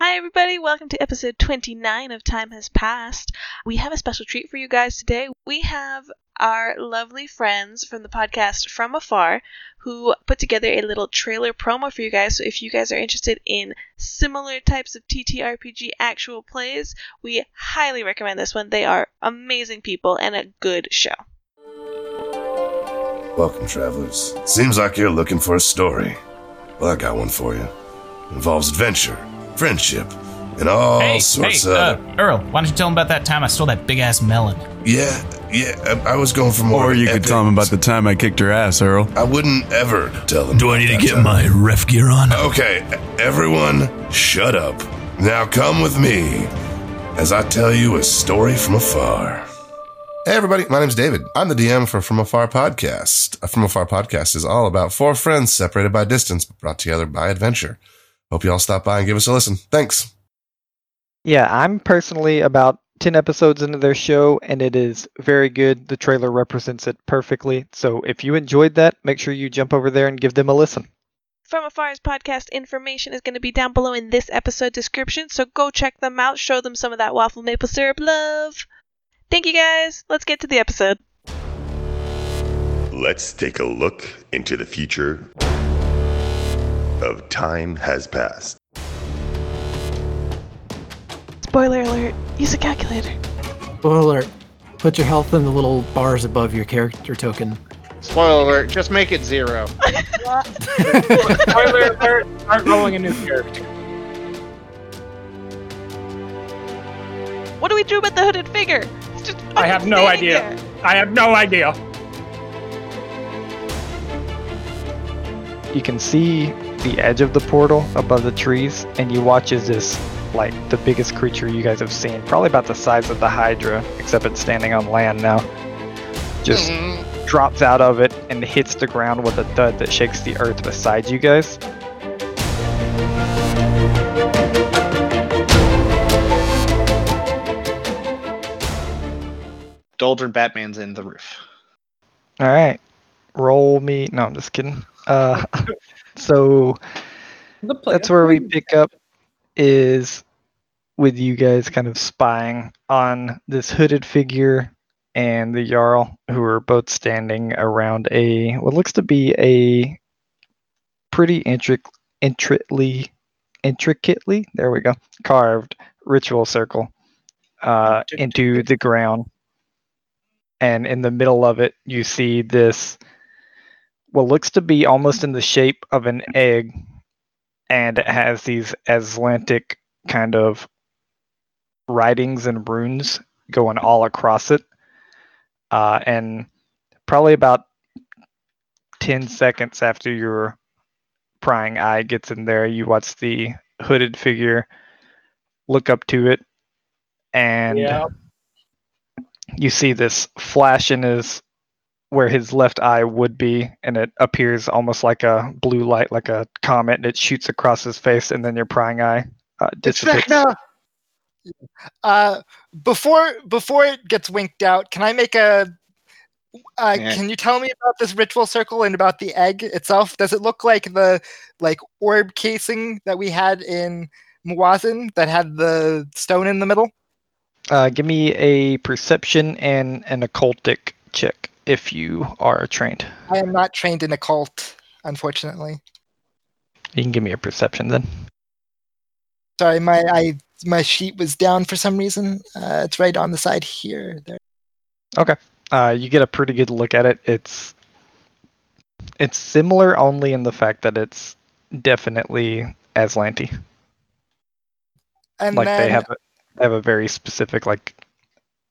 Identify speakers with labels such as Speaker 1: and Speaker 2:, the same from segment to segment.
Speaker 1: Hi, everybody. Welcome to episode 29 of Time Has Passed. We have a special treat for you guys today. We have our lovely friends from the podcast From Afar who put together a little trailer promo for you guys. So, if you guys are interested in similar types of TTRPG actual plays, we highly recommend this one. They are amazing people and a good show.
Speaker 2: Welcome, travelers. Seems like you're looking for a story. Well, I got one for you. involves adventure, friendship, and all
Speaker 3: hey,
Speaker 2: sorts
Speaker 3: hey,
Speaker 2: of.
Speaker 3: uh, Earl, why don't you tell him about that time I stole that big ass melon?
Speaker 2: yeah, yeah. I, I was going for more.
Speaker 4: Or you could
Speaker 2: epic-
Speaker 4: tell him about the time I kicked her ass, Earl.
Speaker 2: I wouldn't ever tell them.
Speaker 5: Do I need to get my ref gear on?
Speaker 2: Okay, everyone, shut up. Now come with me as I tell you a story from afar. Hey, everybody. My name's David. I'm the DM for From Afar Podcast. A From Afar Podcast is all about four friends separated by distance, but brought together by adventure. Hope you all stop by and give us a listen. Thanks.
Speaker 6: Yeah, I'm personally about 10 episodes into their show, and it is very good. The trailer represents it perfectly. So if you enjoyed that, make sure you jump over there and give them a listen.
Speaker 1: From Afar's podcast information is going to be down below in this episode description, so go check them out. Show them some of that waffle maple syrup love. Thank you guys. Let's get to the episode.
Speaker 7: Let's take a look into the future of Time Has Passed.
Speaker 1: Spoiler alert, use a calculator.
Speaker 8: Spoiler alert. Put your health in the little bars above your character token.
Speaker 9: Spoiler alert, just make it zero.
Speaker 10: Spoiler alert, start rolling a new character.
Speaker 1: What do we do about the hooded figure? It's just
Speaker 10: I have no
Speaker 1: standing
Speaker 10: idea.
Speaker 1: there.
Speaker 10: I have no idea.
Speaker 6: You can see the edge of the portal above the trees, and you watch as this, like, the biggest creature you guys have seen, probably about the size of the Hydra, except it's standing on land now, just
Speaker 9: Mm.
Speaker 6: drops out of it and hits the ground with a thud that shakes the earth beside you guys.
Speaker 9: Doldrin Batman's in the roof.
Speaker 6: All right, roll me. No, I'm just kidding. Uh, so
Speaker 10: The
Speaker 11: Oh,
Speaker 10: play-
Speaker 6: that's where we pick up is with you guys kind of spying on this hooded figure and the jarl who are both standing around a what looks to be a pretty intric- intricately intricately there we go carved ritual circle uh, into the ground and in the middle of it you see this what looks to be almost in the shape of an egg and it has these Atlantic kind of writings and runes going all across it. Uh, and probably about 10 seconds after your prying eye gets in there, you watch the hooded figure look up to it and
Speaker 10: Yeah.
Speaker 6: you see this flash in his where his left eye would be and it appears almost like a blue light like a comet and it shoots across his face and then your prying eye uh,
Speaker 11: It's
Speaker 6: dissipates.
Speaker 11: Vecna. Uh, before before it gets winked out, can I make a? Uh,
Speaker 9: Yeah.
Speaker 11: Can you tell me about this ritual circle and about the egg itself? Does it look like the like orb casing that we had in Muazin that had the stone in the middle?
Speaker 6: Uh, give me a perception and an occultic check if you are trained
Speaker 11: I am not trained in occult, unfortunately.
Speaker 6: you can give me a perception then
Speaker 11: Sorry, my I my sheet was down for some reason. Uh, it's right on the side here. There.
Speaker 6: uh, you get a pretty good look at it it's it's similar only in the fact that it's definitely aslanti
Speaker 11: And
Speaker 6: like
Speaker 11: then
Speaker 6: they have a, they have a very specific like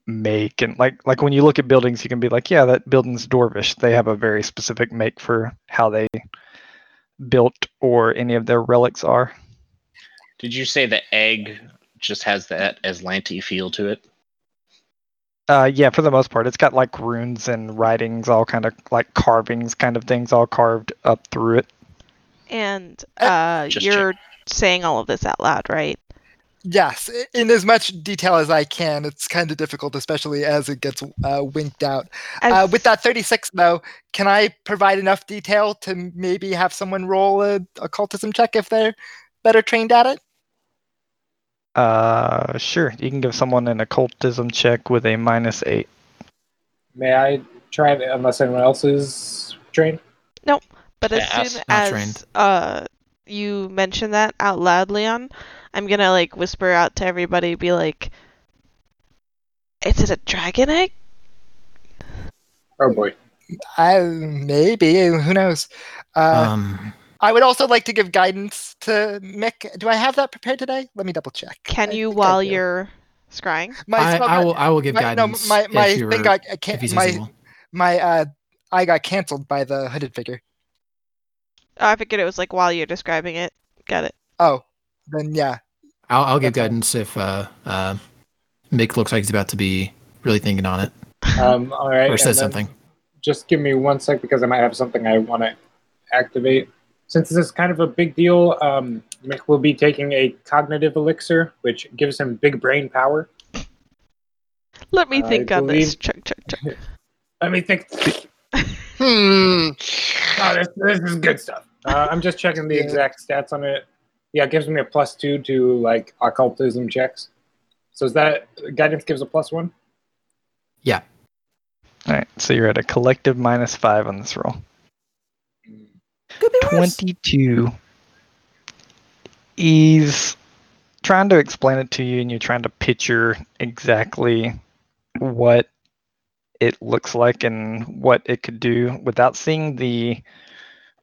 Speaker 6: make and like like when you look at buildings you can be like yeah that building's dwarvish they have a very specific make for how they built or any of their relics are
Speaker 9: Did you say the egg just has e-, that Aslanti feel to it?
Speaker 6: uh yeah for the most part it's got like runes and writings all kind of like carvings kind of things all carved up through it
Speaker 1: And
Speaker 11: Uh,
Speaker 1: uh,
Speaker 9: just
Speaker 1: you're saying all of this out loud, right?
Speaker 11: Yes, i- in as much detail as I can. It's kind of difficult, especially as it gets uh, winked out. Uh,
Speaker 1: As-
Speaker 11: with that 36, though, can I provide enough detail to m- maybe have someone roll a occultism check if they're better trained at it?
Speaker 6: Uh, sure. You can give someone an occultism check with a minus eight.
Speaker 11: May I try it unless anyone else is trained?
Speaker 1: Nope. But as
Speaker 11: Yeah,
Speaker 1: soon
Speaker 11: not
Speaker 1: as
Speaker 11: trained.
Speaker 1: uh, you mention that out loud, Leon, I'm gonna like whisper out to everybody, be like, "Is it a dragon egg?"
Speaker 11: Oh boy.
Speaker 3: I maybe who knows. Uh,
Speaker 11: Um,
Speaker 3: I would also like to give guidance to Mick. Do I have that prepared today? Let me double check.
Speaker 1: Can you while you're scrying?
Speaker 3: My
Speaker 8: I,
Speaker 3: spell
Speaker 8: I
Speaker 3: got-
Speaker 8: will. I will give
Speaker 3: my,
Speaker 8: guidance.
Speaker 3: No, my
Speaker 8: if
Speaker 3: my
Speaker 8: you're-
Speaker 3: thing got I can't,
Speaker 8: if he's
Speaker 3: my
Speaker 8: usable.
Speaker 3: my uh I got canceled by the hooded figure.
Speaker 1: Oh, I figured it was like while you're describing it. Got it.
Speaker 3: Oh, then yeah.
Speaker 8: I'll, I'll give guidance if uh, uh, Mick looks like he's about to be really thinking on it
Speaker 11: um, all right.
Speaker 8: or
Speaker 11: and
Speaker 8: says
Speaker 11: then
Speaker 8: something.
Speaker 11: Just give me one sec because I might have something I want to activate. Since this is kind of a big deal, um, Mick will be taking a cognitive elixir, which gives him big brain power.
Speaker 1: Let me
Speaker 11: I
Speaker 1: think on this.
Speaker 11: believe-
Speaker 1: Chuck, chuck, chuck.
Speaker 11: Let me think.
Speaker 3: Hmm.
Speaker 11: Oh, this, this is good stuff. Uh, I'm just checking the exact stats on it. Yeah, it gives me a plus two to like occultism checks. So is that guidance gives a plus one?
Speaker 8: Yeah.
Speaker 6: All right. So you're at a collective minus five on this roll.
Speaker 8: Could be worse.
Speaker 6: Twenty-two. He's trying to explain it to you, and you're trying to picture exactly what it looks like and what it could do without seeing the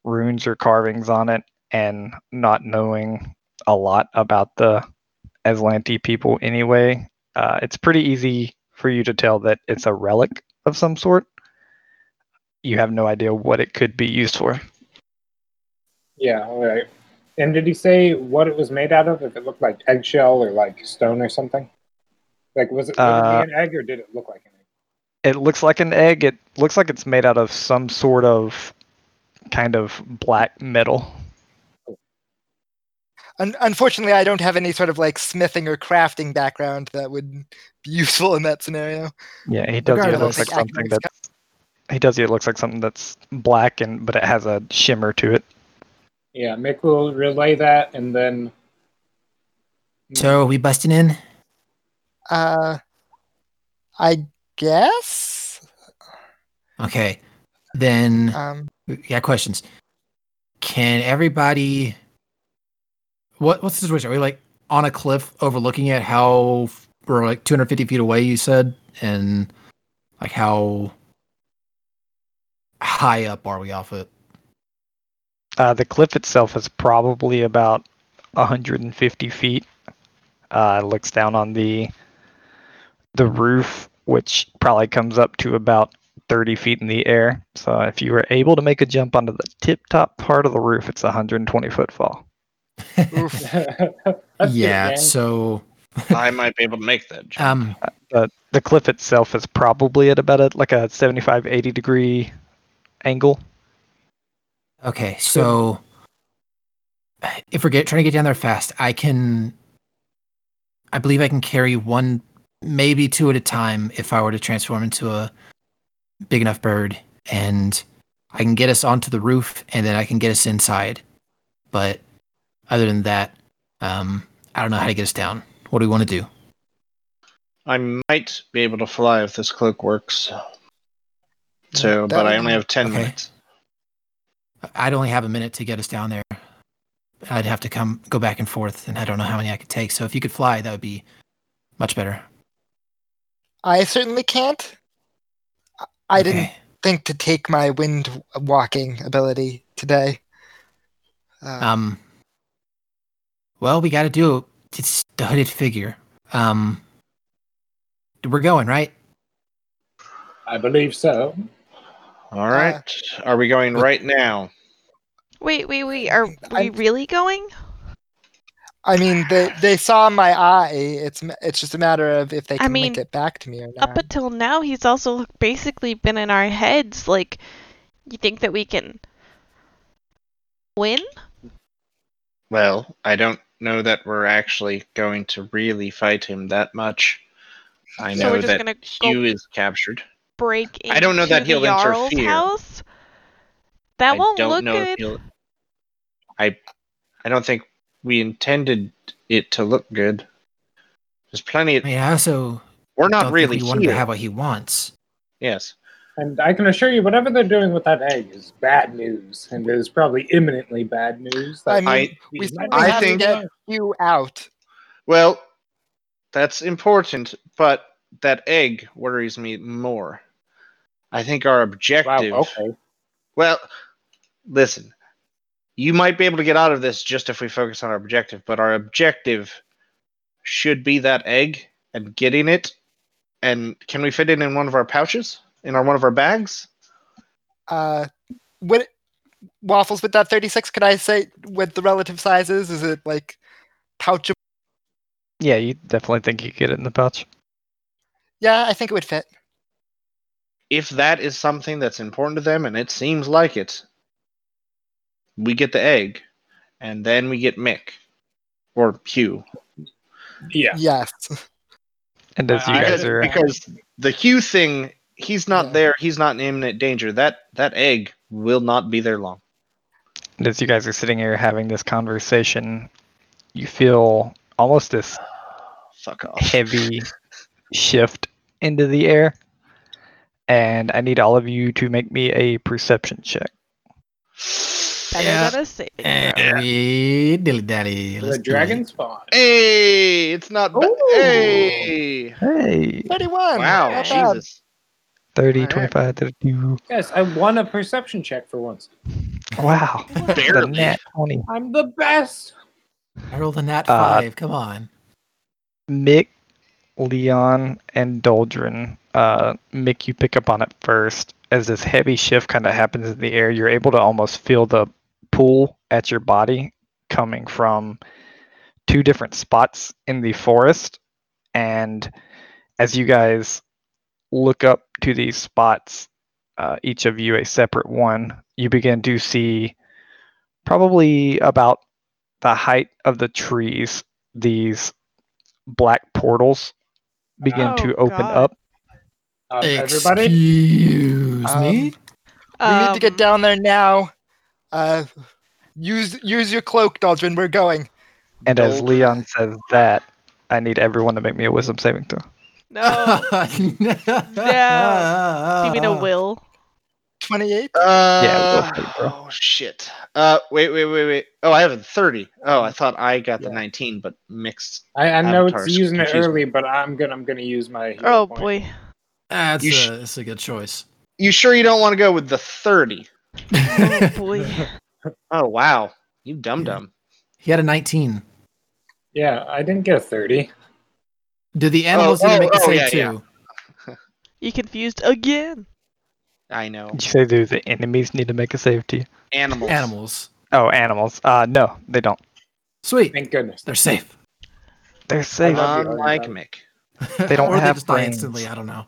Speaker 6: runes or carvings on it and not knowing a lot about the Aslanti people anyway. Uh, it's pretty easy for you to tell that it's a relic of some sort. You have no idea what it could be used for.
Speaker 11: Yeah, all right. And did he say what it was made out of? If it looked like eggshell or like stone or something? Like was it, was
Speaker 6: Uh,
Speaker 11: it an egg or did it look like an egg?
Speaker 6: It looks like an egg. It looks like it's made out of some sort of kind of black metal.
Speaker 3: Un- unfortunately, I don't have any sort of like smithing or crafting background that would be useful in that scenario.
Speaker 6: Yeah, he does. you it
Speaker 3: Regardless,
Speaker 6: looks like
Speaker 3: I can
Speaker 6: something
Speaker 3: discuss-
Speaker 6: that's. He does. you it looks like something that's black and but it has a shimmer to it.
Speaker 11: Yeah, Mick will relay that and then
Speaker 8: So are we busting in?
Speaker 3: Uh, I guess.
Speaker 8: Okay. Then
Speaker 3: Um,
Speaker 8: we got questions. Can everybody? What what's the situation? Are we like on a cliff overlooking it? How f- we're like 250 feet away? You said, and like how high up are we off it?
Speaker 6: Uh, the cliff itself is probably about 150 feet. Uh, it looks down on the the roof, which probably comes up to about 30 feet in the air. So if you were able to make a jump onto the tip top part of the roof, it's a 120 foot fall.
Speaker 3: oof.
Speaker 11: That's good,
Speaker 8: yeah.
Speaker 11: man.
Speaker 8: so
Speaker 10: I might be able to make that. jump.
Speaker 8: um,
Speaker 6: But the cliff itself is probably at about a, like a 75 80 degree angle.
Speaker 8: Okay, so if we're get, trying to get down there fast, I can. I believe I can carry one, maybe two at a time if I were to transform into a big enough bird. And I can get us onto the roof and then I can get us inside. But other than that, um, I don't know how to get us down. What do we want to do?
Speaker 10: I might be able to fly if this cloak works. So,
Speaker 3: That
Speaker 10: but I
Speaker 3: would-
Speaker 10: only have ten
Speaker 8: Okay.
Speaker 10: minutes.
Speaker 8: I'd only have a minute to get us down there. I'd have to come go back and forth, and I don't know how many I could take. So if you could fly, that would be much better.
Speaker 3: I certainly can't. I- I didn't
Speaker 8: Okay.
Speaker 3: think to take my wind walking ability today. Uh,
Speaker 8: Um. Well, we got to do it. It's the hooded figure. Um. We're going right.
Speaker 11: I believe so.
Speaker 10: All right. Are we going right now?
Speaker 1: Wait, wait, wait. Are we
Speaker 3: I'm-
Speaker 1: really going?
Speaker 3: I mean, they they saw my eye. It's m- it's just a matter of if they
Speaker 1: I
Speaker 3: can
Speaker 1: mean,
Speaker 3: make it back to me or not.
Speaker 1: Up until now, he's also basically been in our heads. Like, you think that we can win?
Speaker 10: Well, I don't know that we're actually going to really fight him that much. I
Speaker 1: So
Speaker 10: know
Speaker 1: we're just
Speaker 10: that
Speaker 1: gonna go-
Speaker 10: Hugh is captured.
Speaker 1: Break into
Speaker 10: I don't know that
Speaker 1: the
Speaker 10: he'll
Speaker 1: Jarl's
Speaker 10: interfere.
Speaker 1: house? That
Speaker 10: I
Speaker 1: won't
Speaker 10: don't
Speaker 1: look
Speaker 10: know if
Speaker 1: good.
Speaker 10: he'll- I I don't think we intended it to look good. There's plenty of.
Speaker 8: I mean, I also
Speaker 10: We're not
Speaker 8: don't think
Speaker 10: really
Speaker 8: we want him
Speaker 10: here.
Speaker 8: to have what he wants.
Speaker 10: Yes.
Speaker 11: And I can assure you, whatever they're doing with that egg is bad news, and it is probably imminently bad news.
Speaker 3: I
Speaker 11: That
Speaker 3: mean,
Speaker 10: I-
Speaker 3: we
Speaker 11: might
Speaker 3: certainly
Speaker 10: I
Speaker 3: have
Speaker 10: think-
Speaker 3: to get you out.
Speaker 10: Well, that's important, but that egg worries me more. I think our
Speaker 11: wow,
Speaker 10: objective.
Speaker 11: okay.
Speaker 10: Well, listen, you might be able to get out of this just if we focus on our objective, but our objective should be that egg and getting it. And can we fit it in one of our pouches? In our one of our bags?
Speaker 3: Uh, what waffles with that 36? Could I say what the relative sizes? Is it like pouch? Of,
Speaker 6: Yeah, you definitely think you get it in the pouch.
Speaker 3: yeah, I think it would fit.
Speaker 10: If that is something that's important to them, and it seems like it, we get the egg, and then we get Mick or Hugh.
Speaker 11: Yeah.
Speaker 3: Yes.
Speaker 6: And as you
Speaker 11: I-
Speaker 6: guys
Speaker 10: because,
Speaker 6: are uh,
Speaker 10: because the Hugh thing, he's not
Speaker 3: Yeah.
Speaker 10: there. He's not in imminent danger. That that egg will not be there long.
Speaker 6: and as you guys are sitting here having this conversation, you feel almost this
Speaker 10: Fuck
Speaker 11: Oh.
Speaker 10: off.
Speaker 6: heavy shift into the air. And I need all of you to make me a perception check.
Speaker 1: Better
Speaker 8: Yeah.
Speaker 1: than a saving
Speaker 3: Eh.
Speaker 8: And
Speaker 1: throw.
Speaker 8: we dilly dally.
Speaker 11: The dragon spawn.
Speaker 10: Hey, it's not. Ba-
Speaker 3: Ooh.
Speaker 10: hey,
Speaker 6: Hey,
Speaker 3: 31.
Speaker 10: wow,
Speaker 3: Not bad.
Speaker 10: Jesus.
Speaker 6: 30,
Speaker 10: Alright.
Speaker 6: 25, 32.
Speaker 11: Yes, I won a perception check for once.
Speaker 6: Wow. The
Speaker 10: Barely.
Speaker 6: nat 20.
Speaker 11: I'm the best.
Speaker 8: I rolled a nat
Speaker 6: Uh,
Speaker 8: five. Come on.
Speaker 6: Mick, Leon, and Doldrin. Uh, Mick, you pick up on it first. As this heavy shift kind of happens in the air, you're able to almost feel the pull at your body coming from two different spots in the forest. And as you guys look up to these spots, uh, each of you a separate one, you begin to see probably about the height of the trees, these black portals begin
Speaker 1: Oh,
Speaker 6: to open
Speaker 1: God.
Speaker 6: up.
Speaker 10: uh,
Speaker 11: Um, everybody,
Speaker 8: Excuse me.
Speaker 3: We need to get
Speaker 1: Um,
Speaker 3: down there now. Uh, use use your cloak, Doldrin. We're going.
Speaker 6: And as
Speaker 10: Doldrin.
Speaker 6: Leon says that, I need everyone to make me a wisdom saving throw.
Speaker 1: No.
Speaker 10: Um,
Speaker 8: no.
Speaker 1: you mean
Speaker 3: Oh.
Speaker 1: a will?
Speaker 3: 28.
Speaker 1: Ah.
Speaker 10: Uh,
Speaker 6: we'll fight, bro.
Speaker 10: oh shit. Uh, wait, wait, wait, wait. Oh, I have a thirty. Oh, I thought I got the
Speaker 11: Yeah.
Speaker 10: nineteen, but mixed.
Speaker 11: I, I know it's
Speaker 10: Avatars
Speaker 11: using it
Speaker 10: confuse me.
Speaker 11: early, but I'm gonna I'm gonna use my. hero
Speaker 1: Oh
Speaker 11: point.
Speaker 1: boy.
Speaker 8: That's
Speaker 10: You
Speaker 8: a,
Speaker 10: sh-
Speaker 8: that's a good choice.
Speaker 10: You sure you don't want to go with the thirty?
Speaker 1: Oh boy.
Speaker 10: Oh wow, you dum dum.
Speaker 8: He had a 19.
Speaker 11: Yeah, I didn't get a thirty.
Speaker 8: Did the animals need
Speaker 10: oh,
Speaker 8: to make a
Speaker 10: oh,
Speaker 8: save
Speaker 10: yeah,
Speaker 8: too?
Speaker 10: yeah.
Speaker 1: you confused again.
Speaker 10: I know.
Speaker 6: Did you say do the enemies need to make a save to you?
Speaker 10: Animals.
Speaker 8: Animals.
Speaker 6: Oh, animals. Uh, no, they don't.
Speaker 8: Sweet.
Speaker 11: Thank goodness.
Speaker 8: They're safe.
Speaker 6: They're safe.
Speaker 11: Uh-huh.
Speaker 10: Not like Mick.
Speaker 6: They don't
Speaker 8: or
Speaker 6: have
Speaker 8: they just die
Speaker 6: brains.
Speaker 8: instantly. I don't know.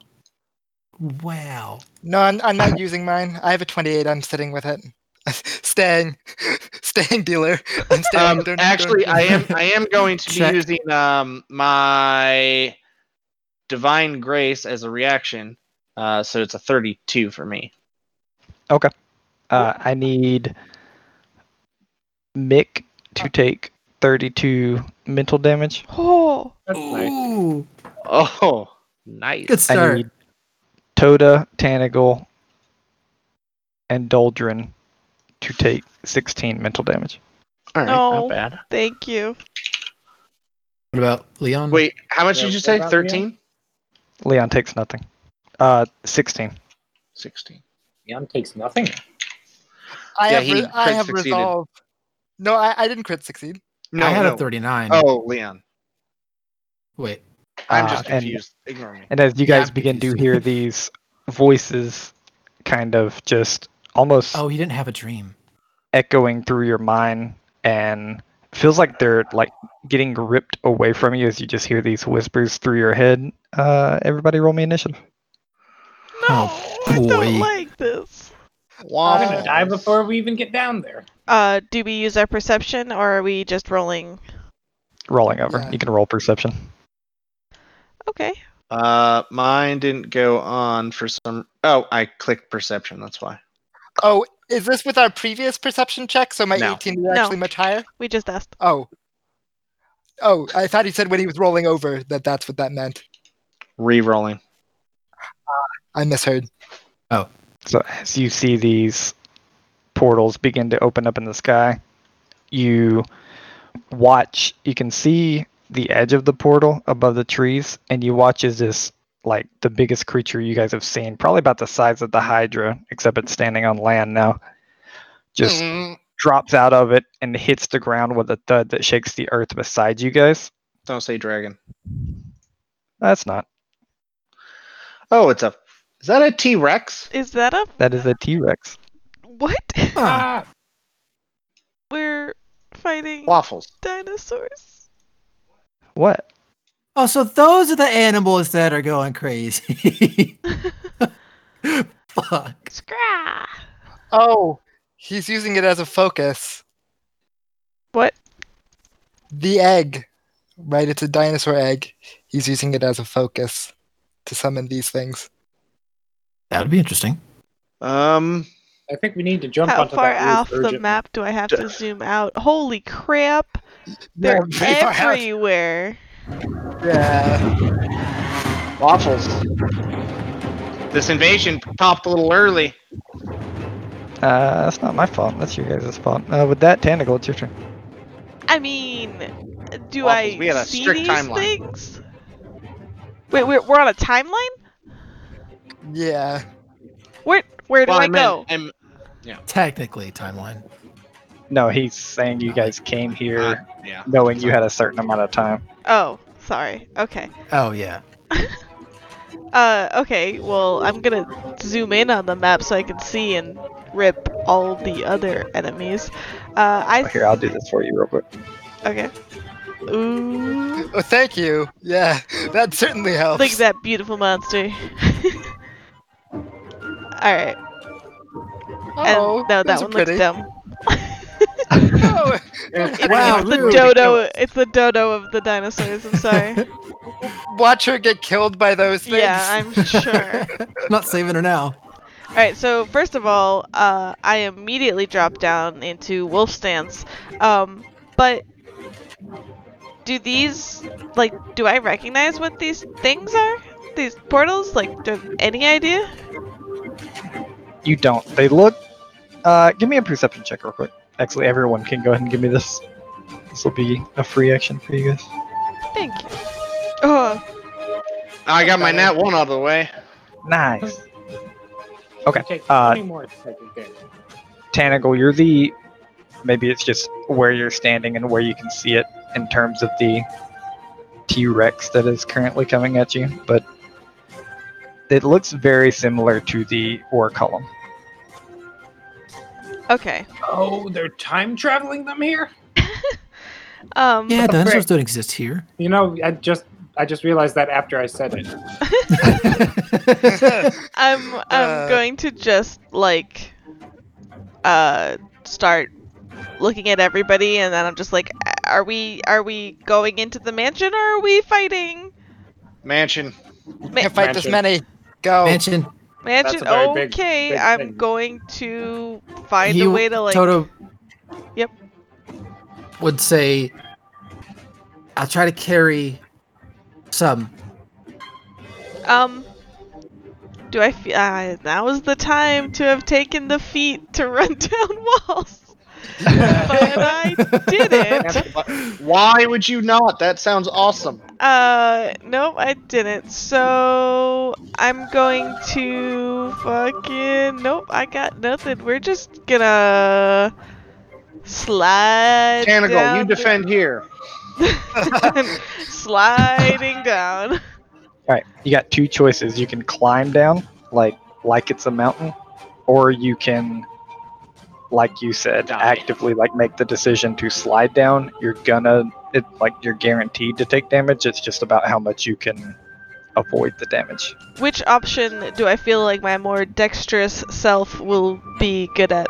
Speaker 8: Wow.
Speaker 3: No, I'm, I'm not using mine. I have a 28. I'm sitting with it. staying, staying dealer. I'm staying.
Speaker 10: Um,
Speaker 3: Don't- don't-
Speaker 10: actually, I am. I am going to
Speaker 8: Check.
Speaker 10: be using um my divine grace as a reaction. Uh, so it's a thirty-two for me.
Speaker 6: Uh, I need Mick to take 32 mental damage.
Speaker 1: Oh.
Speaker 11: That's nice.
Speaker 8: Ooh.
Speaker 10: Oh, nice.
Speaker 8: Good
Speaker 6: I
Speaker 8: start.
Speaker 6: need Toda, Tanagal, and Doldrin to take 16 mental damage.
Speaker 10: All right,
Speaker 1: No.
Speaker 10: not bad.
Speaker 1: Thank you.
Speaker 8: What about Leon?
Speaker 10: Wait, how much
Speaker 11: Yeah,
Speaker 10: did you
Speaker 11: what
Speaker 10: say?
Speaker 11: about the
Speaker 10: Thirteen.
Speaker 6: Leon takes nothing. Uh, 16.
Speaker 10: Sixteen.
Speaker 11: Leon takes nothing.
Speaker 3: I
Speaker 10: Yeah,
Speaker 3: have,
Speaker 10: he
Speaker 3: re- I
Speaker 10: crit
Speaker 3: have
Speaker 10: succeeded.
Speaker 3: resolve. No, I, I didn't crit succeed.
Speaker 10: No,
Speaker 8: I had
Speaker 10: no.
Speaker 8: a 39.
Speaker 10: Oh, Leon.
Speaker 8: Wait.
Speaker 10: I'm
Speaker 6: Ah,
Speaker 10: just
Speaker 6: and-
Speaker 10: confused. Ignore me.
Speaker 6: And as you
Speaker 8: Yeah,
Speaker 6: guys
Speaker 8: I'm
Speaker 6: begin to
Speaker 8: confused.
Speaker 6: hear these voices kind of just almost
Speaker 8: Oh, he didn't have a dream.
Speaker 6: echoing through your mind and feels like they're like getting ripped away from you as you just hear these whispers through your head. Uh, everybody roll me initiative.
Speaker 1: No.
Speaker 8: Oh,
Speaker 1: I don't
Speaker 8: boy.
Speaker 1: like this.
Speaker 11: I'm
Speaker 10: Waffles.
Speaker 11: gonna die before we even get down there.
Speaker 1: Uh, do we use our perception or are we just rolling?
Speaker 6: Rolling over.
Speaker 3: Yeah.
Speaker 6: You can roll perception.
Speaker 1: Okay.
Speaker 10: Uh, mine didn't go on for some. Oh, I clicked perception. That's why.
Speaker 3: Oh, is this with our previous perception check? So my
Speaker 10: No.
Speaker 3: 18 is
Speaker 1: No.
Speaker 3: actually much higher?
Speaker 1: We just asked.
Speaker 3: Oh.
Speaker 11: Oh, I thought he said when he was rolling over that that's what that meant. Ah,
Speaker 9: Re-rolling.
Speaker 11: I misheard.
Speaker 8: Oh.
Speaker 6: So as you see these portals begin to open up in the sky, you watch, you can see the edge of the portal above the trees, and you watch as this, like, the biggest creature you guys have seen, probably about the size of the Hydra, except it's standing on land now,
Speaker 11: Mm-hmm.
Speaker 6: just drops out of it and hits the ground with a thud that shakes the earth beside you guys.
Speaker 9: Don't say dragon.
Speaker 6: That's not.
Speaker 9: Oh, it's a. Is that a T Rex?
Speaker 1: Is that a
Speaker 6: That is a T Rex.
Speaker 1: what?
Speaker 11: Ah.
Speaker 1: We're fighting
Speaker 9: Waffles.
Speaker 1: dinosaurs.
Speaker 6: What?
Speaker 8: Oh, so those are the animals that are going crazy. Fuck.
Speaker 1: Scrah.
Speaker 11: Oh, he's using it as a focus.
Speaker 1: What?
Speaker 11: The egg. Right, it's a dinosaur egg. He's using it as a focus to summon these things.
Speaker 8: That would be interesting.
Speaker 9: Um,
Speaker 10: I think we need to jump
Speaker 1: How
Speaker 10: onto
Speaker 1: far
Speaker 10: that
Speaker 1: off
Speaker 10: roof
Speaker 1: the
Speaker 10: urgently.
Speaker 1: map do I have to zoom out? Holy crap! They're
Speaker 11: very far out.
Speaker 1: everywhere.
Speaker 11: Yeah.
Speaker 9: waffles. This invasion popped a little early.
Speaker 6: Uh, that's not my fault. That's your guys' fault. Uh, with that, Tentacle, it's your turn.
Speaker 1: I mean, do
Speaker 9: Waffles,
Speaker 1: I
Speaker 9: we had a
Speaker 1: see
Speaker 9: strict
Speaker 1: these
Speaker 9: timeline.
Speaker 1: things? Wait, we're, we're on a timeline.
Speaker 11: Yeah.
Speaker 1: Where where do
Speaker 9: Well,
Speaker 1: I,
Speaker 9: meant-
Speaker 1: go?
Speaker 9: I'm-
Speaker 8: Technically, timeline.
Speaker 6: No, he's saying you guys came
Speaker 9: uh,
Speaker 6: here
Speaker 9: yeah.
Speaker 6: knowing you had a certain amount of time.
Speaker 1: Oh, sorry. Okay.
Speaker 8: Oh yeah.
Speaker 1: Uh, okay. Well, I'm gonna zoom in on the map so I can see and rip all the other enemies. Uh, I
Speaker 6: Here, I'll do this for you real quick.
Speaker 1: okay. Ooh,
Speaker 11: Oh, thank you. Yeah, that certainly helps.
Speaker 1: look at that beautiful monster. all right.
Speaker 11: Oh,
Speaker 1: and no, that
Speaker 11: those are
Speaker 1: one looks
Speaker 11: pretty.
Speaker 1: dumb.
Speaker 11: Oh,
Speaker 10: Yeah.
Speaker 8: Wow,
Speaker 1: it's the
Speaker 8: rude.
Speaker 1: dodo. It's the dodo of the dinosaurs. I'm sorry.
Speaker 11: watch her get killed by those things.
Speaker 1: yeah, I'm sure.
Speaker 8: Not saving her now.
Speaker 1: All right, so first of all, uh, I immediately drop down into wolf stance. Um, but do these like do I recognize what these things are? These portals? Like, do I have any idea?
Speaker 6: You don't. They look. Uh, give me a perception check real quick. Actually, everyone can go ahead and give me this. This will be a free action for you guys.
Speaker 1: Thank you. Oh,
Speaker 9: I got my nat one out of the way.
Speaker 6: Nice. Okay.
Speaker 10: Take
Speaker 6: Uh,
Speaker 10: 20 more seconds there.
Speaker 6: Tanagle, you're the. Maybe it's just where you're standing and where you can see it in terms of the T Rex that is currently coming at you, but it looks very similar to the ore column.
Speaker 1: okay.
Speaker 10: Oh, they're time traveling them here.
Speaker 1: Um,
Speaker 8: Yeah, dinosaurs don't exist here.
Speaker 10: You know, I just I just realized that after I said it.
Speaker 1: I'm I'm
Speaker 11: Uh,
Speaker 1: going to just like uh start looking at everybody, and then I'm just like, are we are we going into the mansion or are we fighting?
Speaker 9: Mansion.
Speaker 11: Can't fight this
Speaker 10: Mansion.
Speaker 11: many. Go.
Speaker 1: Oh,
Speaker 8: Mansion.
Speaker 1: Mansion.
Speaker 10: That's a very big-
Speaker 1: okay,
Speaker 10: big
Speaker 1: I'm
Speaker 10: thing.
Speaker 1: going to find
Speaker 8: he
Speaker 1: a way to like.
Speaker 8: Toto.
Speaker 1: Yep.
Speaker 8: Would say, I'll try to carry some.
Speaker 1: Um. Do I feel uh, now is the time to have taken the feet to run down walls? but I didn't.
Speaker 9: Why would you not? That sounds awesome.
Speaker 1: Uh, nope, I didn't. So I'm going to fucking nope. I got nothing. We're just gonna slide
Speaker 9: Tanagle, you
Speaker 1: down the-
Speaker 9: defend here.
Speaker 1: sliding down.
Speaker 6: All right, you got two choices. You can climb down, like like it's a mountain, or you can, like you said,
Speaker 9: Die.
Speaker 6: actively like make the decision to slide down. You're gonna, it like you're guaranteed to take damage. It's just about how much you can avoid the damage.
Speaker 1: Which option do I feel like my more dexterous self will be good at?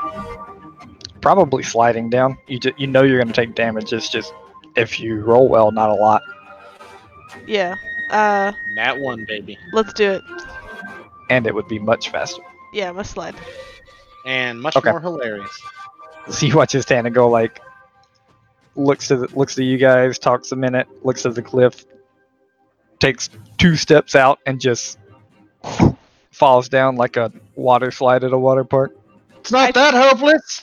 Speaker 6: Probably sliding down. You ju- you know you're gonna take damage. It's just if you roll well, not a lot.
Speaker 1: Yeah. Uh,
Speaker 9: Nat one, baby.
Speaker 1: let's do it.
Speaker 6: And it would be much faster.
Speaker 1: Yeah, my slide.
Speaker 9: And much
Speaker 6: Okay.
Speaker 9: more hilarious.
Speaker 6: So you watch his Tana go like looks to the, looks to you guys, talks a minute, looks at the cliff, takes two steps out, and just falls down like a water slide at a water park.
Speaker 11: It's not that hopeless.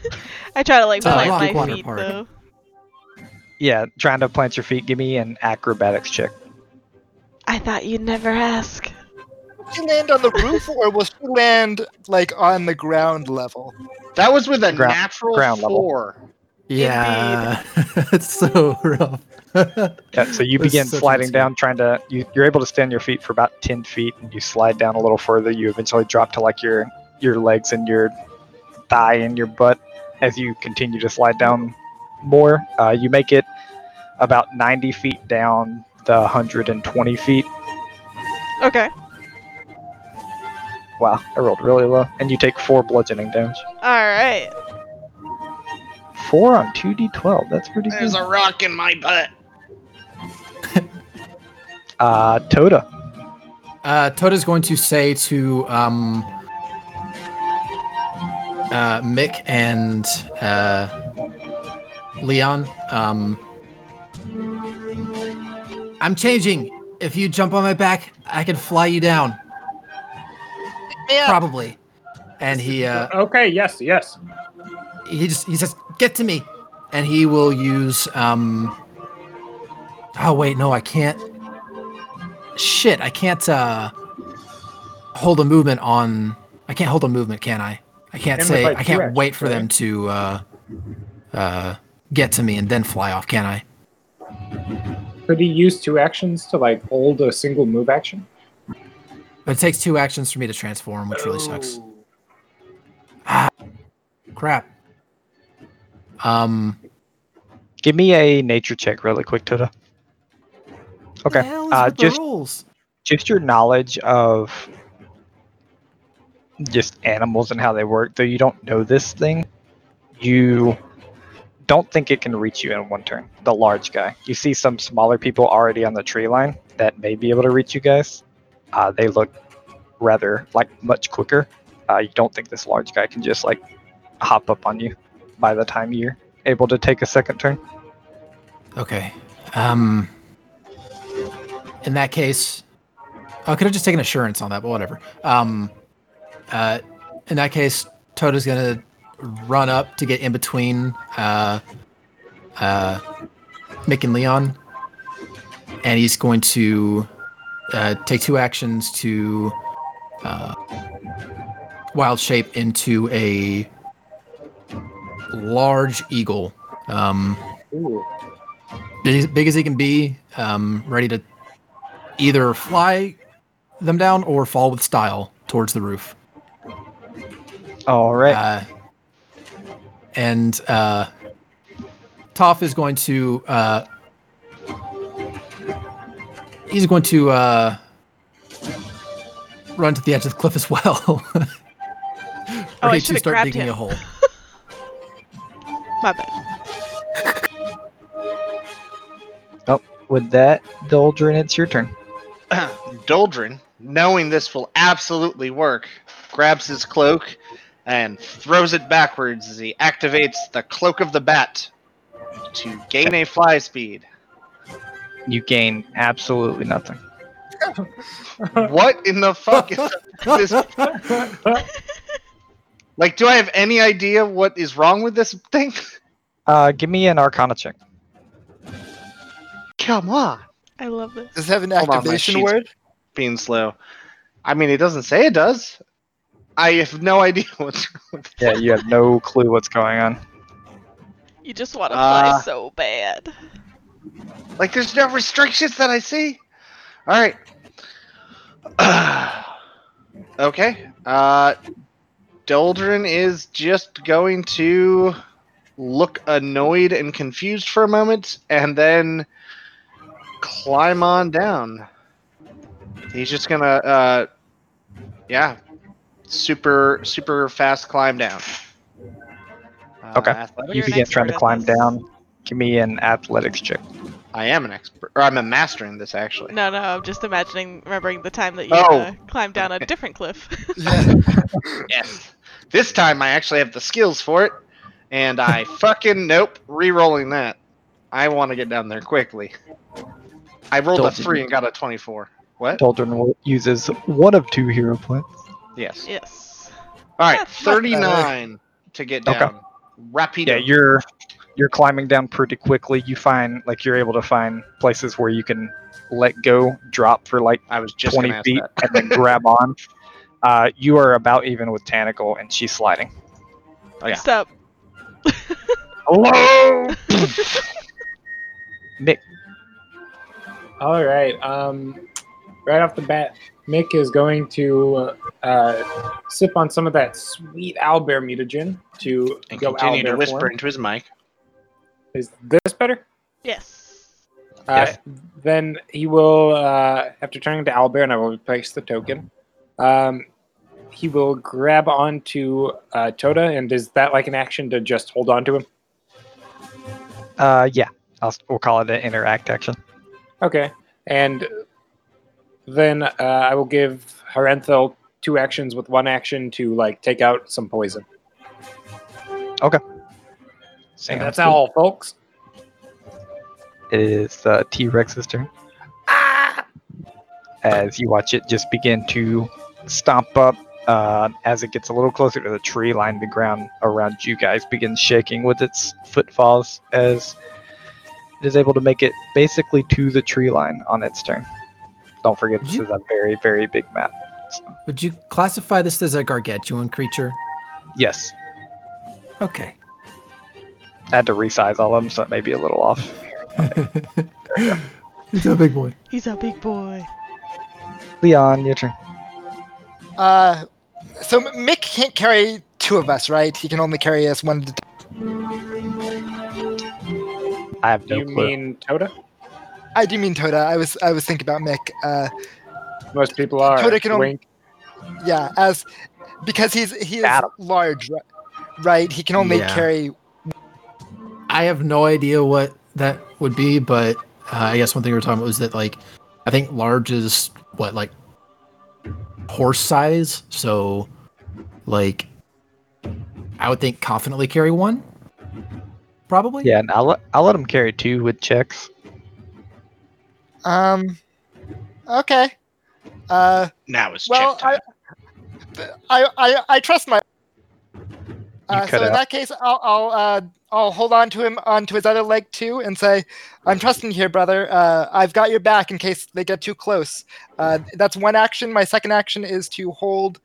Speaker 1: I try to like
Speaker 6: Oh,
Speaker 1: plant
Speaker 6: rock
Speaker 1: my
Speaker 6: water
Speaker 1: feet
Speaker 6: park.
Speaker 1: though.
Speaker 6: Yeah, trying to plant your feet. Give me an acrobatics check.
Speaker 1: I thought you'd never ask.
Speaker 12: Did she land on the roof or was she land like on the ground level?
Speaker 11: That was with a
Speaker 6: Ground-
Speaker 11: natural
Speaker 6: ground level.
Speaker 11: four.
Speaker 8: Yeah, it's so rough.
Speaker 6: Yeah, so you
Speaker 8: That's
Speaker 6: begin
Speaker 8: such an
Speaker 6: sliding down, trying to. You, you're able to stand your feet for about ten feet, and you slide down a little further. You eventually drop to like your your legs and your thigh and your butt as you continue to slide down more. Uh, you make it about ninety feet down the hundred and twenty feet.
Speaker 1: Okay.
Speaker 6: Wow, I rolled really low, and you take four bludgeoning damage.
Speaker 1: All right.
Speaker 6: Four on two d twelve. That's pretty good.
Speaker 11: There's a rock in my butt.
Speaker 6: Uh, Toda.
Speaker 8: Uh, Toda's going to say to um, uh, Mick and uh, Leon, um, I'm changing. If you jump on my back, I can fly you down. Probably. And he uh,
Speaker 13: Okay. Yes. Yes.
Speaker 8: he just he says, "Get to me," and he will use. um Oh wait, no, I can't. Shit, I can't uh hold a movement on. I can't hold a movement, can I? I
Speaker 13: Can
Speaker 8: can't
Speaker 13: with,
Speaker 8: say.
Speaker 13: like,
Speaker 8: I can't
Speaker 13: direct,
Speaker 8: wait for them
Speaker 13: right?
Speaker 8: to uh uh get to me and then fly off, can I?
Speaker 13: Could he use two actions to like hold a single move action?
Speaker 8: But it takes two actions for me to transform, which really sucks. Ah,
Speaker 6: Oh.
Speaker 8: crap. Um.
Speaker 6: Give me a nature check really quick, Toda. Okay. uh, just
Speaker 8: rules.
Speaker 6: just your knowledge of just animals and how they work, though you don't know this thing, you don't think it can reach you in one turn. The large guy. You see some smaller people already on the tree line that may be able to reach you guys. Uh, they look rather like much quicker. Uh, you don't think this large guy can just like hop up on you by the time you're able to take a second turn.
Speaker 8: Okay. Um. In that case, I could have just taken assurance on that, but whatever. Um. Uh. In that case, Toto's gonna run up to get in between uh, uh, Mick and Leon, and he's going to uh, take two actions to uh, wild shape into a large eagle. Um,
Speaker 13: Ooh.
Speaker 8: big, big as he can be, um, ready to either fly them down or fall with style towards the roof.
Speaker 6: All right.
Speaker 8: Uh, and uh, Toph is going to uh, he's going to uh, run to the edge of the cliff as well. ready
Speaker 1: I
Speaker 8: to
Speaker 1: should've
Speaker 8: start
Speaker 1: grabbed
Speaker 8: digging
Speaker 1: him.
Speaker 8: a hole.
Speaker 1: My bad.
Speaker 6: Oh, with that, Doldrin, it's your turn.
Speaker 11: Doldrin, knowing this will absolutely work, grabs his cloak and throws it backwards as he activates the Cloak of the Bat to gain a fly speed.
Speaker 6: You gain absolutely nothing.
Speaker 11: What in the fuck is this? Like, do I have any idea what is wrong with this thing?
Speaker 6: Uh, give me an Arcana check.
Speaker 11: Come on.
Speaker 1: I love this.
Speaker 12: Does it have an
Speaker 11: Hold on, my
Speaker 12: activation
Speaker 11: sheet's
Speaker 12: word?
Speaker 11: Being slow. I mean, it doesn't say it does. I have no idea what's wrong with it.
Speaker 6: Yeah, you have no clue what's going on.
Speaker 1: You just want to fly
Speaker 11: Uh.
Speaker 1: so bad.
Speaker 11: Like, there's no restrictions that I see. All right. okay. Uh, Doldrin is just going to look annoyed and confused for a moment, and then climb on down. He's just gonna, uh, yeah, super super fast climb down. Uh,
Speaker 6: Okay.
Speaker 11: athletic?
Speaker 6: You
Speaker 1: You're an
Speaker 6: begin trying
Speaker 1: expert
Speaker 6: to
Speaker 1: at
Speaker 6: climb
Speaker 1: this.
Speaker 6: down. Give me an athletics check.
Speaker 11: I am an expert, or I'm a master in this actually.
Speaker 1: No, no, I'm just imagining, remembering the time that you
Speaker 11: Oh.
Speaker 1: uh, climbed down a different cliff.
Speaker 11: yes. This time I actually have the skills for it,
Speaker 9: And I fucking nope, re-rolling that. I want to get down there quickly. I rolled a
Speaker 6: Dalton.
Speaker 9: three and got a twenty-four. What?
Speaker 6: Daldrin will- uses one of two hero points.
Speaker 9: Yes.
Speaker 1: Yes.
Speaker 9: All right, thirty-nine to get
Speaker 6: Okay.
Speaker 9: down. Rapido.
Speaker 6: Yeah, you're you're climbing down pretty quickly. You find like you're able to find places where you can let go, drop for like
Speaker 9: I was just
Speaker 6: twenty
Speaker 9: gonna ask
Speaker 6: feet,
Speaker 9: that.
Speaker 6: and then grab on. Uh, you are about even with Tanacle, and she's sliding.
Speaker 9: Oh yeah.
Speaker 1: Stop.
Speaker 6: Hello, Nick.
Speaker 10: All right. Um, right off the bat, Mick is going to uh, sip on some of that sweet owlbear mutagen to
Speaker 9: And
Speaker 10: go
Speaker 9: continue
Speaker 10: owlbear
Speaker 9: to whisper
Speaker 10: form.
Speaker 9: into his mic.
Speaker 10: Is this better?
Speaker 1: Yes.
Speaker 10: Uh,
Speaker 9: Yes.
Speaker 10: Then he will, uh, after turning to owlbear, and I will replace the token. Um, he will grab onto uh, Toda, and is that like an action to just hold on to him?
Speaker 6: Uh, yeah, I'll, s- we'll call it an interact action.
Speaker 10: Okay. And then uh, I will give Harenthel two actions with one action to like take out some poison. And that's
Speaker 6: Sounds
Speaker 10: all, folks.
Speaker 6: good. It is uh, T Rex's turn. As you watch it just begin to stomp up, uh, as it gets a little closer to the tree line, the ground around you guys begins shaking with its footfalls as it is able to make it basically to the tree line on its turn. Don't forget, this is a very, very big map.
Speaker 8: Would you classify this as a gargantuan creature?
Speaker 6: Yes,
Speaker 8: Okay.
Speaker 6: I had to resize all of them, so it may be a little off.
Speaker 8: He's a big boy.
Speaker 1: He's a big boy.
Speaker 6: Leon, your turn.
Speaker 11: Uh, so Mick can't carry two of us, right? He can only carry us one at a time.
Speaker 6: I have no
Speaker 10: you
Speaker 6: clue.
Speaker 10: mean Toda?
Speaker 11: I do mean Toda. I was I was thinking about Mick. Uh,
Speaker 10: Most people are.
Speaker 11: Toda can only-
Speaker 10: Wink.
Speaker 11: yeah, as because he's he is
Speaker 6: Adam.
Speaker 11: large, ri- right? He can only
Speaker 8: Yeah.
Speaker 11: carry.
Speaker 8: I have no idea what that would be, but uh, I guess one thing we were talking about was that like I think large is what like horse size, so like I would think confidently carry one, probably.
Speaker 6: Yeah, and I'll let, I'll let him carry two with checks.
Speaker 11: Um, okay. Uh,
Speaker 9: Now is
Speaker 11: well,
Speaker 9: check time.
Speaker 11: I, I I I trust my. Uh, so
Speaker 6: cut
Speaker 11: in
Speaker 6: out.
Speaker 11: that case, I'll I'll uh, I'll hold on to him onto his other leg too, and say, "I'm trusting you here, brother. Uh, I've got your back in case they get too close." Uh, that's one action. My second action is to hold.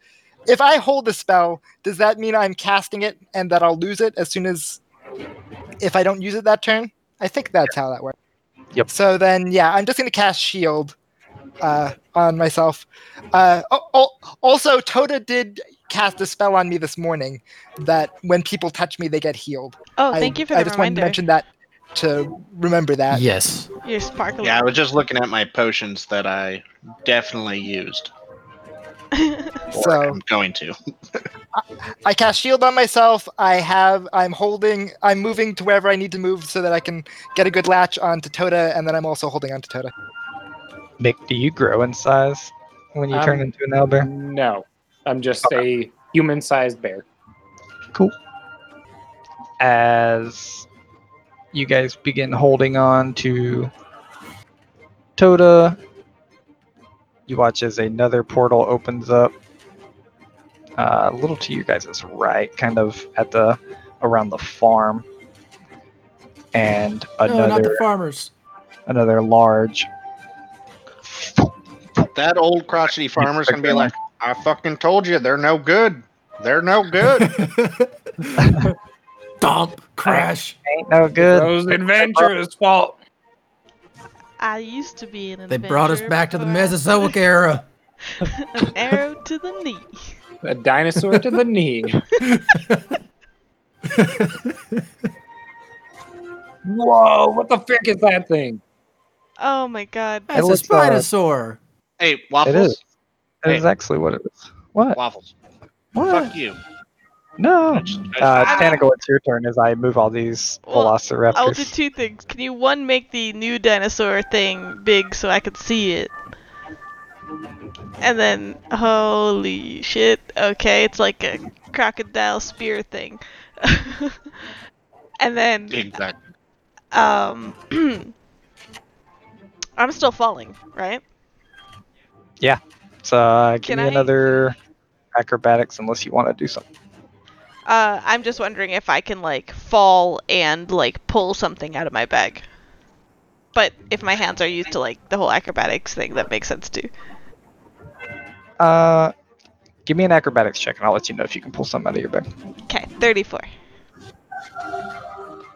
Speaker 11: If I hold the spell, does that mean I'm casting it and that I'll lose it as soon as if I don't use it that turn? I think that's how that works.
Speaker 6: Yep.
Speaker 11: So then, yeah, I'm just going to cast Shield uh, on myself. Uh, oh, oh, also, Toda did cast a spell on me this morning that when people touch me, they get healed.
Speaker 1: Oh,
Speaker 11: I-
Speaker 1: thank you for
Speaker 11: I
Speaker 1: the
Speaker 11: just wanted
Speaker 1: reminder.
Speaker 11: to mention that to remember that.
Speaker 8: Yes.
Speaker 1: You're sparkling.
Speaker 9: Yeah, I was just looking at my potions that I definitely used. Or
Speaker 11: So-
Speaker 9: I'm going to.
Speaker 11: I cast Shield on myself. I have. I'm holding. I'm moving to wherever I need to move so that I can get a good latch onto Toda, and then I'm also holding onto Toda.
Speaker 6: Mick, do you grow in size when you turn
Speaker 10: Um,
Speaker 6: into an owlbear?
Speaker 10: No, I'm just a human-sized bear.
Speaker 6: As you guys begin holding on to Toda, you watch as another portal opens up. Uh, a little to you guys' right, kind of at the around the farm, and
Speaker 8: No, not
Speaker 6: another
Speaker 8: the farmers.
Speaker 6: another large
Speaker 9: That old crotchety farmer's gonna be like, I fucking told you, they're no good. They're no good.
Speaker 8: Dump crash.
Speaker 6: ain't no good.
Speaker 10: Those adventurers' fault.
Speaker 1: I used to be an
Speaker 8: They brought us
Speaker 1: adventurer
Speaker 8: back to the
Speaker 1: before I was
Speaker 8: Mesozoic era.
Speaker 1: An arrow to the knee.
Speaker 10: A dinosaur to the knee. Whoa! What the frick is that thing?
Speaker 1: Oh my god.
Speaker 8: That's a
Speaker 6: looks, uh,
Speaker 8: spinosaur.
Speaker 9: hey,
Speaker 6: It
Speaker 9: waffles.
Speaker 6: is. That is actually what it was. What?
Speaker 9: Waffles.
Speaker 6: What?
Speaker 9: Fuck you.
Speaker 6: No.
Speaker 9: I just- I
Speaker 6: Uh,
Speaker 9: just-
Speaker 6: Tanago, it's your turn as I move all these
Speaker 1: Well,
Speaker 6: velociraptors.
Speaker 1: I'll do two things. Can you one make the new dinosaur thing big so I could see it? And then holy shit. Okay, it's like a crocodile spear thing. and then
Speaker 9: Exactly.
Speaker 1: um, I'm still falling, right?
Speaker 6: Yeah. So uh, give
Speaker 1: Can
Speaker 6: me
Speaker 1: I-
Speaker 6: another acrobatics unless you want to do something.
Speaker 1: Uh, I'm just wondering if I can like fall and like pull something out of my bag. But if my hands are used to like the whole acrobatics thing, that makes sense too.
Speaker 6: Uh, give me an acrobatics check, and I'll let you know if you can pull something out of your bag.
Speaker 1: Okay, 34.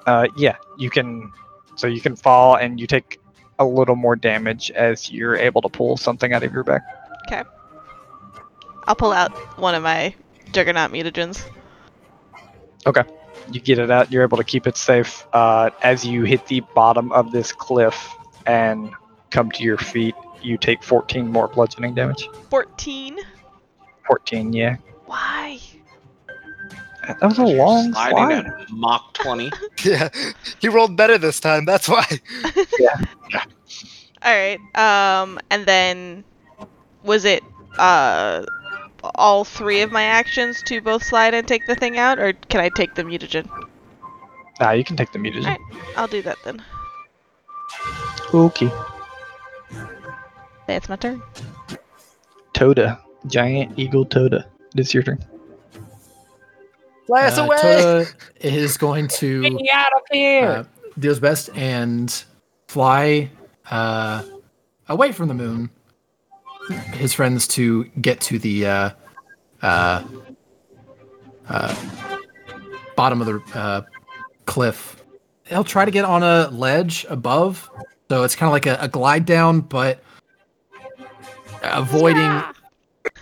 Speaker 6: Uh, yeah, you can. So you can fall, and you take a little more damage as you're able to pull something out of your bag.
Speaker 1: Okay. I'll pull out one of my juggernaut mutagens.
Speaker 6: Okay. You get it out. You're able to keep it safe uh, as you hit the bottom of this cliff and come to your feet. You take 14 more bludgeoning damage.
Speaker 1: 14.
Speaker 6: 14, yeah.
Speaker 1: Why?
Speaker 6: That was a long slide.
Speaker 9: at Mach 20.
Speaker 11: yeah, he rolled better this time. That's why.
Speaker 8: Uh,
Speaker 1: All right. Um, and then was it uh all three of my actions to both slide and take the thing out, or can I take the mutagen?
Speaker 6: Nah, you can take the mutagen.
Speaker 1: Alright, I'll do that then.
Speaker 6: Okay.
Speaker 1: That's my turn.
Speaker 6: Toda. Giant eagle Toda. It is your turn.
Speaker 11: Fly us
Speaker 8: Uh,
Speaker 11: away.
Speaker 8: Toda is going to
Speaker 11: out of here.
Speaker 8: uh, do his best and fly uh, away from the moon. His friends to get to the uh, uh, uh, bottom of the uh, cliff. He'll try to get on a ledge above, so it's kind of like a, a glide down, but avoiding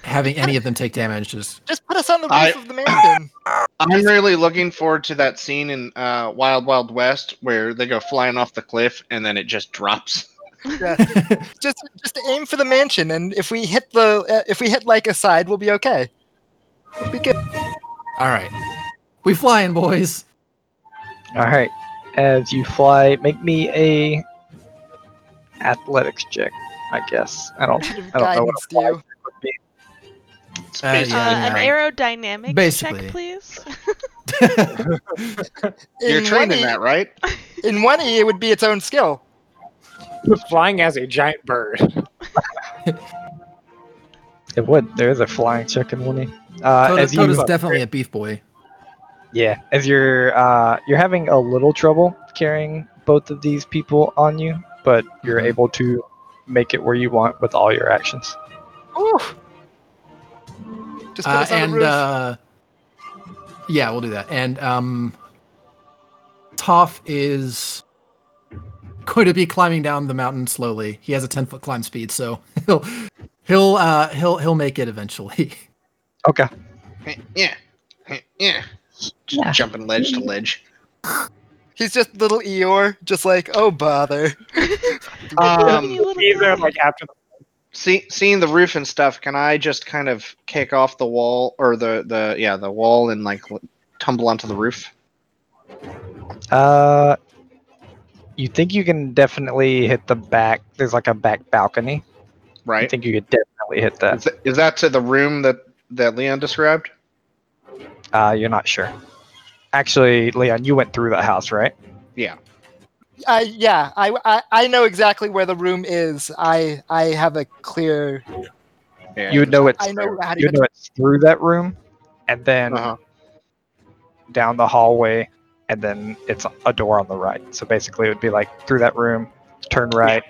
Speaker 8: having any of them take damage. Just
Speaker 11: Just put us on the roof
Speaker 9: I-
Speaker 11: of the mansion.
Speaker 9: I'm really looking forward to that scene in uh, Wild Wild West where they go flying off the cliff and then it just drops.
Speaker 11: Yeah. just just aim for the mansion, and if we hit the uh, if we hit like a side, we'll be okay. We'll be good.
Speaker 8: all right, we flying, boys.
Speaker 6: All right. As you fly, make me a athletics check, I guess. I don't, I don't know what
Speaker 11: Guidance, you.
Speaker 8: Uh,
Speaker 9: Space
Speaker 8: yeah,
Speaker 1: Uh, an
Speaker 8: yeah.
Speaker 1: aerodynamics
Speaker 8: Basically.
Speaker 1: check, please.
Speaker 9: You're
Speaker 11: In
Speaker 9: trained
Speaker 11: one
Speaker 9: in
Speaker 11: e,
Speaker 9: that, right?
Speaker 11: in one e, it would be its own skill.
Speaker 10: Flying as a giant bird.
Speaker 6: It would. There is a flying check in one. E. Uh,
Speaker 8: Toda,
Speaker 6: as you-
Speaker 8: Toda's definitely a beef boy.
Speaker 6: Yeah, as you're uh, you're having a little trouble carrying both of these people on you, but you're
Speaker 8: Mhm.
Speaker 6: able to make it where you want with all your actions.
Speaker 11: Ooh. Just put
Speaker 8: Uh,
Speaker 11: us on
Speaker 8: and
Speaker 11: the roof.
Speaker 8: uh, yeah, we'll do that. And um, Toph is going to be climbing down the mountain slowly. He has a ten foot climb speed, so he'll he'll uh, he'll he'll make it eventually.
Speaker 6: Okay.
Speaker 9: Yeah. Yeah. Just jumping ledge to ledge.
Speaker 11: He's just little Eeyore, just like, oh bother.
Speaker 9: Um,
Speaker 1: You little
Speaker 10: Either
Speaker 1: guy.
Speaker 10: like after the
Speaker 9: see, seeing the roof and stuff, can I just kind of kick off the wall or the, the yeah, the wall and like l- tumble onto the roof?
Speaker 6: Uh, you think you can definitely hit the back? There's like a back balcony. I
Speaker 9: Right?
Speaker 6: think you could definitely hit that.
Speaker 9: Is, th- is that to the room that, that Leon described?
Speaker 6: Uh, you're not sure. Actually, Leon, you went through that house, right?
Speaker 11: I Uh, yeah, I, I I know exactly where the room is. I I have a clear.
Speaker 9: Yeah.
Speaker 6: you would know it's
Speaker 11: I know how to
Speaker 6: you
Speaker 11: get.
Speaker 6: would know it's through that room, and then
Speaker 9: Uh-huh.
Speaker 6: down the hallway, and then it's a door on the right. So basically, it would be like through that room, turn right.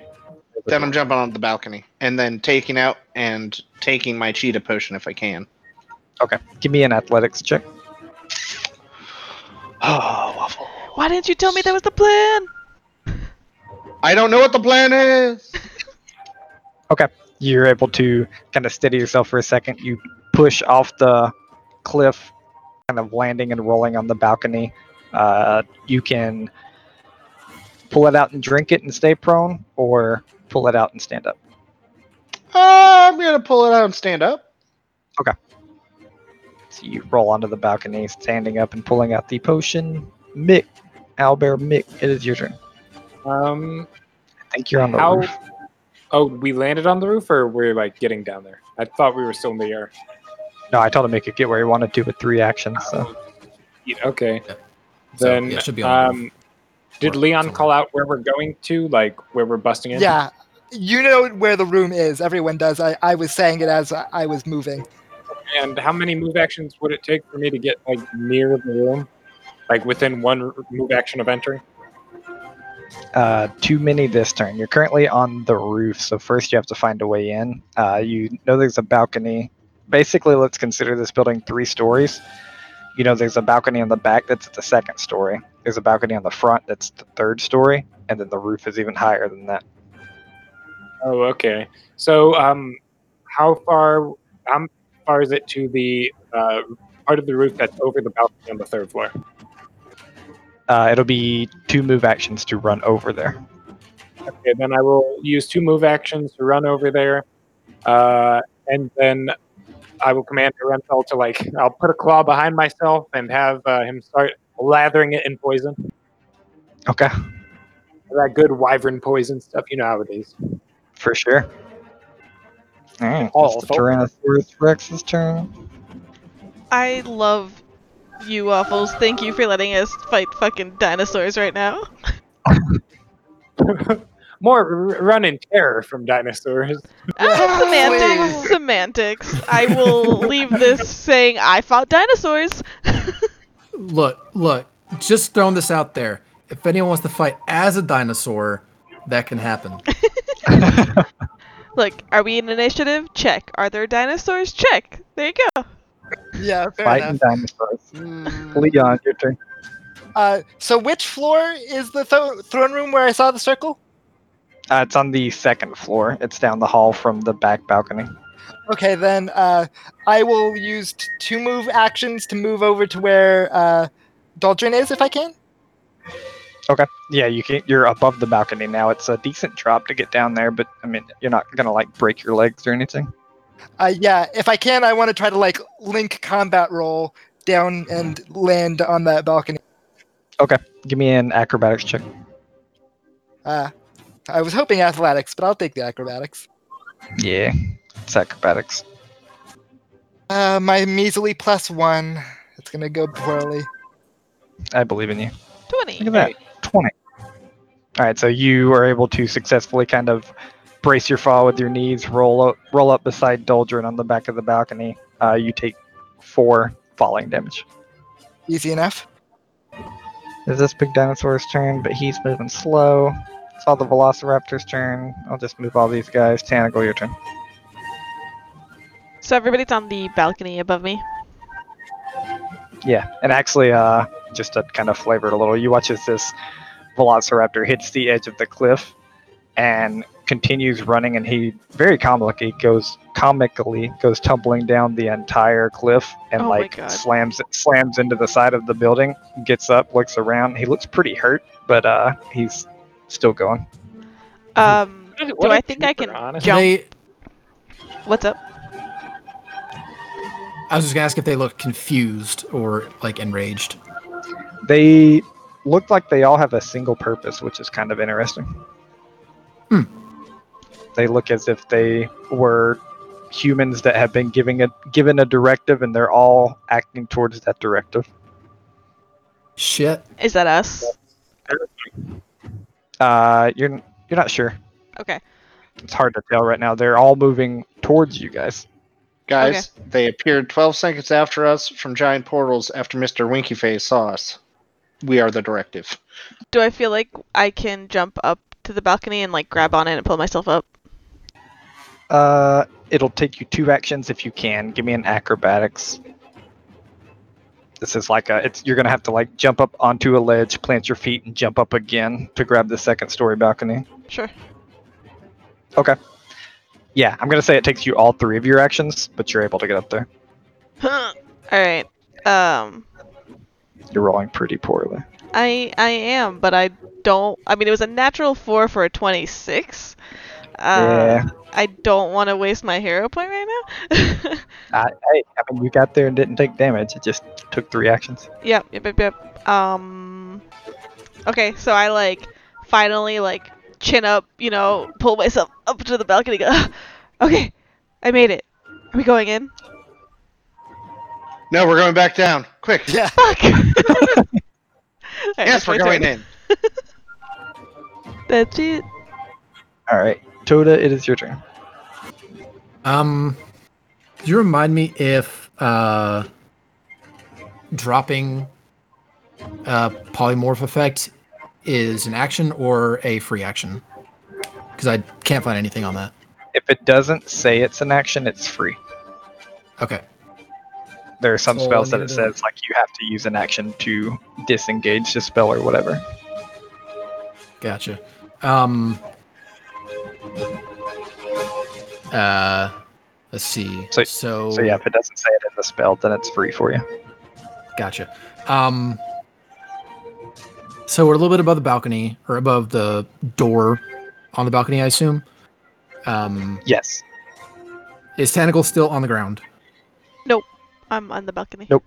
Speaker 9: Then I'm jumping onto the balcony and then taking out and taking my cheetah potion if I can.
Speaker 6: okay. Give me an athletics check.
Speaker 9: Oh, waffle.
Speaker 1: Why didn't you tell me that was the plan?
Speaker 9: I don't know what the plan is.
Speaker 6: You're able to kind of steady yourself for a second. You push off the cliff, kind of landing and rolling on the balcony. Uh, you can pull it out and drink it and stay prone, or pull it out and stand up.
Speaker 9: Ah, I'm gonna pull it out and stand up.
Speaker 6: So you roll onto the balcony, standing up and pulling out the potion. Mick, Albert, Mick, it is your turn.
Speaker 10: Um.
Speaker 6: I think you're on the
Speaker 10: How-
Speaker 6: roof.
Speaker 10: Oh, we landed on the roof, or we're like getting down there. I thought we were still in the air.
Speaker 6: No, I told him he could get where he wanted to with three actions. So
Speaker 10: feet. Okay.
Speaker 8: So,
Speaker 10: Then
Speaker 8: yeah, it should be on the
Speaker 10: um, did Leon call out where we're going to, like where we're busting in?
Speaker 11: Yeah. You know where the room is. Everyone does. I, I was saying it as I, I was moving.
Speaker 10: And how many move actions would it take for me to get like near the room, like within one r- move action of entering?
Speaker 6: Uh, too many this turn. You're currently on the roof, so first you have to find a way in. Uh, you know there's a balcony. Basically, let's consider this building three stories. You know there's a balcony on the back that's at the second story. There's a balcony on the front that's the third story, and then the roof is even higher than that.
Speaker 10: Oh, okay. So, um, how far how far is it to the uh, part of the roof that's over the balcony on the third floor?
Speaker 6: Uh, it'll be two move actions to run over there.
Speaker 10: Okay, then I will use two move actions to run over there, uh, and then I will command Renfell to like I'll put a claw behind myself and have uh, him start lathering it in poison.
Speaker 6: Okay,
Speaker 10: That good wyvern poison stuff you know how it is.
Speaker 6: for sure. All right,
Speaker 10: Oh,
Speaker 6: it's the Tyrannosaurus Rex's turn.
Speaker 1: I love you, Waffles. Thank you for letting us fight fucking dinosaurs right now.
Speaker 10: More r- run in terror from dinosaurs.
Speaker 1: Ah, semantics, semantics. I will leave this saying I fought dinosaurs.
Speaker 8: Look, look, just throwing this out there. If anyone wants to fight as a dinosaur, that can happen.
Speaker 1: Look, are we an initiative? Check. Are there dinosaurs? Check. There you go.
Speaker 11: Yeah, fair
Speaker 6: Fighting dinosaurs. Leon, your turn.
Speaker 11: enough. Uh, so which floor is the tho- throne room where I saw the circle?
Speaker 6: Uh, it's on the second floor. It's down the hall from the back balcony.
Speaker 11: Okay, then uh, I will use t- two move actions to move over to where uh, Doldrin is if I can.
Speaker 6: Okay. Yeah, you can. You're above the balcony now. It's a decent drop to get down there, but I mean, you're not gonna like break your legs or anything.
Speaker 11: Uh, yeah, if I can, I want to try to like link combat roll down and land on that balcony.
Speaker 6: Okay. Give me an acrobatics check.
Speaker 11: Uh, I was hoping athletics, but I'll take the acrobatics.
Speaker 6: Yeah, it's acrobatics.
Speaker 11: Uh, my measly plus one. It's gonna go poorly.
Speaker 6: I believe in you. Look
Speaker 1: 20.
Speaker 6: at that. Twenty. All right. So you are able to successfully kind of brace your fall with your knees, roll up, roll up beside Doldrin on the back of the balcony. Uh, you take four falling damage.
Speaker 11: Easy enough.
Speaker 6: Is this big dinosaur's turn? But he's moving slow. It's all the velociraptor's turn. I'll just move all these guys. Tanagle, your turn.
Speaker 1: So everybody's on the balcony above me.
Speaker 6: Yeah, and actually, uh, just to kind of flavor it a little, you watch as this velociraptor hits the edge of the cliff and continues running, and he very comically goes comically goes tumbling down the entire cliff and
Speaker 1: Oh my
Speaker 6: like
Speaker 1: God.
Speaker 6: slams slams into the side of the building. Gets up, looks around. He looks pretty hurt, but uh, he's still going.
Speaker 1: Um,
Speaker 10: What
Speaker 1: do
Speaker 10: a
Speaker 1: I think I
Speaker 10: trooper,
Speaker 1: can
Speaker 10: honestly.
Speaker 1: jump?
Speaker 8: They,
Speaker 1: What's up?
Speaker 8: I was just gonna ask if they look confused or like enraged.
Speaker 6: They look like they all have a single purpose, which is kind of interesting.
Speaker 8: Hmm.
Speaker 6: They look as if they were humans that have been giving a given a directive, and they're all acting towards that directive.
Speaker 8: Shit.
Speaker 1: Is that us?
Speaker 6: Uh, you're n- you're not sure.
Speaker 1: Okay.
Speaker 6: It's hard to tell right now. They're all moving towards you guys.
Speaker 9: Guys, they appeared 12 seconds after us from giant portals after Mr. Winky Face saw us. We are the directive.
Speaker 1: Do I feel like I can jump up to the balcony and like grab on it and pull myself up?
Speaker 6: Uh, it'll take you two actions if you can. Give me an acrobatics. This is like a. It's you're gonna have to like jump up onto a ledge, plant your feet, and jump up again to grab the second story balcony.
Speaker 1: Sure.
Speaker 6: Yeah, I'm gonna say it takes you all three of your actions, but you're able to get up there.
Speaker 1: All right. Um,
Speaker 6: You're rolling pretty poorly.
Speaker 1: I I am, but I don't. I mean, it was a natural four for a twenty-six. Uh,
Speaker 6: Yeah.
Speaker 1: I don't want to waste my hero point right now.
Speaker 6: I, I, I mean, you got there and didn't take damage. It just took three actions.
Speaker 1: Yep, yep, yep, yep. Um. Okay, so I like finally like chin up, you know, pull myself up to the balcony. Go, okay, I made it. Are we going in?
Speaker 11: No, we're going back down. Quick.
Speaker 14: Yeah.
Speaker 11: yes, we're going in.
Speaker 1: That's it.
Speaker 6: All right, Toda, it is your turn.
Speaker 8: Um, do you remind me if uh, dropping uh, polymorph effect is an action or a free action? Because I can't find anything on that.
Speaker 6: If it doesn't say it's an action, it's free.
Speaker 8: Okay.
Speaker 6: There are some
Speaker 8: So
Speaker 6: spells
Speaker 8: Oh, I
Speaker 6: that it
Speaker 8: need to-
Speaker 6: says like you have to use an action to disengage the spell or whatever.
Speaker 8: Gotcha. Um. Uh, let's see. So, so,
Speaker 6: So yeah, if it doesn't say it in the spell, then it's free for you.
Speaker 8: Gotcha. Um. So we're a little bit above the balcony, or above the door, on the balcony, I assume. Um.
Speaker 6: Yes.
Speaker 8: Is Tentacle still on the ground?
Speaker 1: Nope. I'm on the balcony.
Speaker 6: Nope.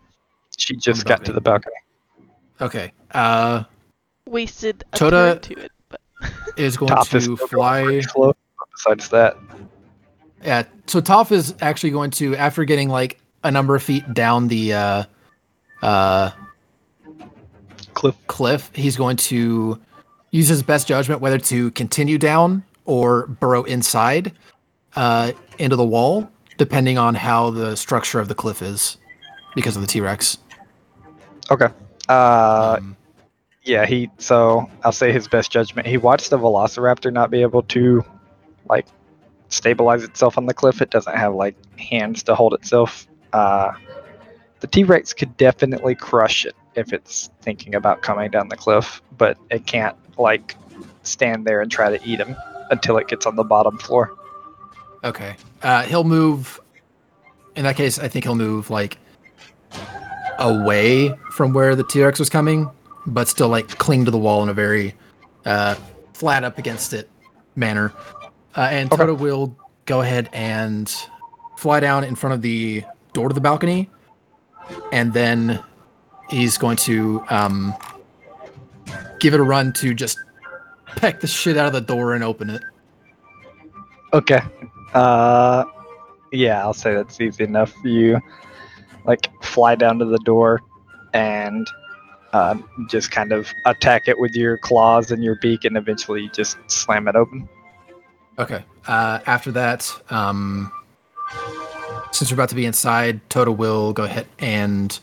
Speaker 6: She just got to the balcony.
Speaker 8: Okay. Uh,
Speaker 1: Wasted a
Speaker 8: Toda-
Speaker 1: turn to it, but
Speaker 8: is going
Speaker 6: Toph is
Speaker 8: to
Speaker 6: still
Speaker 8: fly.
Speaker 6: Slow. Besides that,
Speaker 8: Yeah. So Toph is actually going to, after getting like a number of feet down the uh, uh,
Speaker 6: Cliff.
Speaker 8: cliff, he's going to use his best judgment whether to continue down or burrow inside uh, into the wall, depending on how the structure of the cliff is because of the T Rex.
Speaker 6: Okay. Uh,
Speaker 8: Um,
Speaker 6: yeah, he. So I'll say his best judgment. He watched the Velociraptor not be able to, like, stabilize itself on the cliff. It doesn't have like hands to hold itself. Uh, the T Rex could definitely crush it if it's thinking about coming down the cliff, but it can't like stand there and try to eat him until it gets on the bottom floor.
Speaker 8: Okay. Uh, he'll move. In that case, I think he'll move like away from where the T Rex was coming, but still like cling to the wall in a very uh, flat up against it manner. Uh, and
Speaker 6: Okay.
Speaker 8: Tota will go ahead and fly down in front of the door to the balcony, and then he's going to um, give it a run to just peck the shit out of the door and open it.
Speaker 6: Okay. Uh, yeah, I'll say that's easy enough. You like fly down to the door and uh, just kind of attack it with your claws and your beak, and eventually you just slam it open.
Speaker 8: Okay. Uh, after that, um, since we're about to be inside, Tota will go ahead and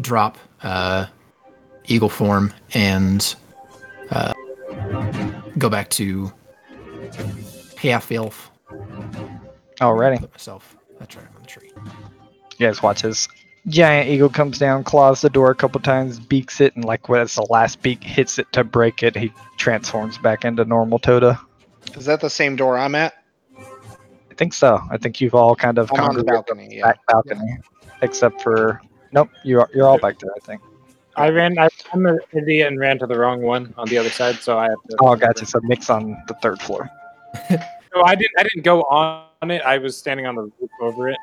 Speaker 8: drop uh, Eagle form and uh, go back to half elf
Speaker 6: Alrighty.
Speaker 8: Put myself. That's right. I'm on the tree.
Speaker 6: You guys watch as giant eagle comes down, claws the door a couple times, beaks it, and like when it's the last beak hits it to break it, he transforms back into normal Tota.
Speaker 11: Is that the same door I'm at?
Speaker 6: I think so. I think you've all kind of
Speaker 11: I'm on the
Speaker 6: congregated
Speaker 11: balcony. Yeah.
Speaker 6: back balcony, except for nope, you're you're all back there. I think.
Speaker 15: I ran. I, I'm an idiot and ran to the wrong one on the other side, so I have to.
Speaker 6: Oh, gotcha. So Nick's on the third floor.
Speaker 15: No, I didn't. I didn't go on it. I was standing on the roof over it.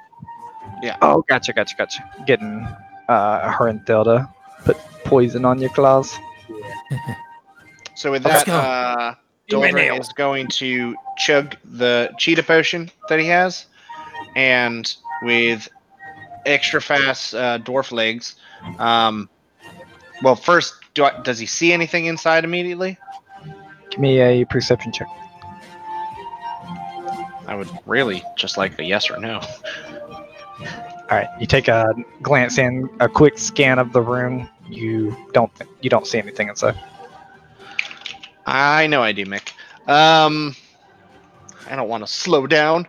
Speaker 6: Oh, gotcha, gotcha, gotcha. Getting uh, her and Thilda put poison on your claws.
Speaker 11: So with
Speaker 8: Let's
Speaker 11: that,
Speaker 8: go.
Speaker 11: uh,
Speaker 15: Give me a
Speaker 11: Dover
Speaker 15: nail.
Speaker 11: is going to chug the cheetah potion that he has, and with extra fast uh, dwarf legs. Um, well, first, do I, does he see anything inside immediately?
Speaker 6: Give me a perception check.
Speaker 11: I would really just like a yes or no.
Speaker 6: All right, you take a glance in, a quick scan of the room. You don't, you don't see anything inside.
Speaker 11: I know I do, Mick. Um, I don't want to slow down.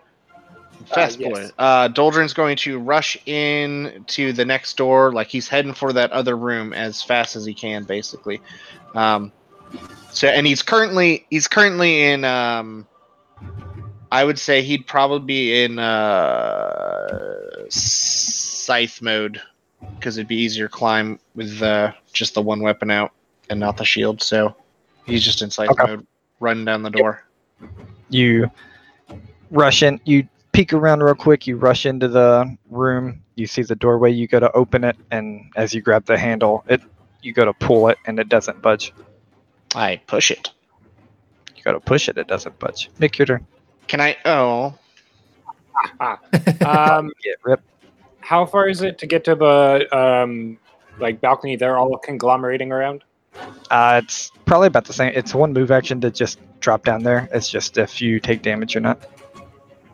Speaker 11: Fast
Speaker 15: yes.
Speaker 11: boy. Uh, Doldrin's going to rush in to the next door, like he's heading for that other room as fast as he can, basically. Um, so, and he's currently he's currently in. Um, I would say he'd probably be in uh, scythe mode because it'd be easier to climb with uh, just the one weapon out and not the shield. So he's just in scythe
Speaker 6: Okay.
Speaker 11: mode, running down the door.
Speaker 6: You rush in. You peek around real quick. You rush into the room. You see the doorway. You go to open it, and as you grab the handle, it, you go to pull it, and it doesn't budge.
Speaker 11: I push it.
Speaker 6: You go to push it, it doesn't budge. Nick, your turn.
Speaker 11: Can I? Oh,
Speaker 15: Um,
Speaker 6: Get ripped.
Speaker 10: how far is it to get to the um, like balcony? They're all conglomerating around.
Speaker 6: Uh, it's probably about the same. It's one move action to just drop down there. It's just if you take damage or not.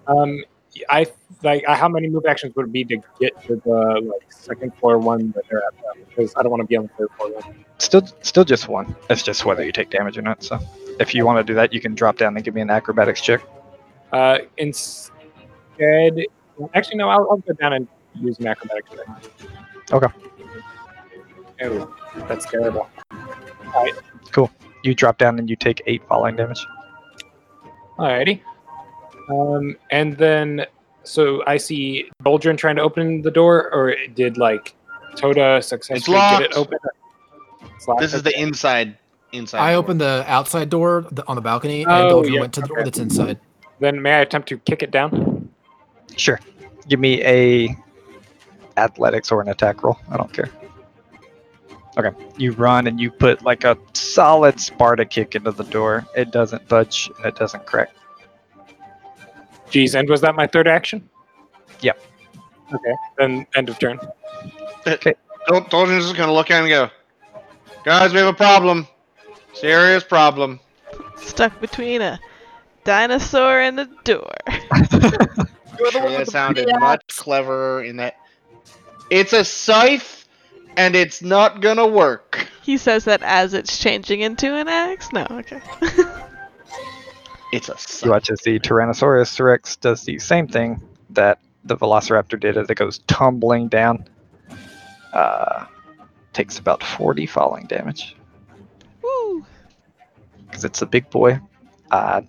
Speaker 10: Um, I like I- how many move actions would it be to get to the like second floor one that they're at? now? Because I don't want to be on the third floor one.
Speaker 6: Still, still just one. It's just whether you take damage or not. So, if you want to do that, you can drop down and give me an acrobatics check.
Speaker 10: Uh, instead, actually, no, I'll, I'll go down and use an acrobatic check.
Speaker 6: Okay.
Speaker 10: Oh, that's terrible. All right,
Speaker 6: Cool. You drop down and you take eight falling damage.
Speaker 10: alrighty. Um, and then, so I see Boldrin trying to open the door, or did like Toda successfully get it
Speaker 9: locked.
Speaker 10: open? It's locked.
Speaker 9: This is the inside inside.
Speaker 8: I
Speaker 9: door.
Speaker 8: opened the outside door the, on the balcony, and
Speaker 10: Oh,
Speaker 8: Doldrin
Speaker 10: yeah,
Speaker 8: went to the door
Speaker 10: okay.
Speaker 8: that's inside.
Speaker 10: Then may I attempt to kick it down?
Speaker 6: Sure. Give me a athletics or an attack roll. I don't care. Okay. You run and you put like a solid Sparta kick into the door. It doesn't budge and it doesn't crack.
Speaker 10: Geez, and was that my third action?
Speaker 6: Yeah.
Speaker 10: Okay, then end of turn.
Speaker 9: Dol- Dolgen's Uh, just gonna look at him and go, guys, we have a problem, serious problem.
Speaker 1: Stuck between a dinosaur and a door.
Speaker 11: You're the
Speaker 9: Sure,
Speaker 11: one
Speaker 9: that
Speaker 11: with the
Speaker 9: sounded
Speaker 11: big
Speaker 9: much cleverer in that. It's a scythe, and it's not gonna work.
Speaker 1: He says that as it's changing into an axe? No, okay.
Speaker 9: It's a
Speaker 6: You
Speaker 9: scythe.
Speaker 6: watch as the Tyrannosaurus Rex does the same thing that the Velociraptor did as it goes tumbling down. Uh, takes about 40 falling damage.
Speaker 1: Woo!
Speaker 6: because it's a big boy. Uh,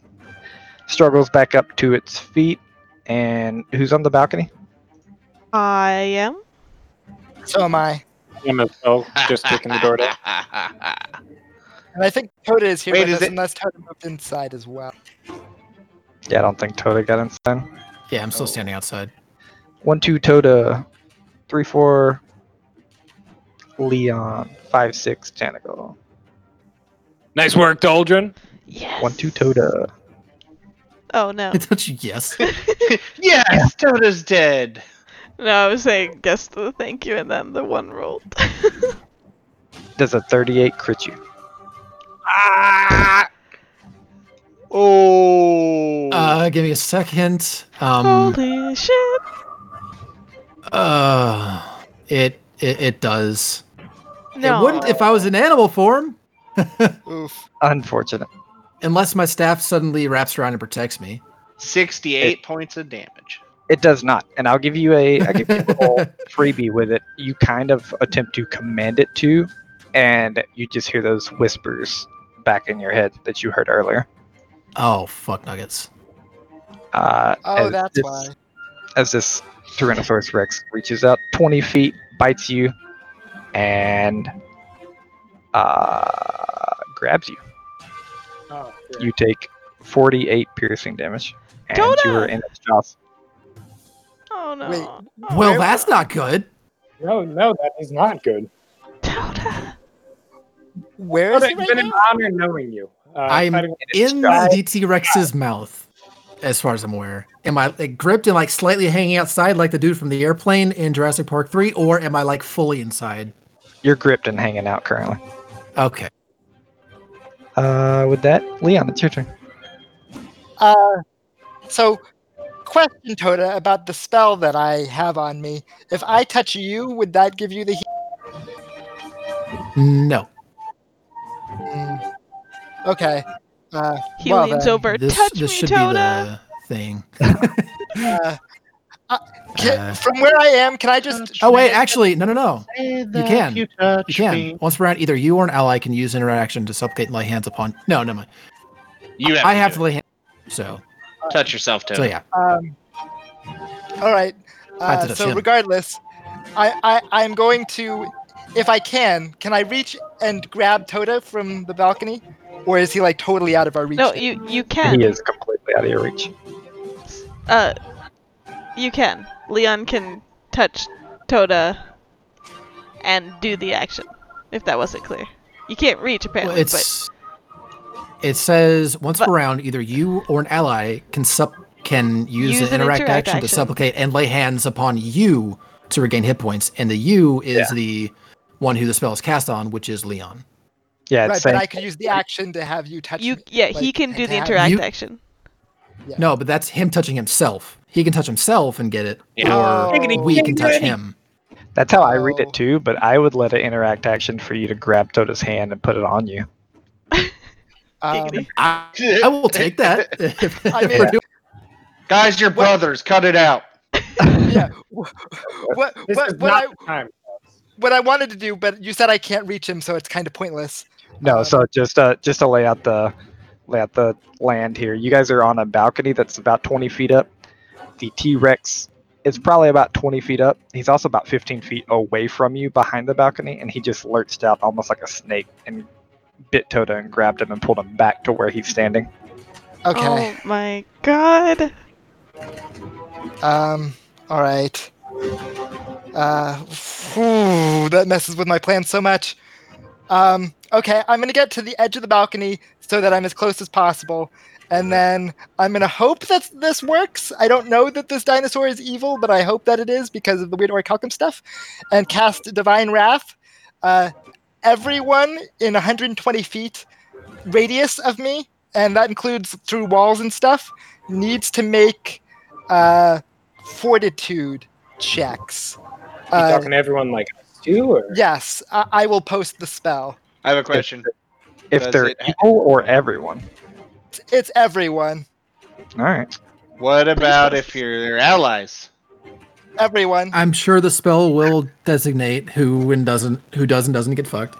Speaker 6: struggles back up to its feet, and who's on the balcony?
Speaker 1: I am.
Speaker 11: So am I.
Speaker 10: MSL just kicking the door down.
Speaker 11: And I think Toda is here
Speaker 9: Wait,
Speaker 11: with
Speaker 9: is
Speaker 11: us,
Speaker 9: it-
Speaker 11: unless Toda moved inside as well.
Speaker 6: Yeah, I don't think Toda got inside.
Speaker 8: Yeah, I'm still standing outside.
Speaker 6: One, two, Toda. Three, four, Leon. Five, six, Tanagal.
Speaker 10: Nice work, Doldrin.
Speaker 1: Yes.
Speaker 6: One, two, Toda.
Speaker 1: Oh no.
Speaker 8: Don't you guess?
Speaker 9: yes, Toda's dead.
Speaker 1: No, I was saying yes to the thank you and then the one rolled.
Speaker 6: Does a 38 crit you?
Speaker 9: Ah! Oh.
Speaker 8: Uh, give me a second. Um,
Speaker 1: Holy shit.
Speaker 8: uh, it, it it does.
Speaker 1: No.
Speaker 8: It wouldn't if I was in animal form,
Speaker 11: Oof.
Speaker 6: Unfortunate.
Speaker 8: unless my staff suddenly wraps around and protects me.
Speaker 9: 68 points of damage.
Speaker 6: It does not, and I'll give you a I give you a little freebie with it. You kind of attempt to command it to, and you just hear those whispers back in your head that you heard earlier.
Speaker 8: Oh fuck nuggets!
Speaker 6: Uh,
Speaker 11: Oh,
Speaker 6: as
Speaker 11: that's
Speaker 6: this-
Speaker 11: why.
Speaker 6: As this Tyrannosaurus Rex reaches out 20 feet, bites you, and uh, grabs you.
Speaker 10: Oh,
Speaker 6: You take 48 piercing damage, and you are
Speaker 1: Dota!
Speaker 6: in its jaws.
Speaker 1: Oh no.
Speaker 11: Wait,
Speaker 1: Oh,
Speaker 8: Well,
Speaker 11: Where-
Speaker 8: that's not good.
Speaker 10: No, no, that is not good.
Speaker 1: Toda.
Speaker 11: Where is
Speaker 10: It's
Speaker 11: he
Speaker 10: been
Speaker 11: right
Speaker 10: an
Speaker 11: now?
Speaker 10: honor knowing you. Uh,
Speaker 8: I'm
Speaker 10: fighting-
Speaker 6: its
Speaker 8: in
Speaker 6: jaws.
Speaker 8: the DT Rex's mouth, as far as I'm aware. Am I like, gripped and like slightly hanging outside, like the dude from the airplane in Jurassic Park Three, or am I like fully inside?
Speaker 6: You're gripped and hanging out currently.
Speaker 8: Okay.
Speaker 6: Uh, with that, Leon, it's your turn.
Speaker 11: Uh, so, question Toda about the spell that I have on me. If I touch you, would that give you the heat?
Speaker 8: No.
Speaker 11: Mm. Okay. Uh,
Speaker 1: He
Speaker 11: well
Speaker 1: leans
Speaker 11: then,
Speaker 1: over.
Speaker 8: This
Speaker 1: Touch
Speaker 8: this
Speaker 1: me,
Speaker 8: should
Speaker 1: Toda.
Speaker 8: be the thing.
Speaker 11: uh, uh, ca-
Speaker 8: Uh,
Speaker 11: from where I am, can I just?
Speaker 8: Oh wait, actually, no, no, no.
Speaker 9: You
Speaker 8: can.
Speaker 9: You, touch
Speaker 8: You can.
Speaker 9: Me.
Speaker 8: Once per round, either you or an ally can use interaction to supplicate and lay hands upon. No, never mind.
Speaker 9: you have
Speaker 8: I
Speaker 9: to
Speaker 8: have
Speaker 9: do
Speaker 8: to lay hands. So,
Speaker 9: it. touch yourself, Toda.
Speaker 8: so yeah.
Speaker 11: Um, all right.
Speaker 8: I
Speaker 11: Uh,
Speaker 8: did a
Speaker 11: so
Speaker 8: shim.
Speaker 11: regardless, I, I I'm going to, if I can, can I reach and grab Toda from the balcony, or is he like totally out of our reach?
Speaker 1: No, you you
Speaker 6: He
Speaker 1: can.
Speaker 6: is completely out of your reach.
Speaker 1: Uh you can. Leon can touch Toda and do the action. If that wasn't clear. You can't reach
Speaker 8: Well,
Speaker 1: apparently, but
Speaker 8: it's it says once
Speaker 1: But-
Speaker 8: per round, either you or an ally can sup can use, an, interact, action, to supplicate and lay hands upon you to regain hit points, and the U is the one who the spell is cast on, which is Leon.
Speaker 6: Yeah,
Speaker 11: right, but I could use the action to have you touch.
Speaker 1: You yeah, he can do the interact action.
Speaker 8: No, but that's him touching himself. He can touch himself and get Oh. it,
Speaker 6: Yeah.
Speaker 8: or
Speaker 6: Giggity,
Speaker 8: we can touch
Speaker 6: giggity.
Speaker 8: him.
Speaker 6: That's how I read
Speaker 11: Oh.
Speaker 6: it too, but I would let it interact action for you to grab Tota's hand and put it on you.
Speaker 11: Um,
Speaker 8: I, I will take that.
Speaker 11: I mean,
Speaker 9: Guys, your brothers. Cut it out.
Speaker 11: what what, what I what I wanted to do, but you said I can't reach him, so it's kind of pointless.
Speaker 6: No, so just uh just to lay out the lay out the land here. You guys are on a balcony that's about twenty feet up. The T Rex is probably about twenty feet up. He's also about fifteen feet away from you behind the balcony, and he just lurched out almost like a snake and bit Tota and grabbed him and pulled him back to where he's standing.
Speaker 1: Oh
Speaker 11: Okay.
Speaker 1: my god.
Speaker 11: Um. All right. Uh. phew, that messes with my plan so much. Um. Okay. I'm gonna get to the edge of the balcony so that I'm as close as possible, and then I'm gonna hope that this works. I don't know that this dinosaur is evil, but I hope that it is because of the weird orichalcum stuff, and cast divine wrath. Uh. Everyone in 120 feet radius of me, and that includes through walls and stuff, needs to make uh, fortitude checks.
Speaker 10: You
Speaker 11: Uh,
Speaker 10: talking to everyone like us too, or
Speaker 11: yes, I-, I will post the spell.
Speaker 9: I have a question.
Speaker 6: If
Speaker 9: Does
Speaker 6: they're
Speaker 9: it-
Speaker 6: evil or everyone.
Speaker 11: It's, it's everyone.
Speaker 6: All right.
Speaker 9: What about if you're their allies?
Speaker 11: Everyone.
Speaker 8: I'm sure the spell will designate who and doesn't who does and doesn't get fucked.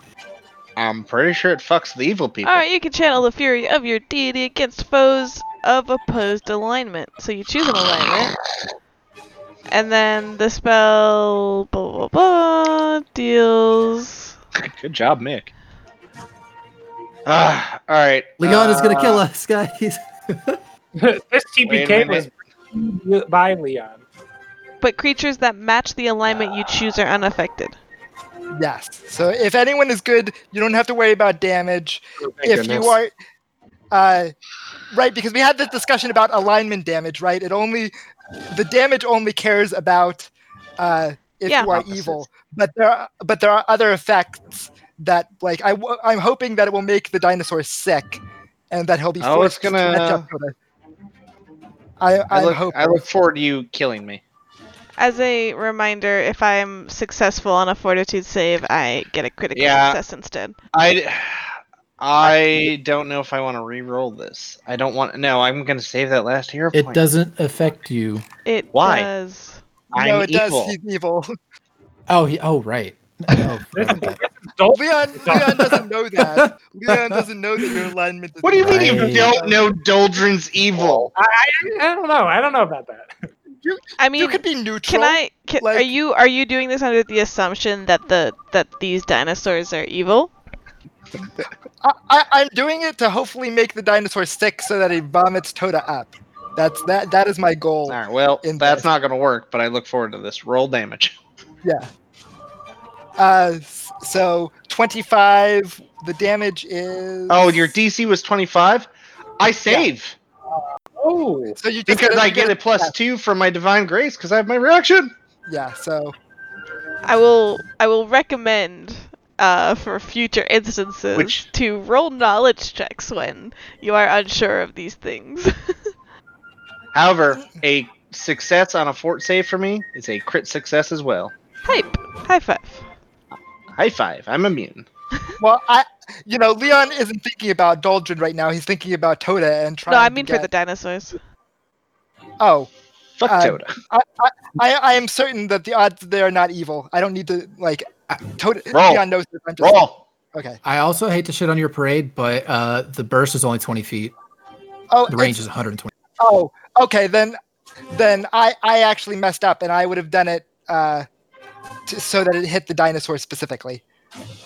Speaker 9: I'm pretty sure it fucks the evil people.
Speaker 1: All right, you can channel the fury of your deity against foes of opposed alignment. So you choose an alignment, and then the spell blah blah blah deals.
Speaker 9: Good job, Mick. Ah, all right.
Speaker 8: Leon is gonna kill
Speaker 9: Uh,
Speaker 8: us, guys.
Speaker 10: this TPK
Speaker 9: Wait a
Speaker 10: was by Leon.
Speaker 1: But creatures that match the alignment you choose are unaffected.
Speaker 11: Yes. So if anyone is good, you don't have to worry about damage.
Speaker 10: thank
Speaker 11: if
Speaker 10: goodness.
Speaker 11: you are. Uh, right, because we had this discussion about alignment damage, right? It only. The damage only cares about uh, if
Speaker 1: Yeah.
Speaker 11: you are evil. But there are, but there are other effects that, like, I, w- I'm hoping that it will make the dinosaur sick and that he'll be
Speaker 9: Oh, it's
Speaker 11: forced to catch
Speaker 9: gonna-
Speaker 11: up with it. I, I'm
Speaker 9: I look,
Speaker 11: hoping.
Speaker 9: I look forward to you killing me.
Speaker 1: As a reminder, if I'm successful on a fortitude save, I get a critical
Speaker 9: Yeah.
Speaker 1: success instead.
Speaker 9: I, I don't know if I want to re-roll this. I don't want. No, I'm gonna save that last hero
Speaker 8: It
Speaker 9: point.
Speaker 8: doesn't affect you.
Speaker 1: It
Speaker 9: Why?
Speaker 1: does.
Speaker 9: I'm
Speaker 11: no, it
Speaker 9: evil.
Speaker 11: does. He's evil.
Speaker 8: Oh, he, oh, right. Oh, forgot about that.
Speaker 11: Leon, Leon doesn't know that. Leon doesn't know that your alignment. Is
Speaker 9: What do you mean
Speaker 8: Right.
Speaker 9: you don't know Doldrin's evil?
Speaker 10: I, I, I don't know. I don't know about that.
Speaker 1: I mean,
Speaker 11: You could be neutral.
Speaker 1: Can I? Can, are
Speaker 11: like-
Speaker 1: you are you doing this under the assumption that the that these dinosaurs are evil?
Speaker 11: I, I, I'm doing it to hopefully make the dinosaur sick so that he vomits Toda up. That's that. That is my goal.
Speaker 9: All right. Well,
Speaker 11: In
Speaker 9: that's
Speaker 11: this.
Speaker 9: not gonna work. But I look forward to this. Roll damage.
Speaker 11: Yeah. Uh, s- so 25. The damage is.
Speaker 9: Oh, your DC was 25. I save
Speaker 10: Oh,
Speaker 11: So you just
Speaker 9: because I get
Speaker 11: you
Speaker 9: a plus two from my divine grace because I have my reaction.
Speaker 11: Yeah. So
Speaker 1: I will I will recommend uh, for future instances
Speaker 9: Which-
Speaker 1: to roll knowledge checks when you are unsure of these things.
Speaker 9: However, a success on a fort save for me is a crit success as well.
Speaker 1: Hype. High five.
Speaker 9: High five. I'm immune.
Speaker 11: well, I. You know, Leon isn't thinking about Doldrin right now. He's thinking about Toda and trying.
Speaker 1: No, I
Speaker 11: to
Speaker 1: mean for
Speaker 11: get-
Speaker 1: the dinosaurs.
Speaker 11: Oh.
Speaker 9: Fuck
Speaker 11: Uh,
Speaker 9: Toda.
Speaker 11: I, I, I I am certain that the odds they are not evil. I don't need to like. I- Toad,
Speaker 9: Roll.
Speaker 11: Leon knows this. I'm just,
Speaker 9: Roll.
Speaker 11: Okay.
Speaker 8: I also hate to shit on your parade, but uh, the burst is only 20 feet.
Speaker 11: Oh,
Speaker 8: The range
Speaker 11: it's-
Speaker 8: is 120.
Speaker 11: oh, okay. Then, then I I actually messed up, and I would have done it uh, t- so that it hit the dinosaur specifically.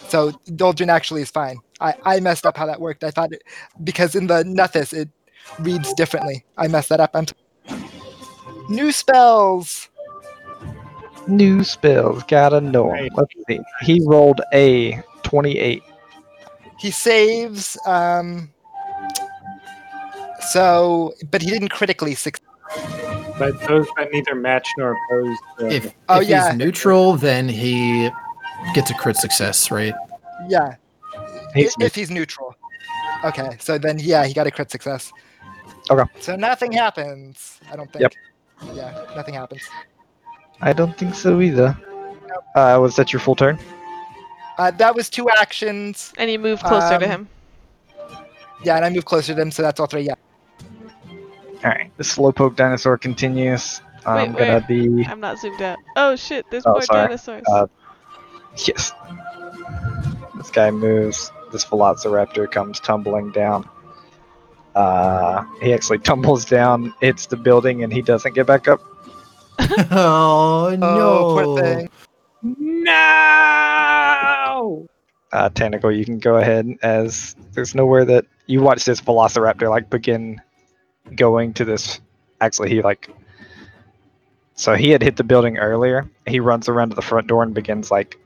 Speaker 11: So Doldrin actually is fine. I I messed up how that worked. I thought it because in the Nethys it reads differently. I messed that up. I'm new spells.
Speaker 6: New spells, gotta know 'em. Let's see. He rolled a twenty-eight.
Speaker 11: he saves um so but he didn't critically succeed
Speaker 10: but those that neither match nor oppose. uh,
Speaker 8: If,
Speaker 11: Oh,
Speaker 8: if he's neutral, then he gets a crit success, right?
Speaker 11: Yeah.
Speaker 8: He's
Speaker 11: if, if he's neutral. Okay, so then yeah, he got a crit success.
Speaker 6: Okay.
Speaker 11: So nothing happens. I don't think.
Speaker 6: Yep.
Speaker 11: Yeah, nothing happens.
Speaker 6: I don't think so either. Uh, was that your full turn?
Speaker 11: Uh, that was two actions.
Speaker 1: And you move closer
Speaker 11: Um,
Speaker 1: to him.
Speaker 11: Yeah, and I move closer to him, so that's all three. Yeah.
Speaker 6: All right. The slowpoke dinosaur continues. I'm
Speaker 1: Wait,
Speaker 6: gonna
Speaker 1: where?
Speaker 6: be.
Speaker 1: I'm not zoomed out. Oh shit, there's
Speaker 6: oh,
Speaker 1: more
Speaker 6: sorry.
Speaker 1: dinosaurs.
Speaker 6: Uh, yes. This guy moves. This velociraptor comes tumbling down. Uh, he actually tumbles down, hits the building, and he doesn't get back up.
Speaker 8: oh no!
Speaker 11: poor thing.
Speaker 10: No.
Speaker 6: uh, tentacle you can go ahead as there's nowhere that you watch this velociraptor like begin going to this actually he like so he had hit the building earlier he runs around to the front door and begins like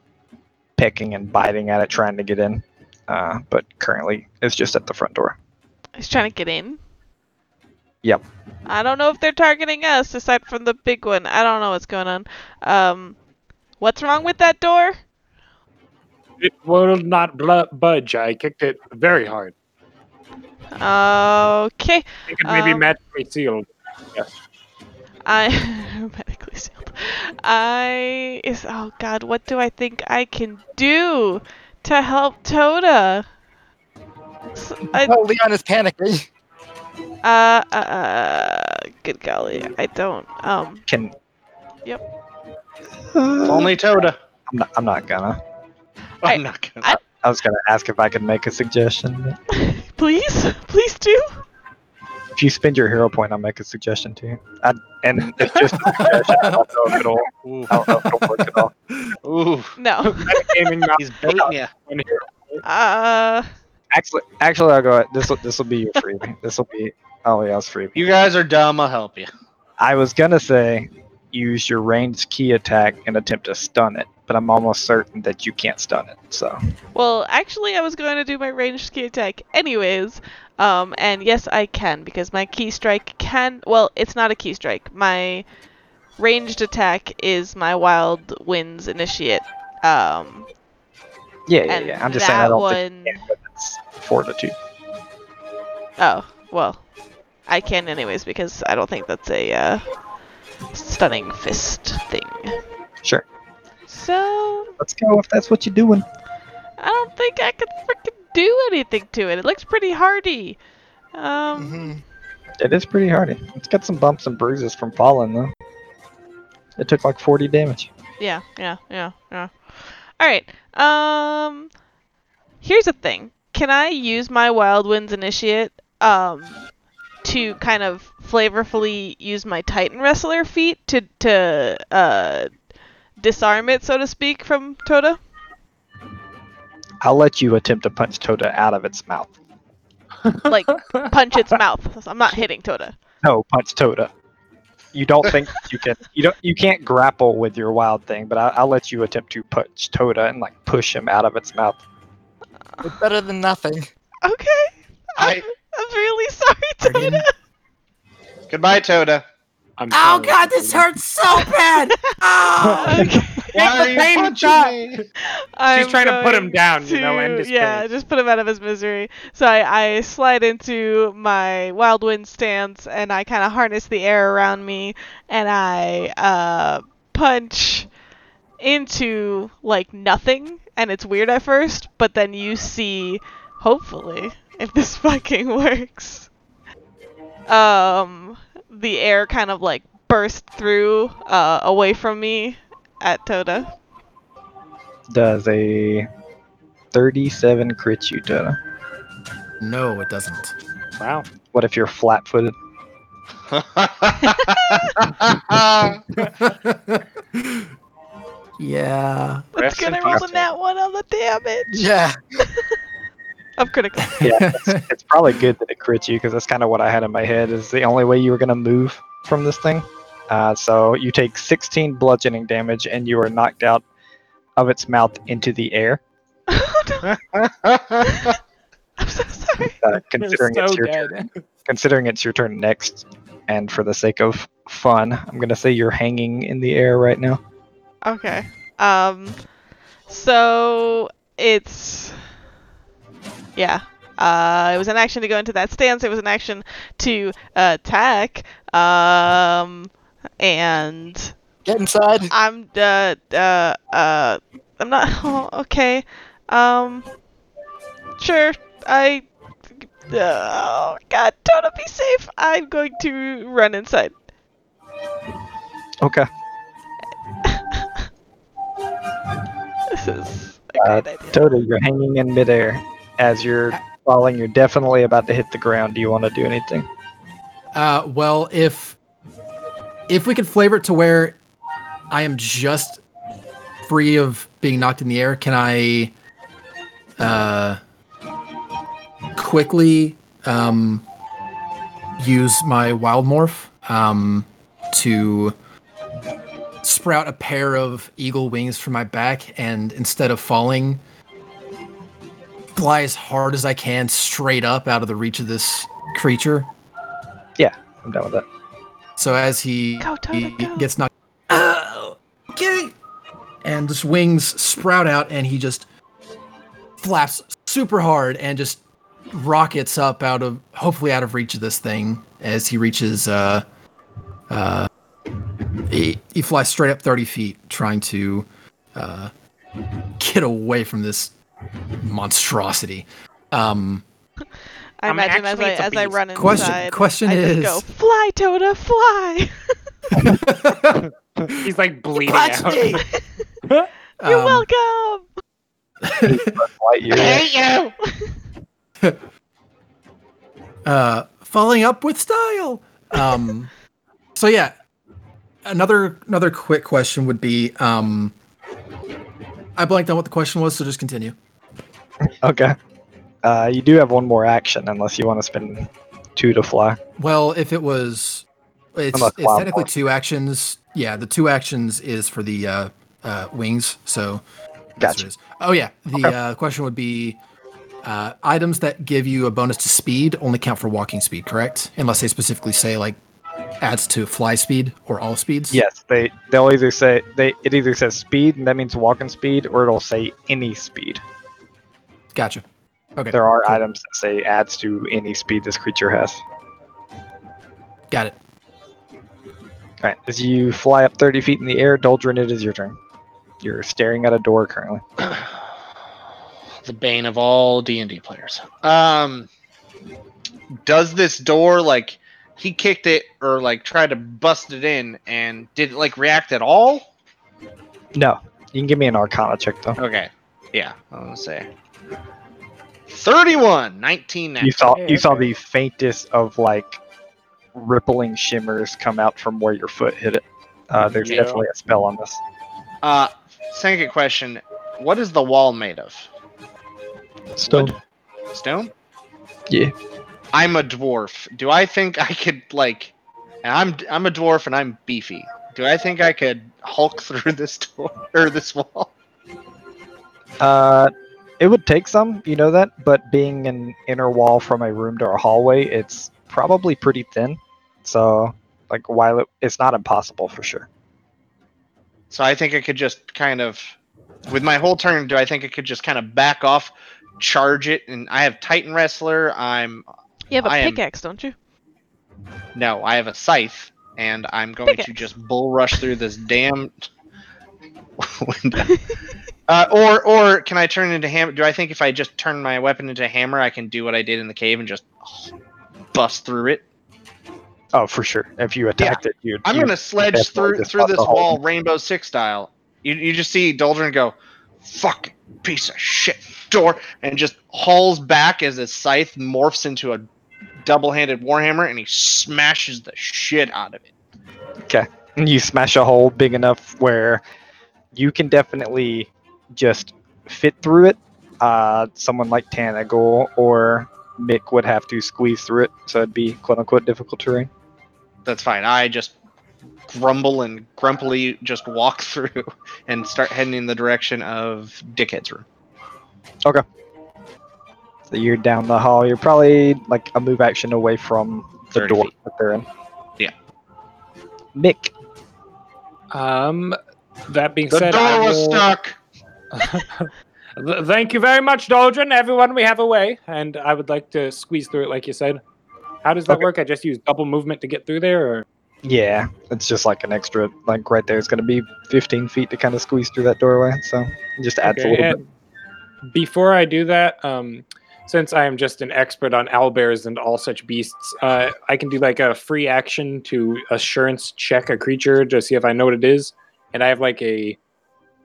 Speaker 6: pecking and biting at it trying to get in uh, but currently it's just at the front door
Speaker 1: He's trying to get in.
Speaker 6: yep
Speaker 1: I don't know if they're targeting us aside from the big one. I don't know what's going on. Um, what's wrong with that door?
Speaker 10: It will not bl- budge. I kicked it very hard.
Speaker 1: Okay.
Speaker 10: It could maybe
Speaker 1: Um,
Speaker 10: magically sealed. Yes.
Speaker 1: I medically sealed. I is oh god, what do I think I can do to help Toda? S- I-
Speaker 11: Oh, Leon is panicking.
Speaker 1: uh, uh, uh, good golly, I don't. Um,
Speaker 6: can
Speaker 1: yep.
Speaker 9: Only Toda.
Speaker 6: i'm not, I'm not gonna
Speaker 9: I'm not gonna.
Speaker 6: i was gonna ask if i could make a suggestion but
Speaker 1: Please, please do.
Speaker 6: if you spend your hero point i'll make a suggestion to you I, and it's just a suggestion i don't know if it'll,
Speaker 9: Ooh.
Speaker 6: I don't know if it'll work at all
Speaker 9: Ooh.
Speaker 1: No.
Speaker 10: Gaming
Speaker 9: He's baiting you.
Speaker 10: on here.
Speaker 1: Uh,
Speaker 6: Actually, actually, I'll go. ahead. This will this will be your freebie. This will be oh yeah, it's freebie.
Speaker 9: You guys are dumb. I'll help you.
Speaker 6: I was gonna say use your ranged key attack and attempt to stun it, but I'm almost certain that you can't stun it. So
Speaker 1: well, actually, I was going to do my ranged key attack anyways. Um, and yes, I can because my key strike can. Well, it's not a key strike. My ranged attack is my wild winds initiate. Um,
Speaker 6: yeah, yeah,
Speaker 1: And
Speaker 6: yeah. I'm just saying I
Speaker 1: that
Speaker 6: don't
Speaker 1: one-
Speaker 6: think you can, but it's fortitude.
Speaker 1: oh, well, I can anyways because I don't think that's a uh, stunning fist thing.
Speaker 6: Sure,
Speaker 1: So
Speaker 6: let's go if that's what you're doing.
Speaker 1: I don't think I could freaking do anything to it. It looks pretty hardy. Um,
Speaker 11: Mhm.
Speaker 6: It is pretty hardy. It's got some bumps and bruises from falling though. It took like 40 damage.
Speaker 1: yeah, yeah, yeah, yeah. All right. Um, here's the thing. Can I use my Wild Winds initiate um to kind of flavorfully use my Titan Wrestler feat to to uh disarm it, so to speak, from Tota? Toda?
Speaker 6: I'll let you attempt to punch Toda out of its mouth.
Speaker 1: Like punch its mouth. I'm not hitting Tota. Toda.
Speaker 6: No, punch Toda. You don't think you can? You don't. You can't grapple with your wild thing, but I, I'll let you attempt to punch Toda and like push him out of its mouth.
Speaker 11: It's better than nothing.
Speaker 1: Okay.
Speaker 9: I-
Speaker 1: I'm, I'm really sorry, Toda.
Speaker 9: Goodbye, Toda.
Speaker 10: I'm
Speaker 8: Oh
Speaker 10: sorry.
Speaker 8: god, this hurts so bad! Oh!
Speaker 1: Okay.
Speaker 9: Why are you
Speaker 10: pain
Speaker 9: punching me?
Speaker 10: She's
Speaker 1: I'm
Speaker 10: trying to put him
Speaker 1: going
Speaker 10: down, you know,
Speaker 1: to-
Speaker 10: end his
Speaker 1: yeah,
Speaker 10: pain.
Speaker 1: just put him out of his misery. So I, I slide into my wild wind stance and I kind of harness the air around me and I uh, punch into like nothing and it's weird at first, but then you see, hopefully, if this fucking works. Um, the air kind of like burst through uh, away from me at Toda.
Speaker 6: Does a thirty-seven crit you, Toda?
Speaker 8: No, it doesn't.
Speaker 10: Wow.
Speaker 6: What if you're flat-footed?
Speaker 8: Yeah.
Speaker 1: That's
Speaker 10: Rest in
Speaker 1: gonna roll
Speaker 10: peace.
Speaker 1: in that one on the damage
Speaker 11: Yeah.
Speaker 1: of critical.
Speaker 6: Yeah, it's, it's probably good that it crits you because that's kind of what I had in my head. Is the only way you were gonna move from this thing. Uh, so you take sixteen bludgeoning damage and you are knocked out of its mouth into the air.
Speaker 1: I'm so sorry.
Speaker 6: Uh, considering
Speaker 10: so
Speaker 6: it's your
Speaker 10: dead.
Speaker 6: turn, considering it's your turn next, and for the sake of fun, I'm going to say you're hanging in the air right now.
Speaker 1: Okay. Um. So it's yeah. Uh, it was an action to go into that stance. It was an action to uh, attack. Um, and
Speaker 16: get inside.
Speaker 1: I'm uh uh uh. I'm not oh, okay. Um. Sure. I. Oh God! Don't be safe. I'm going to run inside.
Speaker 6: Okay.
Speaker 1: This is
Speaker 6: Uh, Toto, you're hanging in midair as you're falling. You're definitely about to hit the ground. Do you want to do anything?
Speaker 8: Uh, well, if if we could flavor it to where I am just free of being knocked in the air, can I uh, quickly um, use my wild morph um, to sprout a pair of eagle wings from my back, and instead of falling, fly as hard as I can straight up out of the reach of this creature.
Speaker 6: Yeah, I'm down with that.
Speaker 8: So as he, he gets knocked, oh, okay, and his wings sprout out, and he just flaps super hard and just rockets up out of hopefully out of reach of this thing as he reaches. Uh, uh, he, he flies straight up 30 feet, trying to uh, get away from this monstrosity. Um,
Speaker 1: I
Speaker 8: I'm
Speaker 1: imagine as
Speaker 8: actually
Speaker 1: I
Speaker 8: it's a
Speaker 1: as I
Speaker 8: beast.
Speaker 1: run inside.
Speaker 8: Question- question
Speaker 1: I just
Speaker 8: is-
Speaker 1: go fly, Tota, fly.
Speaker 17: He's like bleeding
Speaker 1: punched
Speaker 17: out.
Speaker 1: me!
Speaker 8: Um,
Speaker 1: You're welcome.
Speaker 17: you.
Speaker 8: uh, following up with style. Um, so yeah, another another quick question would be um, I blanked on what the question was, so just continue.
Speaker 6: Okay. Uh, you do have one more action unless you want to spend two to fly.
Speaker 8: Well, if it was, it's,
Speaker 6: Unless
Speaker 8: it's
Speaker 6: wild
Speaker 8: technically
Speaker 6: horse.
Speaker 8: two actions. Yeah, the two actions is for the uh, uh, wings. So that's what it is. Oh yeah, the
Speaker 6: Okay.
Speaker 8: uh, question would be. Uh, items that give you a bonus to speed only count for walking speed, correct? Unless they specifically say like adds to fly speed or all speeds.
Speaker 6: Yes, they they'll either say they it either says speed and that means walking speed, or it'll say any speed.
Speaker 8: Gotcha. Okay.
Speaker 6: There are items that say adds to any speed this creature has.
Speaker 8: Got it.
Speaker 6: All right, as you fly up 30 feet in the air, Doldrin, it is your turn. You're staring at a door currently.
Speaker 11: the bane of all D&D players. Um does this door like he kicked it or like tried to bust it in and didn't like react at all?
Speaker 6: No, you can give me an Arcana check though.
Speaker 11: Okay. Yeah, I was gonna say. 31, 19
Speaker 6: You saw
Speaker 11: natural.
Speaker 6: you saw the faintest of like rippling shimmers come out from where your foot hit it. Uh, there's
Speaker 11: Yeah.
Speaker 6: definitely a spell on this.
Speaker 11: Uh second question, what is the wall made of?
Speaker 6: Stone.
Speaker 11: Stone?
Speaker 6: Yeah.
Speaker 11: I'm a dwarf. Do I think I could like and I'm I'm a dwarf and I'm beefy. Do I think I could hulk through this door or this wall?
Speaker 6: Uh, it would take some, you know that, but being an inner wall from a room to a hallway, it's probably pretty thin. So, like, while it, it's not impossible for sure.
Speaker 11: So I think I could just kind of, with my whole turn, do I think I could just kind of back off, charge it, and I have Titan Wrestler. I'm
Speaker 1: You have a
Speaker 11: I am-
Speaker 1: pickaxe, don't you?
Speaker 11: no, I have a scythe, and I'm going to just bull rush through this damn window. Uh, or or can I turn into hammer? Do I think if I just turn my weapon into a hammer, I can do what I did in the cave and just bust through it?
Speaker 6: Oh, for sure. If you attacked it, you'd.
Speaker 11: I'm
Speaker 6: you'd
Speaker 11: gonna sledge
Speaker 6: definitely
Speaker 11: through
Speaker 6: just
Speaker 11: through
Speaker 6: bust
Speaker 11: this
Speaker 6: a hole.
Speaker 11: wall, Rainbow Six style. You, you just see Doldrin go, "Fuck, piece of shit, door," and just hauls back as his scythe morphs into a double-handed warhammer, and he smashes the shit out of it.
Speaker 6: Okay. And you smash a hole big enough where you can definitely just fit through it. Uh, someone like Tanagal or Mick would have to squeeze through it, so it'd be quote unquote difficult terrain.
Speaker 11: That's fine. I just grumble and grumpily just walk through and start heading in the direction of Dickhead's room.
Speaker 6: Okay. So you're down the hall. You're probably like a move action away from the
Speaker 11: 30
Speaker 6: door
Speaker 11: feet.
Speaker 6: that they're in.
Speaker 11: Yeah.
Speaker 6: Mick.
Speaker 10: Um, that being
Speaker 9: The
Speaker 10: said,
Speaker 9: door
Speaker 10: I
Speaker 9: was
Speaker 10: will-
Speaker 9: stuck.
Speaker 10: Th- Thank you very much, Doldrin. Everyone, we have a way, and I would like to squeeze through it, like you said. How does that work? I just use double movement to get through there, or
Speaker 6: Yeah, it's just like an extra, like right there. It's going to be 15 feet to kind of squeeze through that doorway. So it just adds a
Speaker 10: Okay,
Speaker 6: little bit.
Speaker 10: and Before I do that, um, since I am just an expert on owlbears and all such beasts, uh, I can do like a free action to assurance check a creature to see if I know what it is, and I have like a,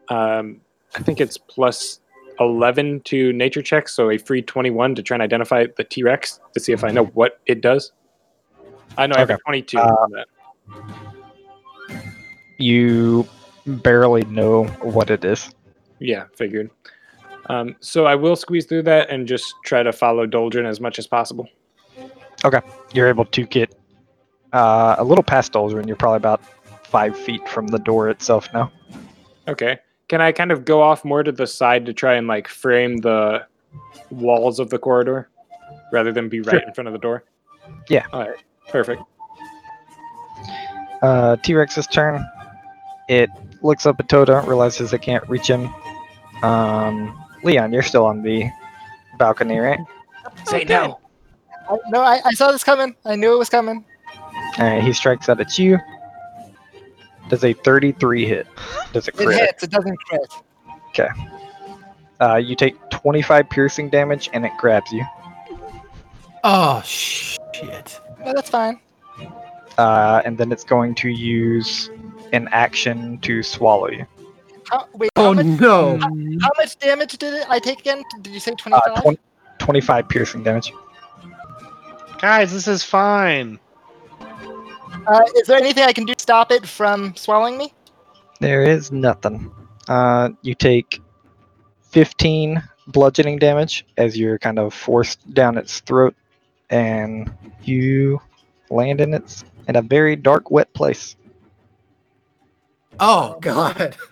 Speaker 10: um, I think it's plus eleven to nature checks, so a free twenty-one to try and identify the T Rex to see if I know what it does. I know I have a
Speaker 6: Okay.
Speaker 10: twenty-two
Speaker 6: Uh,
Speaker 10: on that.
Speaker 6: You barely know what it is.
Speaker 10: Yeah, figured. Um, so I will squeeze through that and just try to follow Doldrin as much as possible.
Speaker 6: Okay, you're able to get uh, a little past Doldrin. You're probably about five feet from the door itself now.
Speaker 10: Okay. Can I kind of go off more to the side to try and like frame the walls of the corridor rather than be right
Speaker 6: Sure.
Speaker 10: in front of the door?
Speaker 6: Yeah.
Speaker 10: All right. Perfect.
Speaker 6: Uh, T Rex's turn. It looks up at Toda, realizes it can't reach him. Um, Leon, you're still on the balcony, right?
Speaker 10: Say no.
Speaker 11: I, no, I, I saw this coming. I knew it was coming.
Speaker 6: All right, he strikes out at you. Does a 33 hit? Does it
Speaker 11: It
Speaker 6: crit?
Speaker 11: hits. It doesn't crit.
Speaker 6: Okay. Uh, you take 25 piercing damage and it grabs you.
Speaker 8: Oh shit.
Speaker 11: No, that's fine.
Speaker 6: Uh, and then it's going to use an action to swallow you.
Speaker 11: How, wait, how,
Speaker 8: Oh
Speaker 11: much,
Speaker 8: no.
Speaker 11: how much damage did it, I take again? Did you say
Speaker 6: Uh,
Speaker 11: 25?
Speaker 6: 20, 25 piercing damage.
Speaker 9: Guys, this is fine.
Speaker 11: Uh, is there anything I can do to stop it from swallowing me?
Speaker 6: There is nothing. Uh, you take 15 bludgeoning damage as you're kind of forced down its throat, and you land in its in a very dark, wet place.
Speaker 8: Oh god.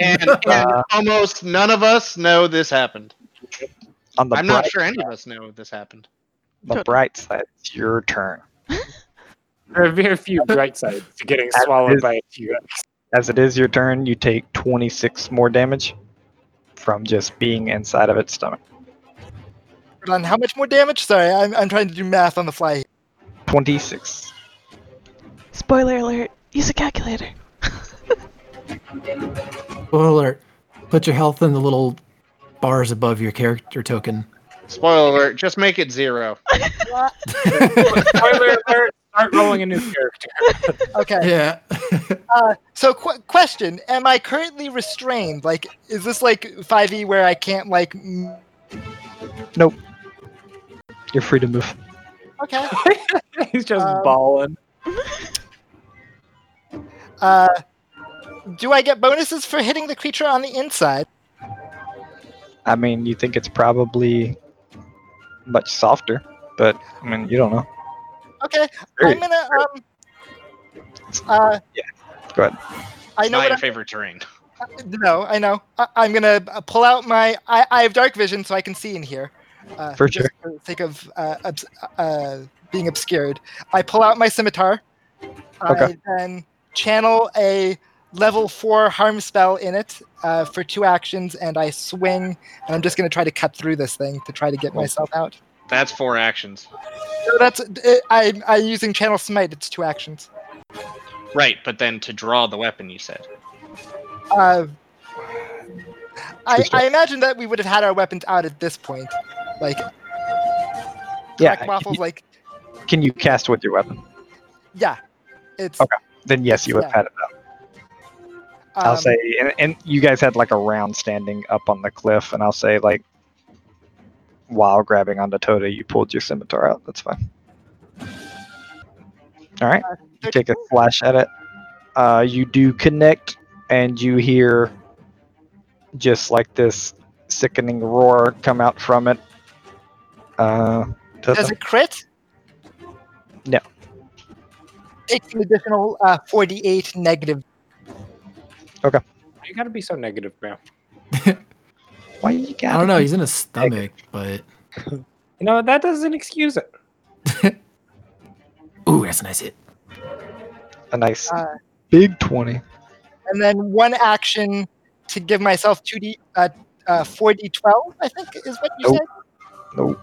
Speaker 9: And,
Speaker 6: Uh,
Speaker 9: and almost none of us know this happened.
Speaker 6: On the
Speaker 9: I'm
Speaker 6: bright,
Speaker 9: not sure any of us know this happened.
Speaker 6: the bright side, it's your turn.
Speaker 10: There are very few bright sides to getting swallowed by a T-Rex.
Speaker 6: As it is your turn, you take 26 more damage from just being inside of its stomach.
Speaker 11: Hold on, how much more damage? Sorry, I'm, I'm trying to do math on the fly. here.
Speaker 6: 26.
Speaker 1: Spoiler alert, use a calculator.
Speaker 8: Spoiler alert. Put your health in the little bars above your character token.
Speaker 9: Spoiler alert, just make it zero.
Speaker 10: Spoiler alert, start rolling a new character.
Speaker 11: Okay.
Speaker 8: yeah.
Speaker 11: Uh, so, qu- question: Am I currently restrained? Like, is this like 5e where I can't like? m-
Speaker 6: You're free to move.
Speaker 11: Okay.
Speaker 10: He's just
Speaker 11: Um,
Speaker 10: balling.
Speaker 11: Uh, do I get bonuses for hitting the creature on the inside?
Speaker 6: I mean, you think it's probably much softer, but I mean, you don't know.
Speaker 11: Okay.
Speaker 6: Very-
Speaker 11: I'm gonna um. Uh,
Speaker 6: Yeah, go ahead.
Speaker 11: I know
Speaker 9: Not
Speaker 11: what
Speaker 9: your
Speaker 11: I'm
Speaker 9: favorite terrain.
Speaker 11: No, I know. I, I'm gonna uh, pull out my. I, I have dark vision, so I can see in here. Uh,
Speaker 6: For
Speaker 11: just For the sake of uh, obs- uh, being obscured, I pull out my scimitar. I
Speaker 6: Okay.
Speaker 11: then channel a level four harm spell in it uh, for two actions, and I swing. And I'm just gonna try to cut through this thing to try to get myself out.
Speaker 9: Oh. That's four actions.
Speaker 11: So that's. I, I'm using channel smite. It's two actions.
Speaker 9: Right, but then to draw the weapon, you said.
Speaker 11: Uh, I,
Speaker 6: Tuesday.
Speaker 11: I imagine that we would have had our weapons out at this point. Like,
Speaker 6: Yeah.
Speaker 11: Like
Speaker 6: Can
Speaker 11: waffles,
Speaker 6: you,
Speaker 11: like
Speaker 6: can you cast with your weapon?
Speaker 11: yeah, it's.
Speaker 6: Okay. Then yes, you would have
Speaker 11: Yeah.
Speaker 6: had it up. I'll
Speaker 11: um,
Speaker 6: say, and, and you guys had like a round standing up on the cliff, and I'll say like, while grabbing onto Toda, you pulled your scimitar out. That's fine. All right. You take a flash at it. Uh, you do connect, and you hear just like this sickening roar come out from it. Uh, Toda?
Speaker 11: Does it crit?
Speaker 6: No.
Speaker 11: It's an additional uh, forty-eight negative.
Speaker 10: You gotta be so negative, man.
Speaker 6: Why you got?
Speaker 8: I don't know, he's in his stomach, but
Speaker 10: You know that doesn't excuse it.
Speaker 8: Ooh, that's a nice hit.
Speaker 6: a nice big 20.
Speaker 11: and then one action to give myself two d uh, uh, four d twelve. I think is what you
Speaker 6: Nope.
Speaker 11: said.
Speaker 6: Nope.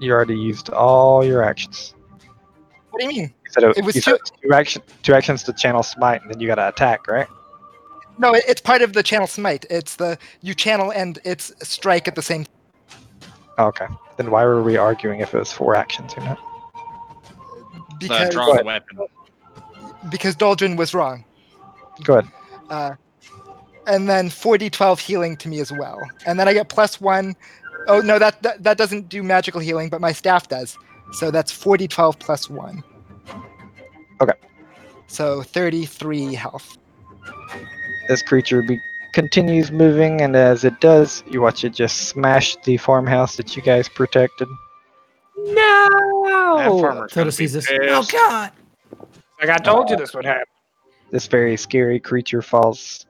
Speaker 6: You already used all your actions.
Speaker 11: What do you mean?
Speaker 6: You said it,
Speaker 11: It was
Speaker 6: you said it's two, action, two actions to channel smite, and then you got to attack, right?
Speaker 11: No, it- it's part of the channel smite. It's the you channel and it's strike at the same.
Speaker 6: Oh, Okay. Then why were we arguing if it was four actions or not?
Speaker 11: Because
Speaker 6: Uh, draw the
Speaker 9: weapon.
Speaker 11: because Doldrin was wrong.
Speaker 6: Go ahead.
Speaker 11: Uh, and then 4d12 healing to me as well. And then I get plus one. Oh no, that, that that doesn't do magical healing, but my staff does. So that's 4d12 plus one.
Speaker 6: Okay.
Speaker 11: So 33 health.
Speaker 6: This creature be- continues moving, and as it does, you watch it just smash the farmhouse that you guys protected.
Speaker 10: No.
Speaker 6: That
Speaker 10: farmer's
Speaker 6: Toto
Speaker 10: gonna be
Speaker 6: sees this.
Speaker 10: pissed.
Speaker 8: Oh God.
Speaker 10: Like I told you this would happen.
Speaker 6: This very scary creature falls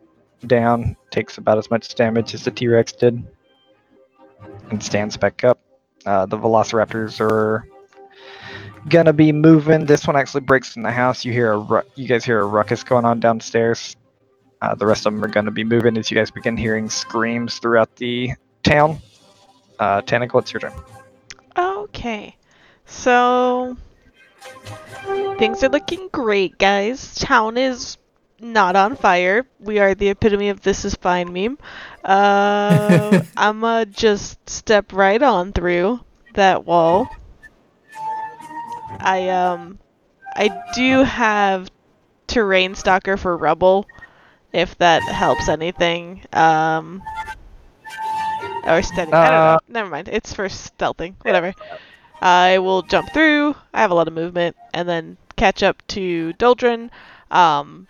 Speaker 6: down, takes about as much damage as the T Rex did, and stands back up. Uh, the velociraptors are gonna be moving. This one actually breaks in the house. You hear a ru- you guys hear a ruckus going on downstairs. Uh, the rest of them are gonna be moving as you guys begin hearing screams throughout the town. Uh, Tentacle, it's your turn.
Speaker 1: Okay. So things are looking great, guys. Town is not on fire. We are the epitome of this is fine meme. Uh, I'ma just step right on through that wall. I um I do have terrain stalker for rubble, if that helps anything. Um or steady. I don't know.
Speaker 6: Uh,
Speaker 1: Never mind. It's for stealthing. Whatever. I will jump through. I have a lot of movement, and then catch up to Doldrin. Um,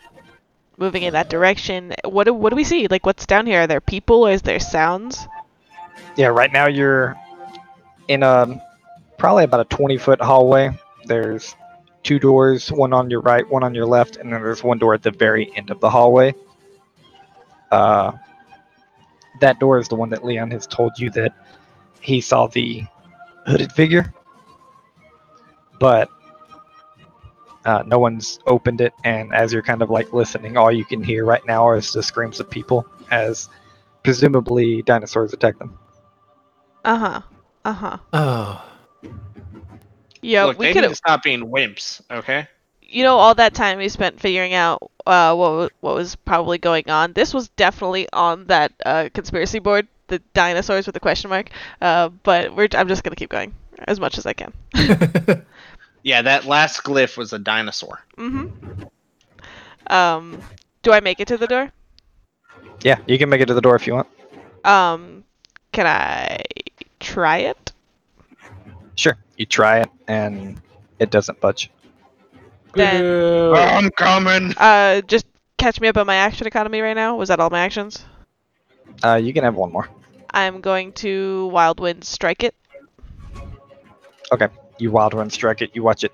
Speaker 1: moving in that direction. What do what do we see? Like, what's down here? Are there people? Or is there sounds?
Speaker 6: Yeah, right now you're in a probably about a 20 foot hallway. There's two doors, one on your right, one on your left, and then there's one door at the very end of the hallway. Uh, that door is the one that Leon has told you that he saw the hooded figure, but uh, no one's opened it. And as you're kind of like listening, all you can hear right now is the screams of people as presumably dinosaurs attack them.
Speaker 1: Uh huh. Uh huh.
Speaker 6: Oh.
Speaker 1: Yeah,
Speaker 9: Look,
Speaker 1: we
Speaker 9: they
Speaker 1: could
Speaker 9: need to
Speaker 1: have.
Speaker 9: stop being wimps, okay?
Speaker 1: You know, all that time we spent figuring out uh, what wa- what was probably going on. This was definitely on that uh, conspiracy board. The dinosaurs with a question mark. Uh, but we're I'm just gonna keep going as much as I can.
Speaker 9: Yeah, that last glyph was a dinosaur.
Speaker 1: Mm-hmm. Um, do I make it to the door?
Speaker 6: Yeah, you can make it to the door if you want.
Speaker 1: Um, can I try it?
Speaker 6: Sure. You try it, and it doesn't budge.
Speaker 1: Then
Speaker 9: I'm coming.
Speaker 1: uh, just catch me up on my action economy right now. Was that all my actions?
Speaker 6: Uh, you can have one more.
Speaker 1: I'm going to wild wind strike it.
Speaker 6: Okay. You wild run strike it. You watch it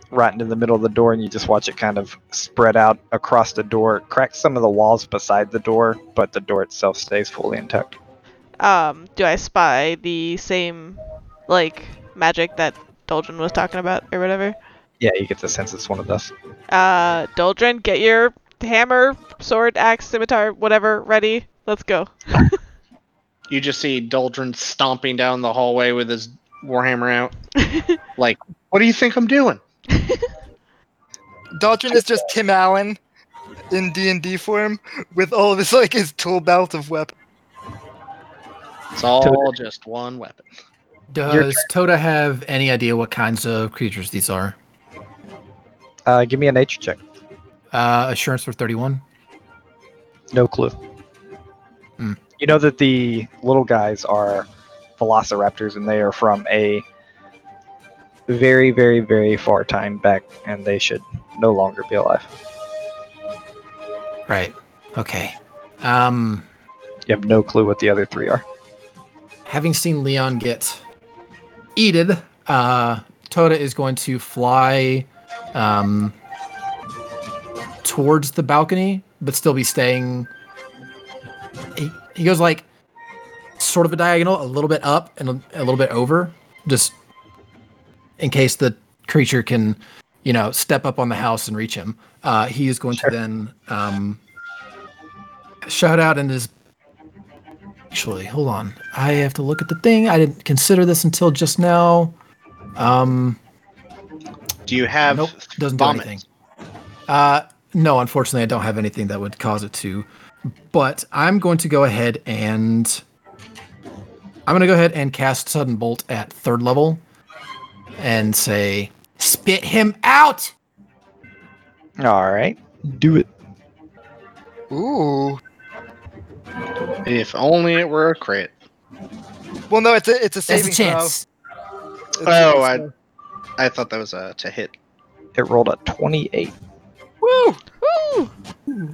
Speaker 6: right into the middle of the door, and you just watch it kind of spread out across the door, crack some of the walls beside the door, but the door itself stays fully intact.
Speaker 1: Um, do I spy the same like magic that Doldrin was talking about or whatever?
Speaker 6: Yeah, you get the sense it's one of those.
Speaker 1: Uh, Doldrin, get your hammer, sword, axe, scimitar, whatever, ready. Let's go.
Speaker 9: You just see Doldrin stomping down the hallway with his warhammer out. like, what do you think I'm doing?
Speaker 11: Doldrin is just Tim Allen in D and D form with all of his like his tool belt of weapons.
Speaker 9: It's all just one weapon.
Speaker 8: Does Tota have any idea what kinds of creatures these are?
Speaker 6: Uh, give me a nature check.
Speaker 8: Uh, assurance for 31.
Speaker 6: No clue.
Speaker 8: Hmm.
Speaker 6: You know that the little guys are velociraptors and they are from a very, very, very far time back and they should no longer be alive.
Speaker 8: Right. Okay. Um,
Speaker 6: You have no clue what the other three are.
Speaker 8: having seen Leon get eated, uh, Tota is going to fly um, towards the balcony, but still be staying. He, he goes like sort of a diagonal, a little bit up and a, a little bit over, just in case the creature can you know, step up on the house and reach him. Uh, he is going to then um, shout out in his. Actually, hold on. I have to look at the thing. I didn't consider this until just now. Um,
Speaker 9: Do you have
Speaker 8: nope, doesn't
Speaker 9: vomit?
Speaker 8: do anything. Uh, no, unfortunately, I don't have anything that would cause it to. But I'm going to go ahead and I'm going to go ahead and cast sudden bolt at third level, and say, "Spit him out!"
Speaker 6: All right, do it.
Speaker 11: Ooh.
Speaker 9: If only it were a crit.
Speaker 11: Well, no, it's a it's
Speaker 8: There's
Speaker 11: a saving
Speaker 8: a chance.
Speaker 11: throw. It's a
Speaker 9: Oh, I,
Speaker 11: saving
Speaker 9: I thought that was a to hit.
Speaker 6: It rolled a 28.
Speaker 11: throw. Woo! Woo!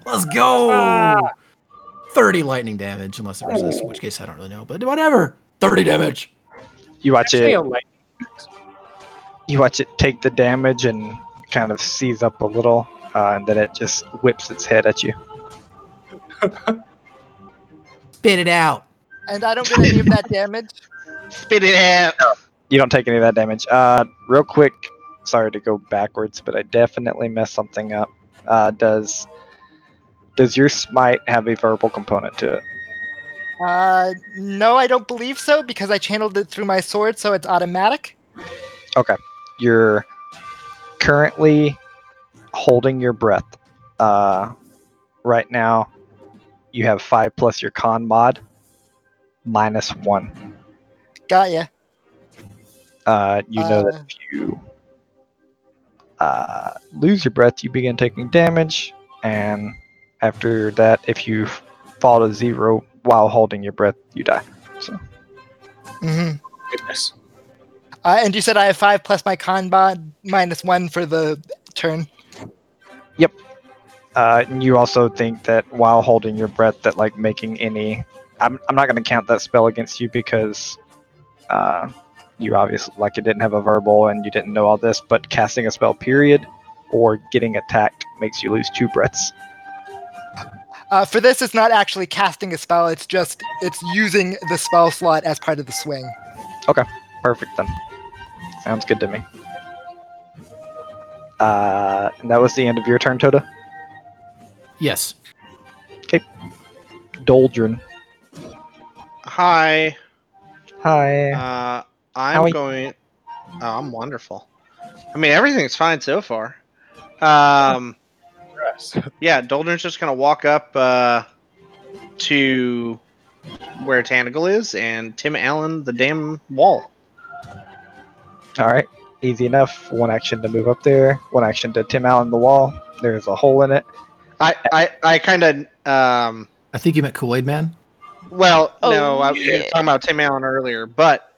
Speaker 8: Let's go.
Speaker 9: Ah.
Speaker 8: Thirty lightning damage, unless it resists, in which case I don't really know. But whatever. Thirty damage.
Speaker 6: You watch
Speaker 10: Actually,
Speaker 6: it.
Speaker 10: a light-
Speaker 6: You watch it take the damage and kind of seize up a little, uh, and then it just whips its head at you.
Speaker 8: Spit it out.
Speaker 11: And I don't get any of that damage.
Speaker 9: Spit it out.
Speaker 6: You don't take any of that damage. Uh, real quick, sorry to go backwards, but I definitely messed something up. Uh, does does your smite have a verbal component to it?
Speaker 11: Uh, no, I don't believe so because I channeled it through my sword, so it's automatic.
Speaker 6: You're currently holding your breath. Uh, right now, you have five plus your con mod, minus one.
Speaker 11: Got ya.
Speaker 6: Uh, you know that if you uh, lose your breath, you begin taking damage, and after that, if you f- fall to zero while holding your breath, you die.
Speaker 11: Mm-hmm.
Speaker 10: goodness.
Speaker 11: Uh, and you said I have five plus my con bod minus one for the turn.
Speaker 6: Uh, and you also think that while holding your breath, that like making any, I'm, I'm not going to count that spell against you because uh, you obviously like you didn't have a verbal and you didn't know all this, but casting a spell period or getting attacked makes you lose two breaths.
Speaker 11: Uh, for this, it's not actually casting a spell; it's just it's using the spell slot as part of the swing.
Speaker 6: Perfect then. Sounds good to me. Uh, and that was the end of your turn, Tota.
Speaker 8: Yes.
Speaker 6: Doldrin.
Speaker 9: Hi.
Speaker 6: Hi.
Speaker 9: Uh,
Speaker 6: How are
Speaker 9: I'm
Speaker 6: you?
Speaker 9: going. Oh, I'm wonderful. I mean, everything's fine so far. Um,
Speaker 10: Yes.
Speaker 9: yeah, Doldrin's just gonna walk up uh, to where Tanagal is and Tim Allen the damn wall.
Speaker 6: All right. Easy enough. One action to move up there. One action to Tim out in the wall. There's a hole in it.
Speaker 9: I I, I kind of um.
Speaker 8: I think you meant Kool Aid Man.
Speaker 9: Well,
Speaker 1: Oh,
Speaker 9: no, I we
Speaker 1: yeah.
Speaker 9: were talking about Tim Allen earlier, but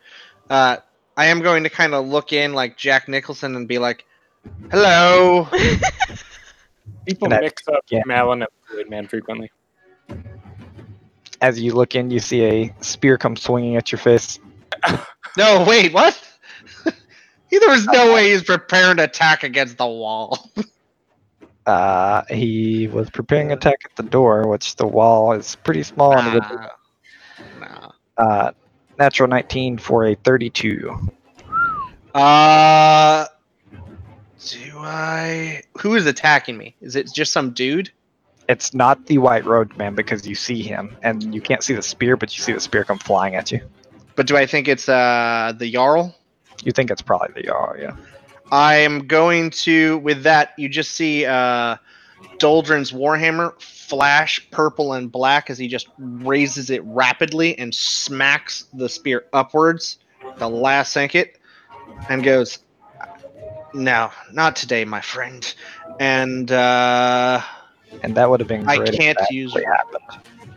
Speaker 9: uh, I am going to kind of look in like Jack Nicholson and be like, "Hello."
Speaker 10: People
Speaker 6: Can I-
Speaker 10: mix up
Speaker 6: yeah.
Speaker 10: Malin and Fluid Man frequently.
Speaker 6: As you look in, you see a spear come swinging at your face.
Speaker 9: No, wait, what? there was no way he's preparing to attack against the wall.
Speaker 6: Uh, he was preparing an attack at the door, which the wall is pretty small. And it would-
Speaker 9: Nah. Nah.
Speaker 6: uh, natural 19 for a 32.
Speaker 9: Uh, do I? Who is attacking me? Is it just some dude?
Speaker 6: It's not the White Road Man because you see him and you can't see the spear, but you see the spear come flying at you.
Speaker 9: But do I think it's uh the Jarl?
Speaker 6: You think it's probably the Jarl, yeah.
Speaker 9: I am going to with that. You just see uh, Doldrin's warhammer flash purple and black as he just raises it rapidly and smacks the spear upwards, the last it, and goes, "No, not today, my friend." And uh,
Speaker 6: And that would have been
Speaker 9: I
Speaker 6: great. if
Speaker 9: can't
Speaker 6: that
Speaker 9: use.
Speaker 6: actually happened.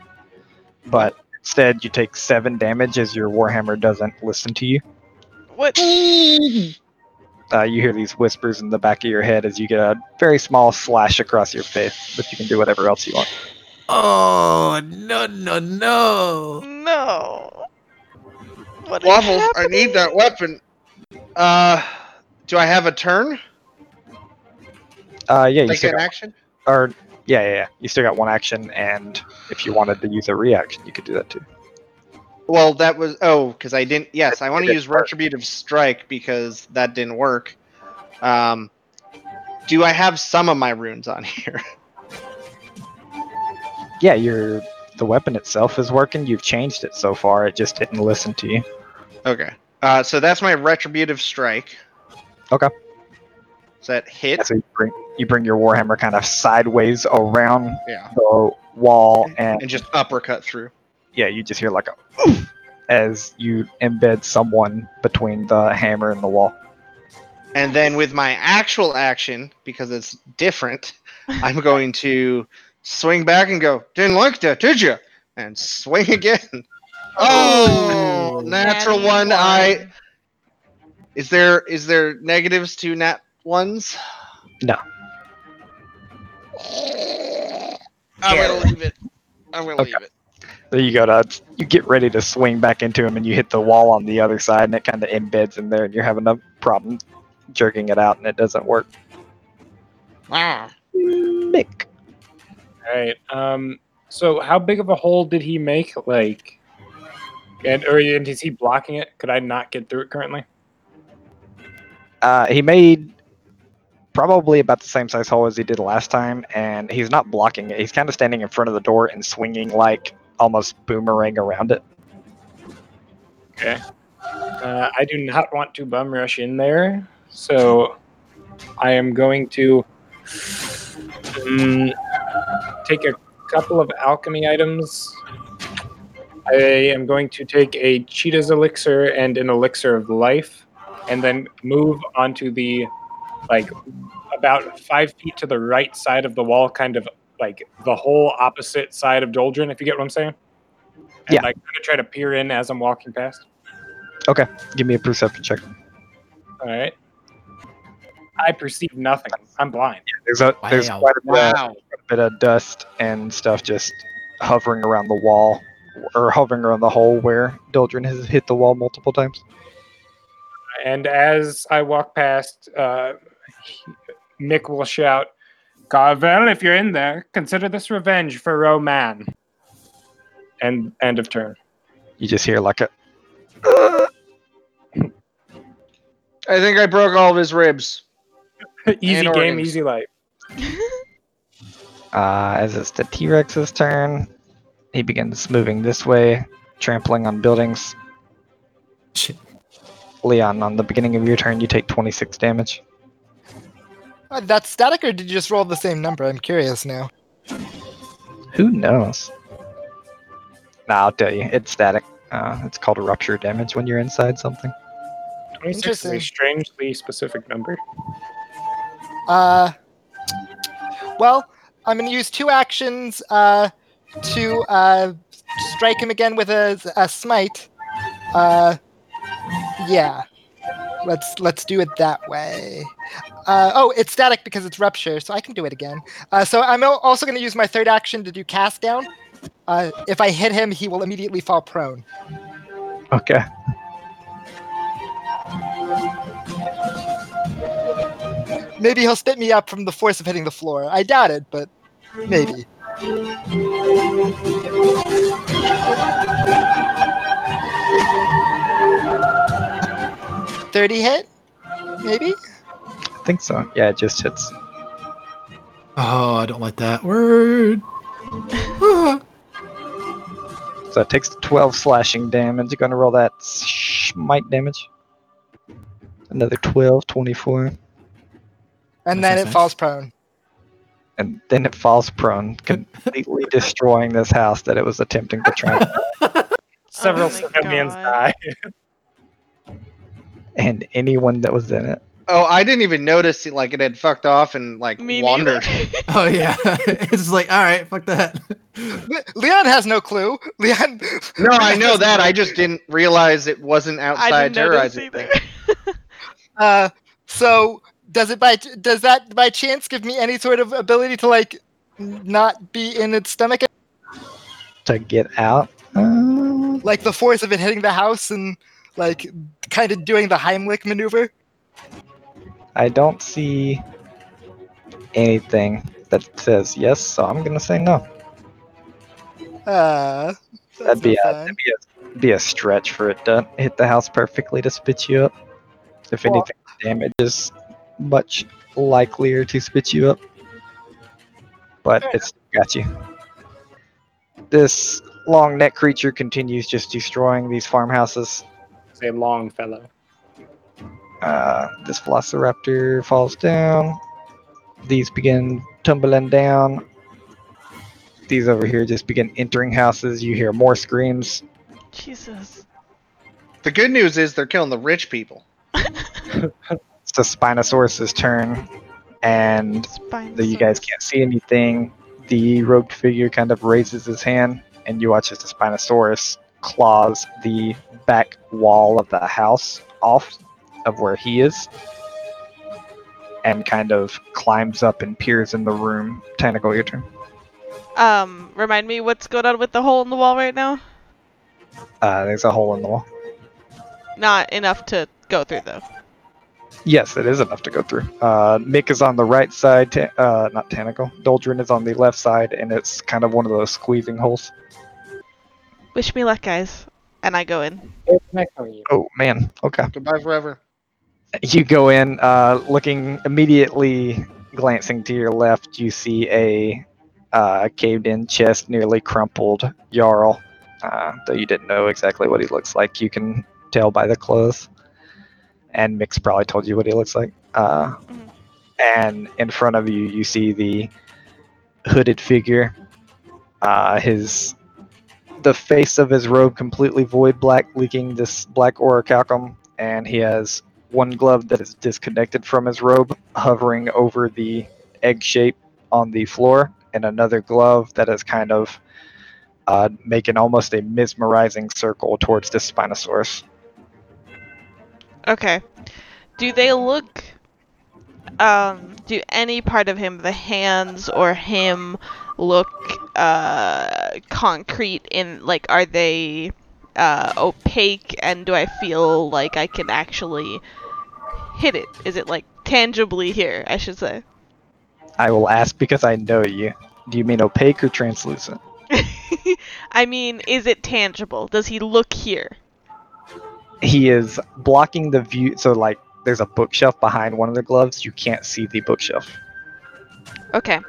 Speaker 6: But instead, you take seven damage as your Warhammer doesn't listen to you.
Speaker 1: What?
Speaker 6: Uh, you hear these whispers in the back of your head as you get a very small slash across your face, but you can do whatever else you want.
Speaker 8: Oh no no no!
Speaker 1: No. What is
Speaker 9: Waffles, I
Speaker 1: happening?
Speaker 9: need that weapon. Uh, do I have a turn?
Speaker 6: Uh, yeah, you
Speaker 9: Take
Speaker 6: still
Speaker 9: an
Speaker 6: got,
Speaker 9: action.
Speaker 6: or yeah, yeah, yeah, you still got one action, and if you wanted to use a reaction, you could do that too.
Speaker 9: Well, that was oh, because I didn't. Yes, I want
Speaker 6: It
Speaker 9: to
Speaker 6: didn't
Speaker 9: use
Speaker 6: work.
Speaker 9: retributive strike because that didn't work. Um, Do I have some of my runes on here?
Speaker 6: Yeah, your the weapon itself is working. You've changed it so far. It just didn't listen to you.
Speaker 9: Okay. Uh, so that's my retributive strike.
Speaker 6: Okay.
Speaker 9: Does that hit?
Speaker 6: Yeah, so you bring you bring your warhammer kind of sideways around
Speaker 9: Yeah.
Speaker 6: the wall, and,
Speaker 9: And just uppercut through.
Speaker 6: yeah, you just hear like a oof as you embed someone between the hammer and the wall.
Speaker 9: And then with my actual action, because it's different, I'm going to swing back and go, didn't like that, did you? And swing again. Oh, natural
Speaker 18: Natty
Speaker 9: one. I is there is there negatives to nat ones?
Speaker 6: No.
Speaker 9: I'm gonna leave it. I'm gonna
Speaker 6: Okay.
Speaker 9: leave it.
Speaker 6: So you go to you get ready to swing back into him, and you hit the wall on the other side, and it kind of embeds in there, and you're having a problem jerking it out, and it doesn't work.
Speaker 9: Wow.
Speaker 6: Mick,
Speaker 10: All right. Um, so how big of a hole did he make? Like, and or and is he blocking it? Could I not get through it currently?
Speaker 6: uh, he made probably about the same size hole as he did last time, and he's not blocking it. He's kind of standing in front of the door and swinging like almost boomerang around it.
Speaker 10: Okay. Uh, I do not want to bum rush in there, so I am going to mm, take a couple of alchemy items. I am going to take a cheetah's elixir and an elixir of life, and then move onto the like about five feet to the right side of the wall, kind of like the whole opposite side of Doldrin. If you get what I'm saying. And
Speaker 6: Yeah.
Speaker 10: like kind of try to peer in as I'm walking past.
Speaker 6: Okay, give me a perception check.
Speaker 10: All right. I perceive nothing. I'm blind.
Speaker 6: There's a there's
Speaker 10: Wow.
Speaker 6: quite a bit,
Speaker 10: Wow.
Speaker 6: a bit of dust and stuff just hovering around the wall or hovering around the hole where Doldrin has hit the wall multiple times.
Speaker 10: And as I walk past, uh, Mick will shout, Carvel, if you're in there, consider this revenge for Roman. And end of turn.
Speaker 6: You just hear like a
Speaker 9: I think I broke all of his ribs.
Speaker 10: easy
Speaker 9: And
Speaker 10: game,
Speaker 9: organs.
Speaker 10: easy life.
Speaker 6: Uh, as it's the T Rex's turn, he begins moving this way, trampling on buildings. Leon, on the beginning of your turn, you take 26 damage.
Speaker 11: Uh, that's static, or did you just roll the same number? I'm curious now.
Speaker 6: Who knows? Nah, I'll tell you, it's static. Uh, it's called rupture damage when you're inside something.
Speaker 10: 26 is a
Speaker 11: Interesting.
Speaker 10: strangely specific number.
Speaker 11: Uh, well, I'm going to use two actions uh, to uh, strike him again with a, a smite. Uh, yeah, let's let's do it that way. Uh, oh, it's static because it's rupture, so I can do it again. Uh, so I'm al- also going to use my third action to do cast down. Uh, if I hit him, he will immediately fall prone.
Speaker 6: Okay.
Speaker 11: Maybe he'll spit me up from the force of hitting the floor. I doubt it, but maybe. Thirty hit, maybe.
Speaker 6: I think so. Yeah, it just hits.
Speaker 8: Oh, I don't like that word.
Speaker 6: So it takes 12 slashing damage. You're going to roll that smite damage. Another 12, 24.
Speaker 11: And
Speaker 8: That
Speaker 11: then it
Speaker 8: sounds nice.
Speaker 11: falls prone.
Speaker 6: and then it falls prone, completely destroying this house that it was attempting to try.
Speaker 1: Oh
Speaker 10: Several
Speaker 18: my
Speaker 10: civilians
Speaker 18: God.
Speaker 10: die.
Speaker 6: and anyone that was in it.
Speaker 9: Oh, I didn't even notice it, like it had fucked off and like
Speaker 1: Me
Speaker 9: wandered.
Speaker 8: Oh yeah, it's just like all right, fuck that.
Speaker 11: Le- Leon has no clue. Leon.
Speaker 9: No, I know that. I just didn't realize it wasn't
Speaker 1: I
Speaker 9: outside
Speaker 1: didn't notice
Speaker 9: terrorizing.
Speaker 1: either.
Speaker 11: Uh, so does it by does that by chance give me any sort of ability to like n- not be in its stomach,
Speaker 6: To get out, uh,
Speaker 11: like the force of it hitting the house and like kind of doing the Heimlich maneuver?
Speaker 6: I don't see anything that says yes, so I'm gonna say no.
Speaker 11: Uh,
Speaker 6: That'd be, a, that'd be a be a stretch for it to hit the house perfectly to spit you up. If
Speaker 11: Well-
Speaker 6: anything, damage is much likelier to spit you up. But it's got you. This long neck creature continues just destroying these farmhouses.
Speaker 10: Say long fellow.
Speaker 6: Uh, this velociraptor falls down. These begin tumbling down. These over here just begin entering houses. You hear more screams.
Speaker 1: Jesus.
Speaker 9: The good news is they're killing the rich people.
Speaker 6: It's the Spinosaurus's turn, and though you guys can't see anything, the robed figure kind of raises his hand, and you watch as the Spinosaurus claws the back wall of the house off of where he is, and kind of climbs up and peers in the room. Tentacle, your turn.
Speaker 1: Um, remind me what's going on with the hole in the wall right now?
Speaker 6: Uh, there's a hole in the wall.
Speaker 1: Not enough to go through though.
Speaker 6: Yes, it is enough to go through. Uh, Mick is on the right side, ta- uh, not Tanacle. Doldrin is on the left side, and it's kind of one of those squeezing holes.
Speaker 1: Wish me luck, guys. And I go in.
Speaker 6: Oh, man. Okay.
Speaker 9: Goodbye forever.
Speaker 6: You go in, uh, looking immediately, glancing to your left, you see a uh, caved in chest, nearly crumpled Jarl. Uh, though you didn't know exactly what he looks like, you can tell by the clothes. And Mick's probably told you what he looks like. Uh, And in front of you, you see the hooded figure. Uh, his the face of his robe completely void black, leaking this black aura calcum, and he has one glove that is disconnected from his robe, hovering over the egg shape on the floor, and another glove that is kind of uh, making almost a mesmerizing circle towards the Spinosaurus.
Speaker 1: Okay. Do they look um do any part of him, the hands or him look uh concrete in like are they uh opaque and do I feel like I can actually hit it? Is it like tangibly here, I should say?
Speaker 6: I will ask because I know you. Do you mean opaque or translucent?
Speaker 1: I mean, is it tangible? Does he look here?
Speaker 6: He is blocking the view, so like there's a bookshelf behind one of the gloves. You can't see the bookshelf.
Speaker 1: Okay.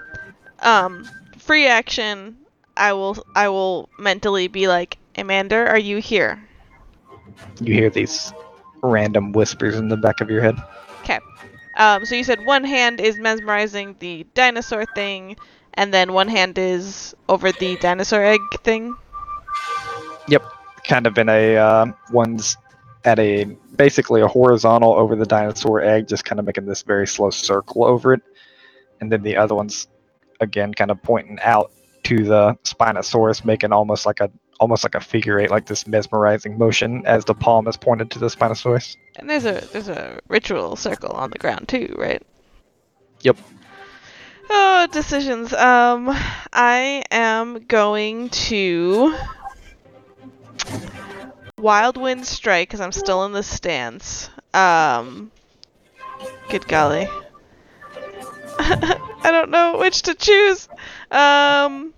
Speaker 1: Um, free action. I will. I will mentally be like, Amanda, are you here?
Speaker 6: You hear these random whispers in the back of your head.
Speaker 1: Okay. Um, so you said one hand is mesmerizing the dinosaur thing, and then one hand is over the dinosaur egg thing.
Speaker 6: Yep, kind of in a uh, one's at a basically a horizontal over the dinosaur egg, just kind of making this very slow circle over it, and then the other one's again kind of pointing out to the spinosaurus, making almost like a almost like a figure eight, like this mesmerizing motion as the palm is pointed to the spinosaurus.
Speaker 1: And there's a there's a ritual circle on the ground too, right?
Speaker 6: Yep.
Speaker 1: Oh, decisions. Um, I am going to Wild Wind Strike because I'm still in the stance. Um, good golly. I don't know which to choose. Um,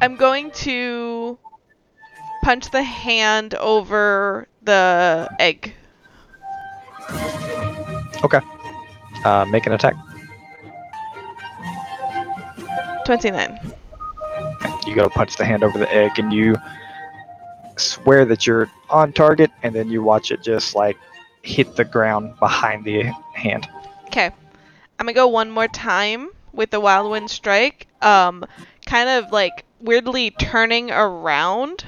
Speaker 1: I'm going to punch the hand over the egg.
Speaker 6: Okay. Uh, make an attack.
Speaker 1: 29.
Speaker 6: You go to punch the hand over the egg, and you swear that you're on target, and then you watch it just like hit the ground behind the hand.
Speaker 1: Okay. I'm gonna go one more time with the Wild Wind Strike. Um, kind of like weirdly turning around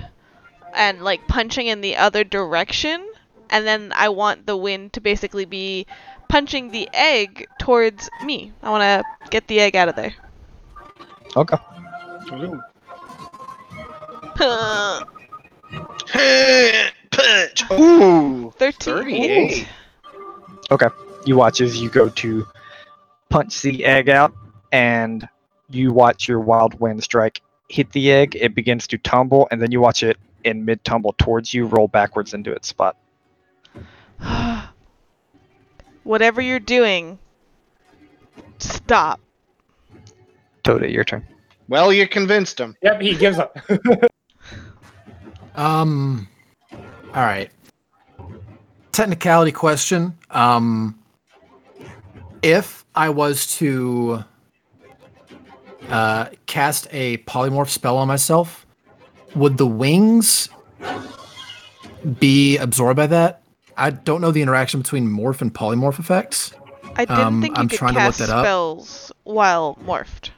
Speaker 1: and like punching in the other direction. And then I want the wind to basically be punching the egg towards me. I want to get the egg out of there.
Speaker 6: Okay.
Speaker 9: Punch. Ooh.
Speaker 1: 13.
Speaker 9: 38.
Speaker 6: Okay. You watch as you go to punch the egg out, and you watch your wild wind strike hit the egg. It begins to tumble, and then you watch it in mid tumble towards you, roll backwards into its spot.
Speaker 1: Whatever you're doing, stop.
Speaker 6: Toda, your turn.
Speaker 9: Well, you convinced him.
Speaker 10: Yep, he gives up.
Speaker 8: Um. All right. Technicality question. Um. If I was to uh, cast a polymorph spell on myself, would the wings be absorbed by that? I don't know the interaction between morph and polymorph effects.
Speaker 1: I didn't
Speaker 8: Um,
Speaker 1: think you
Speaker 8: I'm
Speaker 1: could
Speaker 8: trying to look
Speaker 1: cast
Speaker 8: that up.
Speaker 1: spells while morphed.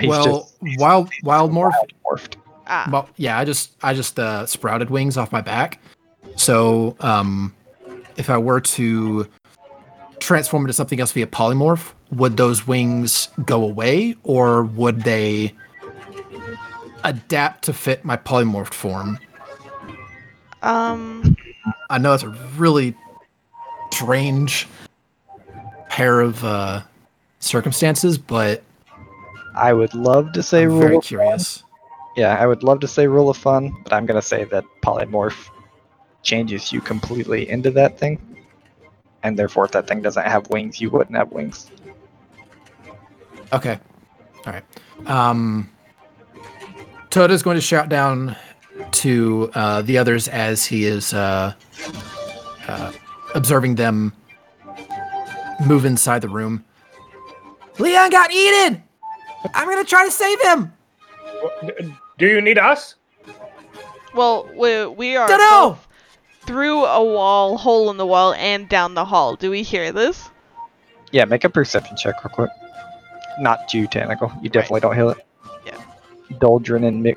Speaker 6: he's
Speaker 8: well,
Speaker 6: just-
Speaker 8: wild wild morph.
Speaker 6: morphed.
Speaker 1: Ah.
Speaker 8: Well, yeah, I just I just uh, sprouted wings off my back. So, um, if I were to transform into something else via polymorph, would those wings go away, or would they adapt to fit my polymorphed form?
Speaker 1: Um,
Speaker 8: I know that's a really strange pair of uh, circumstances, but
Speaker 6: I would love to say
Speaker 8: I'm
Speaker 6: rule
Speaker 8: very
Speaker 6: of
Speaker 8: curious.
Speaker 6: fun. Yeah, I would love to say rule of fun, but I'm gonna say that polymorph changes you completely into that thing. And therefore if that thing doesn't have wings, you wouldn't have wings.
Speaker 8: Okay. All right. Um, Toda's going to shout down to uh, the others as he is uh, uh, observing them move inside the room. Leon got eaten! I'm going to try to save him!
Speaker 10: Do you need us?
Speaker 1: well, we, we are
Speaker 8: Dunno!
Speaker 1: both through a wall, hole in the wall, and down the hall. Do we hear this?
Speaker 6: Yeah, make a perception check real quick. Not you, Tanicle. You definitely don't heal it.
Speaker 1: Yeah.
Speaker 6: Doldrin and Mick.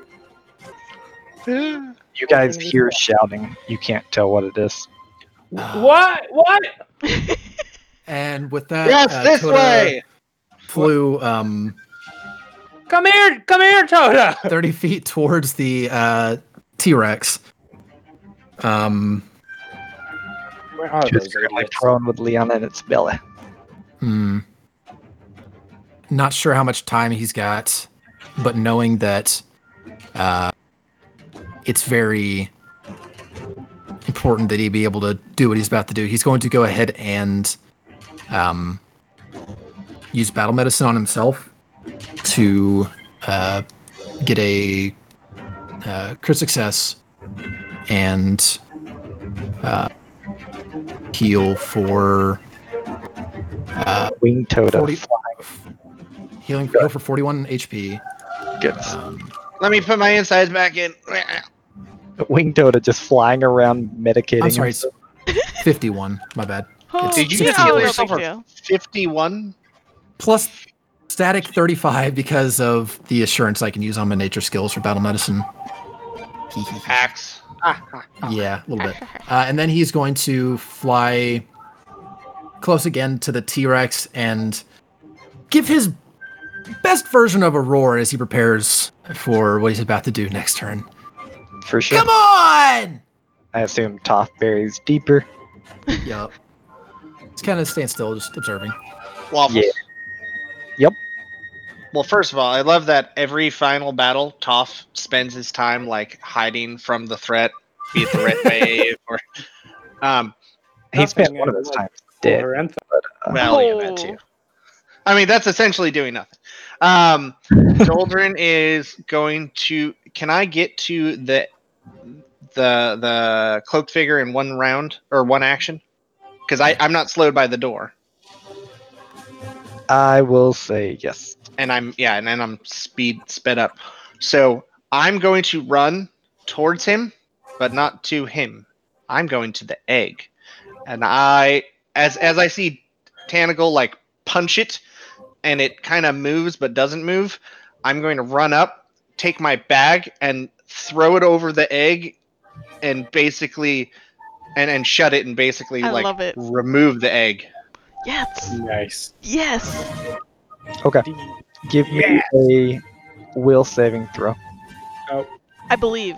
Speaker 6: You guys hear shouting. You can't tell what it is.
Speaker 10: What? What?
Speaker 8: And with that,
Speaker 10: Yes,
Speaker 8: uh,
Speaker 10: this
Speaker 8: Toda
Speaker 10: way!
Speaker 8: flew um,
Speaker 10: Come here! Come here, Toda!
Speaker 8: 30 feet towards the uh, T Rex. Um,
Speaker 10: Where are
Speaker 6: Just
Speaker 10: Oh, those?
Speaker 6: currently thrown with Leon in its belly.
Speaker 8: Hmm. Not sure how much time he's got, but knowing that uh, it's very important that he be able to do what he's about to do, he's going to go ahead and um, use battle medicine on himself to uh, get a uh, crit success and uh, heal for. Uh,
Speaker 6: Wing Toda.
Speaker 8: 40
Speaker 6: flying.
Speaker 8: Healing heal for 41 HP.
Speaker 6: Goodness.
Speaker 8: Um,
Speaker 11: Let me put my insides back in.
Speaker 6: Wing Toda just flying around medicating.
Speaker 8: I'm sorry, it's
Speaker 6: himself.
Speaker 8: 51. My bad.
Speaker 1: Oh,
Speaker 11: Did you
Speaker 1: yeah,
Speaker 11: just heal
Speaker 1: no big
Speaker 11: yourself or-
Speaker 1: deal.
Speaker 11: 51?
Speaker 8: Plus static 35 because of the assurance I can use on my nature skills for battle medicine. Hee hee hee.
Speaker 11: Axe.
Speaker 8: yeah, a little bit. Uh, and then he's going to fly close again to the T Rex and give his best version of a roar as he prepares for what he's about to do next turn.
Speaker 6: For sure.
Speaker 8: Come on!
Speaker 6: I assume Toph buries deeper.
Speaker 8: Yup. It's kind of staying still, just observing.
Speaker 11: Waffles.
Speaker 6: Yeah. Yep.
Speaker 11: Well, first of all, I love that every final battle, Toph spends his time like hiding from the threat, be it the red wave or. Um,
Speaker 6: He spent
Speaker 10: Nothing,
Speaker 6: one of
Speaker 10: uh,
Speaker 6: those
Speaker 10: like,
Speaker 6: times dead.
Speaker 10: Or Enfa-
Speaker 11: well, yeah, that too. I mean, that's essentially doing nothing. Um, Doldrin is going to. Can I get to the the the cloaked figure in one round or one action? Because I I'm not slowed by the door,
Speaker 6: I will say yes.
Speaker 11: and I'm yeah, and then I'm speed sped up. So I'm going to run towards him, but not to him. I'm going to the egg, and I as as I see Tanagle like punch it, and it kind of moves but doesn't move. I'm going to run up, take my bag, and throw it over the egg, and basically, and and shut it, and basically
Speaker 1: I
Speaker 11: like
Speaker 1: love it.
Speaker 11: remove the egg.
Speaker 1: Yes.
Speaker 10: Nice.
Speaker 1: Yes.
Speaker 6: Okay. Give me a will saving throw.
Speaker 1: I believe.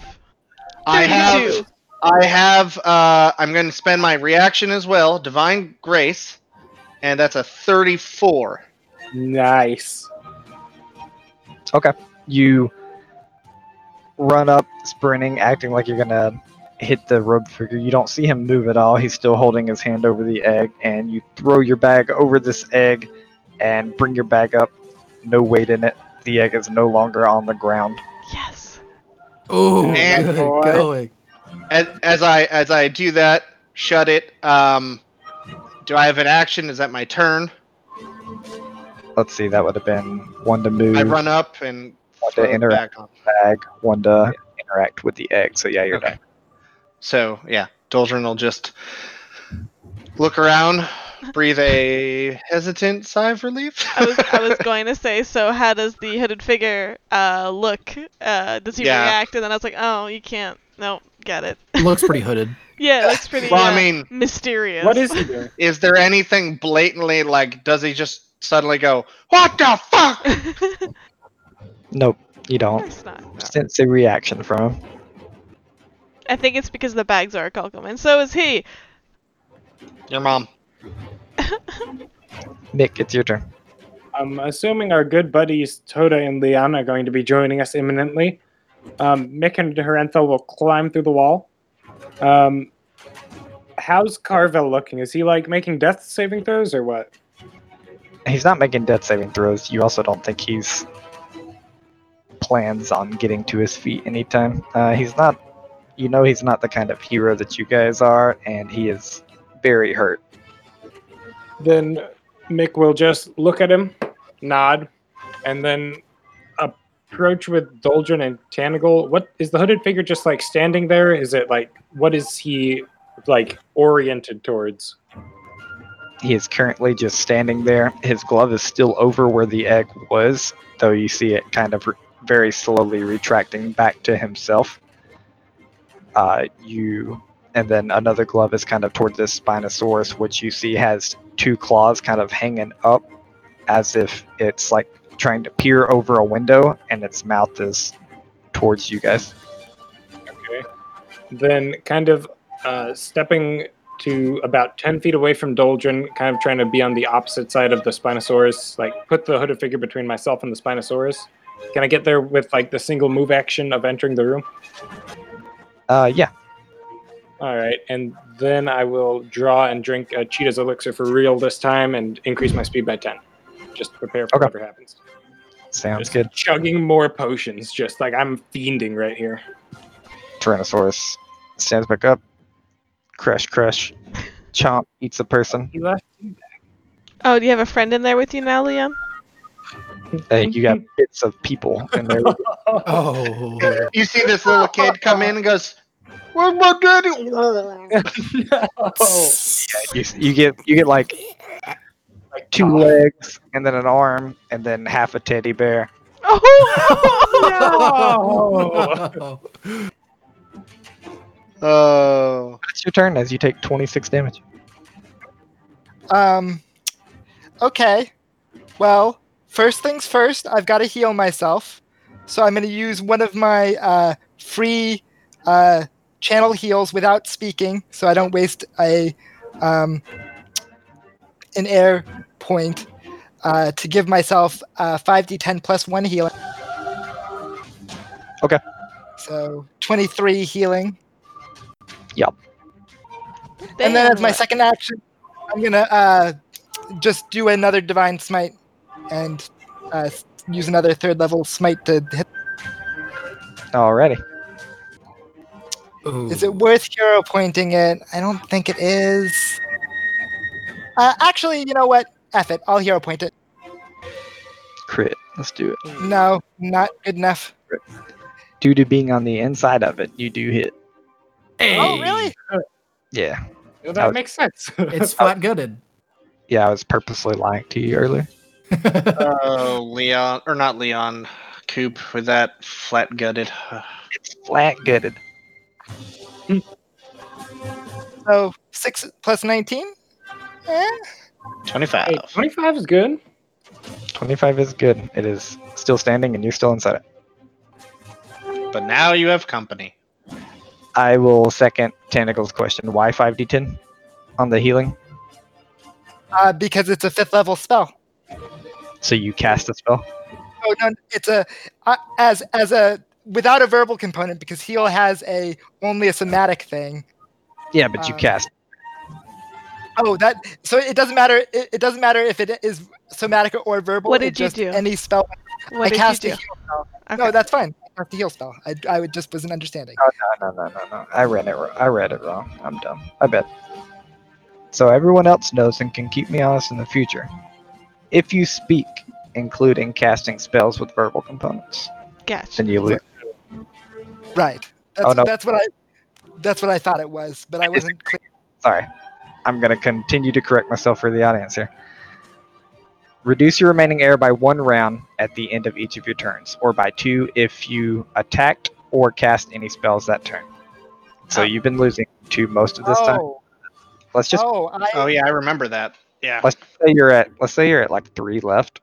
Speaker 11: I have
Speaker 1: 32.
Speaker 11: I have. Uh, I'm going to spend my reaction as well, divine grace, and that's a 34.
Speaker 10: Nice.
Speaker 6: You run up, sprinting, acting like you're gonna hit the rope figure. You don't see him move at all. He's still holding his hand over the egg, and you throw your bag over this egg and bring your bag up. No weight in it. The egg is no longer on the ground.
Speaker 1: Yes.
Speaker 8: Oh,
Speaker 11: And-
Speaker 8: good
Speaker 10: Boy.
Speaker 8: going.
Speaker 11: As, as I as I do that, shut it. Um,
Speaker 9: Do I have an action? Is that my turn?
Speaker 6: Let's see, that would have been one to move.
Speaker 9: I run up and
Speaker 6: one
Speaker 9: throw
Speaker 6: Mm-hmm. to
Speaker 9: it
Speaker 6: interact
Speaker 9: back on.
Speaker 6: with the egg, one to interact with the egg. So yeah, you're done.
Speaker 9: So yeah, Doldrin will just look around, breathe a hesitant sigh of relief.
Speaker 1: I was, I was going to say, so how does the hooded figure uh, look? Uh, does he
Speaker 9: Yeah.
Speaker 1: react? And then I was like, oh, you can't. No, got it.
Speaker 8: Looks pretty hooded.
Speaker 1: Yeah, it looks pretty
Speaker 9: Well, I
Speaker 1: uh,
Speaker 9: mean,
Speaker 1: mysterious.
Speaker 10: doing?
Speaker 9: Is there anything blatantly like? Does he just suddenly go, "What the fuck"?
Speaker 6: Nope, you don't.
Speaker 1: It's not.
Speaker 6: Just didn't see reaction from him.
Speaker 1: I think it's because the bags are a Kalkum, and so is he.
Speaker 9: Your mom.
Speaker 6: Mick, it's your turn.
Speaker 10: I'm assuming our good buddies Toda and Leon are going to be joining us imminently. Um, Mick and Herenthal will climb through the wall. Um, how's Carvel looking? Is he like making death saving throws or what?
Speaker 6: He's not making death saving throws. You also don't think he's plans on getting to his feet anytime. Uh, he's not. You know, he's not the kind of hero that you guys are, and he is very hurt.
Speaker 10: Then Mick will just look at him, nod, and then approach with Doldrin and Tanagal. What is the hooded figure just like standing there? Is it like what is he like oriented towards?
Speaker 6: He is currently just standing there. His glove is still over where the egg was, though you see it kind of re- very slowly retracting back to himself. Uh, you, and then another glove is kind of toward this Spinosaurus, which you see has two claws kind of hanging up, as if it's like trying to peer over a window, and its mouth is towards you guys.
Speaker 10: Okay. Then, kind of uh, stepping to about 10 feet away from Doldrin, kind of trying to be on the opposite side of the Spinosaurus, like put the hooded figure between myself and the Spinosaurus. Can I get there with like the single move action of entering the room?
Speaker 6: Uh, yeah.
Speaker 10: All right. And then I will draw and drink a Cheetah's Elixir for real this time and increase my speed by 10. Just prepare for
Speaker 6: Okay.
Speaker 10: whatever happens.
Speaker 6: Sounds good.
Speaker 10: Chugging more potions, just like I'm fiending right here.
Speaker 6: Tyrannosaurus stands back up. Crush, crush. Chomp eats a person.
Speaker 10: He
Speaker 1: uh,
Speaker 10: left.
Speaker 1: Oh, do you have a friend in there with you now, Liam?
Speaker 6: Uh, you got bits of people in there.
Speaker 8: Oh,
Speaker 9: You see this little kid come in and goes, "Where's my daddy?"
Speaker 6: you, you get you get like like two
Speaker 10: Uh-huh.
Speaker 6: legs and then an arm and then half a teddy bear.
Speaker 1: Oh,
Speaker 10: No!
Speaker 9: Oh.
Speaker 6: That's your turn as you take 26 damage.
Speaker 11: Um, okay. Well, first things first, I've got to heal myself. So I'm going to use one of my uh, free uh, channel heals without speaking, so I don't waste a um, an air point uh, to give myself uh, 5d10 plus 1 healing.
Speaker 6: Okay.
Speaker 11: So 23 healing.
Speaker 6: Yep.
Speaker 11: and then
Speaker 1: Damn.
Speaker 11: as my second action, I'm gonna uh, just do another divine smite and uh, s- use another third level smite to hit.
Speaker 6: Alrighty.
Speaker 8: Ooh.
Speaker 11: Is it worth hero pointing it? I don't think it is. Uh, actually, you know what? F it. I'll hero point it.
Speaker 6: Crit. Let's do it.
Speaker 11: No, not good enough.
Speaker 6: Due to being on the inside of it, you do hit.
Speaker 11: Oh,
Speaker 8: Hey,
Speaker 11: really?
Speaker 6: Yeah.
Speaker 10: Well,
Speaker 6: Ouch.
Speaker 10: that makes sense.
Speaker 8: It's flat gutted.
Speaker 6: Yeah, I was purposely lying to you earlier.
Speaker 9: Uh, Oh, Leon or not Leon, Coop with that flat gutted.
Speaker 6: It's flat gutted.
Speaker 11: So six plus nineteen. Eh?
Speaker 10: Hey,
Speaker 9: Twenty-five.
Speaker 10: 25 is good.
Speaker 6: 25 is good. It is still standing and you're still inside it.
Speaker 9: But now you have company.
Speaker 6: I will second Tentacle's question. Why 5d10 on the healing?
Speaker 11: Uh, because it's a fifth level spell.
Speaker 6: So you cast a spell?
Speaker 11: Oh no, it's a uh, as as a without a verbal component because heal has a only a somatic thing.
Speaker 6: Yeah, but you
Speaker 11: Um,
Speaker 6: cast.
Speaker 11: Oh, that so it doesn't matter. It, it doesn't matter if it is somatic or verbal.
Speaker 1: What
Speaker 11: it
Speaker 1: did you
Speaker 11: just
Speaker 1: do?
Speaker 11: Any spell.
Speaker 1: What
Speaker 11: I
Speaker 1: did
Speaker 11: cast
Speaker 1: you do?
Speaker 11: a heal spell.
Speaker 1: Okay.
Speaker 11: No, that's fine. I cast a heal spell. I, I would just wasn't understanding.
Speaker 6: No, no, no, no, no. I read it. wr- I read it wrong. I'm dumb. I bet. so everyone else knows and can keep me honest in the future. If you speak, including casting spells with verbal components,
Speaker 1: Gotcha.
Speaker 6: then you lose.
Speaker 11: Right. That's,
Speaker 6: Oh, no.
Speaker 11: that's what I. That's what I thought it was, but I wasn't clear.
Speaker 6: Sorry. I'm going to continue to correct myself for the audience here. Reduce your remaining air by one round at the end of each of your turns, or by two if you attacked or cast any spells that turn. So you've been losing two most of this time.
Speaker 11: Oh,
Speaker 6: Let's just
Speaker 11: oh, I,
Speaker 9: Oh yeah, I remember that. Yeah.
Speaker 6: let's say you're at let's say you're at like three left,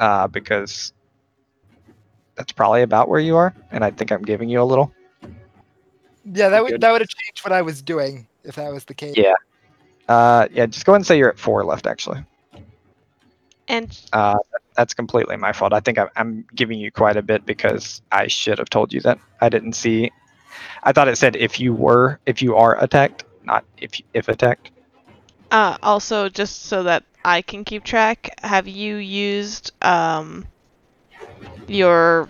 Speaker 6: uh, because that's probably about where you are, and I think I'm giving you a little.
Speaker 11: yeah, that would
Speaker 10: Good.
Speaker 11: that would have changed what I was doing if that was the case.
Speaker 6: Yeah. Uh, yeah, just go ahead and say you're at four left actually.
Speaker 1: And
Speaker 6: Uh, that's completely my fault. I think I'm, I'm giving you quite a bit because I should have told you that. I didn't see. I thought it said if you were if you are attacked, not if you- if attacked.
Speaker 1: uh, also, just so that I can keep track, have you used um your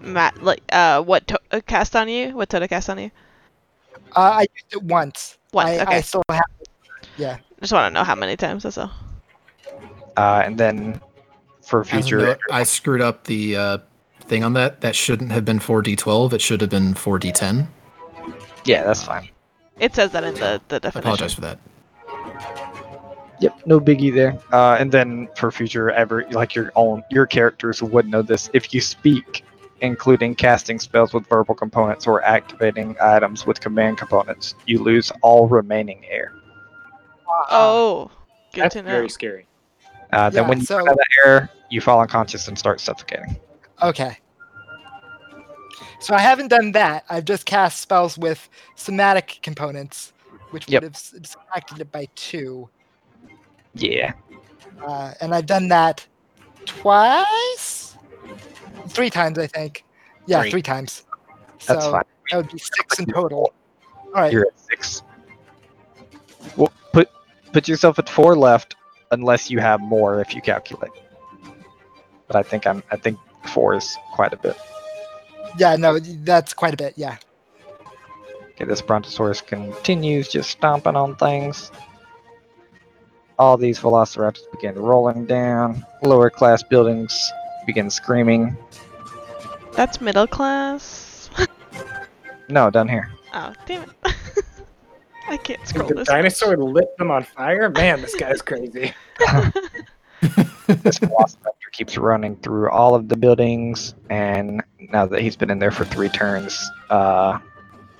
Speaker 1: mat like uh what to- uh, cast on you? What totem cast on you?
Speaker 11: Uh, I used it once.
Speaker 1: Once,
Speaker 11: I,
Speaker 1: okay.
Speaker 11: I still have. It. Yeah.
Speaker 1: Just want to know how many times. That's all.
Speaker 6: Uh, and then for
Speaker 8: As a note,
Speaker 6: future,
Speaker 8: I screwed up the uh, thing on that. That shouldn't have been 4d12. It should have been 4d10.
Speaker 6: yeah, that's fine.
Speaker 1: It says that in the the
Speaker 8: I
Speaker 1: definition.
Speaker 8: apologize for that.
Speaker 6: Yep, no biggie there. Uh, and then for future ever, like your own, your characters would know this if you speak, including casting spells with verbal components or activating items with command components. You lose all remaining air.
Speaker 11: uh,
Speaker 1: Oh, good
Speaker 10: That's
Speaker 1: to know.
Speaker 10: very scary.
Speaker 6: Uh, then
Speaker 11: Yeah,
Speaker 6: when you
Speaker 11: so-
Speaker 6: run out of air, you fall unconscious and start suffocating.
Speaker 11: Okay. So I haven't done that. I've just cast spells with somatic components, which
Speaker 6: Yep.
Speaker 11: would have s- subtracted it by two.
Speaker 6: Yeah.
Speaker 11: Uh, and I've done that twice, three times, I think. Yeah,
Speaker 9: Three.
Speaker 11: three, times. So
Speaker 6: That's fine.
Speaker 11: that would be six in total. All right.
Speaker 6: You're at six. Well, put put yourself at four left, unless you have more if you calculate. But I think I'm. I think four is quite a bit.
Speaker 11: Yeah, no, that's quite a bit. Yeah.
Speaker 6: Okay, this Brontosaurus continues just stomping on things. All these velociraptors begin rolling down. Lower class buildings begin screaming.
Speaker 1: That's middle class.
Speaker 6: No, down here.
Speaker 1: Oh, damn it. I can't scroll
Speaker 10: The
Speaker 1: this.
Speaker 10: dinosaur lit them on fire. Man, this guy's crazy.
Speaker 6: This velociraptor keeps running through all of the buildings, and now that he's been in there for three turns, uh,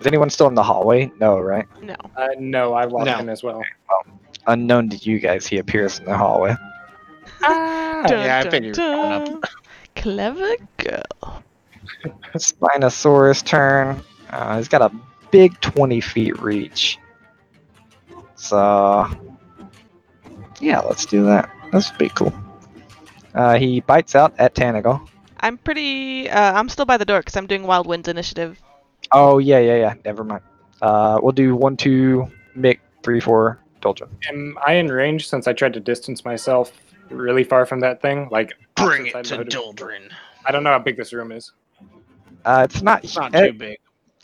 Speaker 6: is anyone still in the hallway? No, right?
Speaker 1: No.
Speaker 10: Uh, no, I lost
Speaker 9: No.
Speaker 10: him as well.
Speaker 6: Unknown to you guys, he appears in the hallway.
Speaker 10: Ah,
Speaker 1: Dun,
Speaker 9: yeah, I
Speaker 1: dun,
Speaker 9: figured you'd come up.
Speaker 1: dun. Clever girl.
Speaker 6: Spinosaurus turn. Uh, he's got a big 20 feet reach. So, yeah, let's do that. That's pretty cool. Uh, he bites out at Tanagal.
Speaker 1: I'm pretty. Uh, I'm still by the door because I'm doing Wild Winds initiative.
Speaker 6: Oh, yeah, yeah, yeah. Never mind. Uh, we'll do 1, 2, Mick, 3, 4, Doldrum.
Speaker 10: Am I in range since I tried to distance myself really far from that thing? Like,
Speaker 9: Bring
Speaker 10: opposite
Speaker 9: it
Speaker 10: side
Speaker 9: to
Speaker 10: of the hood.
Speaker 9: Doldrin.
Speaker 10: I don't know how big this room is.
Speaker 6: Uh, it's not,
Speaker 9: It's not
Speaker 6: eh,
Speaker 9: too big.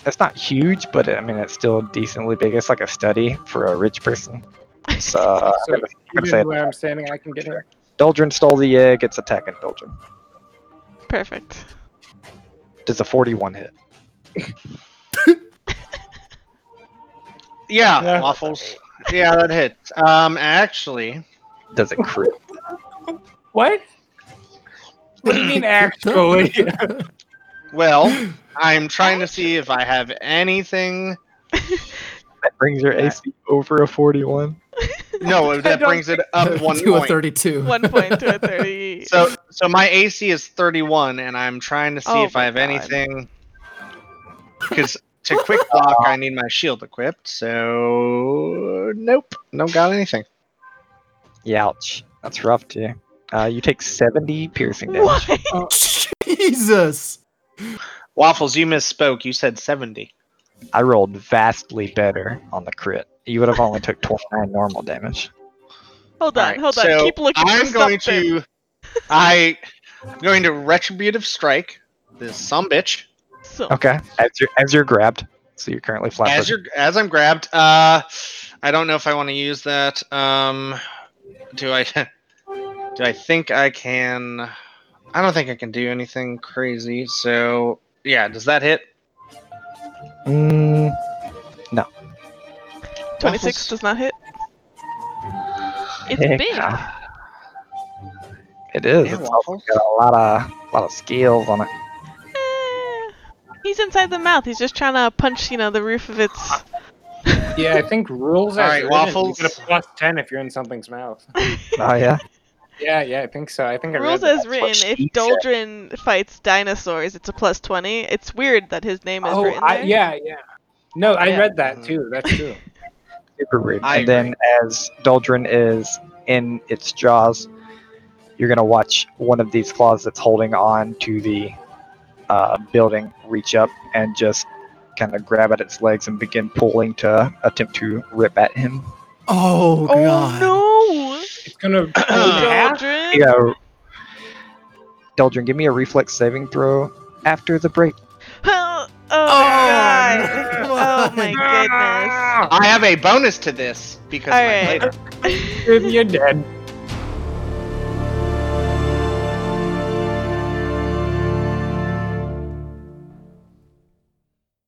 Speaker 6: it's not huge, but I mean, it's still decently big. It's like a study for a rich person. So,
Speaker 10: So
Speaker 6: uh, I'm gonna- I'm
Speaker 10: even
Speaker 6: going to say
Speaker 10: where I'm standing, I can get her.
Speaker 6: Doldrin stole the egg. It's attacking Doldrin.
Speaker 1: Perfect.
Speaker 6: Does a 41 hit?
Speaker 9: Yeah,
Speaker 10: Yeah.
Speaker 9: waffles. Yeah, that hits. Um, actually,
Speaker 6: Does it crit?
Speaker 10: What? What do you mean actually?
Speaker 9: well, I'm trying to see if I have anything.
Speaker 6: That brings your AC over a 41.
Speaker 9: No, that
Speaker 10: don't
Speaker 9: brings it up one
Speaker 8: to a
Speaker 9: point.
Speaker 8: 32.
Speaker 1: One point to a thirty.
Speaker 9: So, so my AC is 31, and I'm trying to see
Speaker 1: Oh
Speaker 9: if I
Speaker 1: my
Speaker 9: have
Speaker 1: God.
Speaker 9: anything. Because to quick block, I need my shield equipped. So, nope, don't got anything.
Speaker 6: Youch. That's rough, too. Uh, you take 70 piercing damage.
Speaker 1: Why?
Speaker 8: Jesus.
Speaker 9: Waffles, you misspoke. You said 70.
Speaker 6: I rolled vastly better on the crit. You would have only took 29 normal damage.
Speaker 1: Hold on,
Speaker 9: Alright,
Speaker 1: hold on.
Speaker 9: so
Speaker 1: Keep looking. for
Speaker 9: I'm going
Speaker 1: something.
Speaker 9: to, I, I'm going to retributive strike this some bitch
Speaker 1: So,
Speaker 6: Okay. As you're, as you're grabbed, so you're currently flat
Speaker 9: as
Speaker 6: footed.
Speaker 9: you're as I'm grabbed. Uh, I don't know if I want to use that. Um, do I? Do I think I can? I don't think I can do anything crazy. So yeah, does that hit?
Speaker 6: Mm, no.
Speaker 1: 26 does not hit. It's
Speaker 6: Heck
Speaker 1: big.
Speaker 6: no. It is.
Speaker 1: Yeah,
Speaker 6: It's also got a lot of lot of scales on it.
Speaker 1: Eh, He's inside the mouth. He's just trying to punch, you know, the roof of its.
Speaker 10: Yeah, I think rules.
Speaker 9: All
Speaker 10: as
Speaker 9: right,
Speaker 10: written,
Speaker 9: waffles.
Speaker 10: You get a plus ten if you're in something's mouth.
Speaker 6: Oh yeah.
Speaker 10: yeah, yeah, I think so. I think I
Speaker 1: Rules
Speaker 10: read
Speaker 1: as
Speaker 10: that.
Speaker 1: written, if Doldrin fights dinosaurs, it's a plus 20. It's weird that his name is
Speaker 10: Oh,
Speaker 1: written.
Speaker 10: I,
Speaker 1: there.
Speaker 10: yeah, yeah. No, I
Speaker 1: Yeah.
Speaker 10: read that too. That's true.
Speaker 6: Super weird.
Speaker 9: I
Speaker 6: and then as Doldrin is in its jaws, you're gonna watch one of these claws that's holding on to the uh, building reach up and just kind of grab at its legs and begin pulling to attempt to rip at him.
Speaker 8: Oh, God.
Speaker 1: Oh
Speaker 10: It's
Speaker 1: no!
Speaker 10: gonna. Yeah.
Speaker 1: Doldrin!
Speaker 6: Yeah. Doldrin, give me a reflex saving throw after the break.
Speaker 1: Oh, oh,
Speaker 8: Oh,
Speaker 1: God. Oh my goodness.
Speaker 9: I have a bonus to this because of my
Speaker 1: All right.
Speaker 9: later.
Speaker 10: You're dead.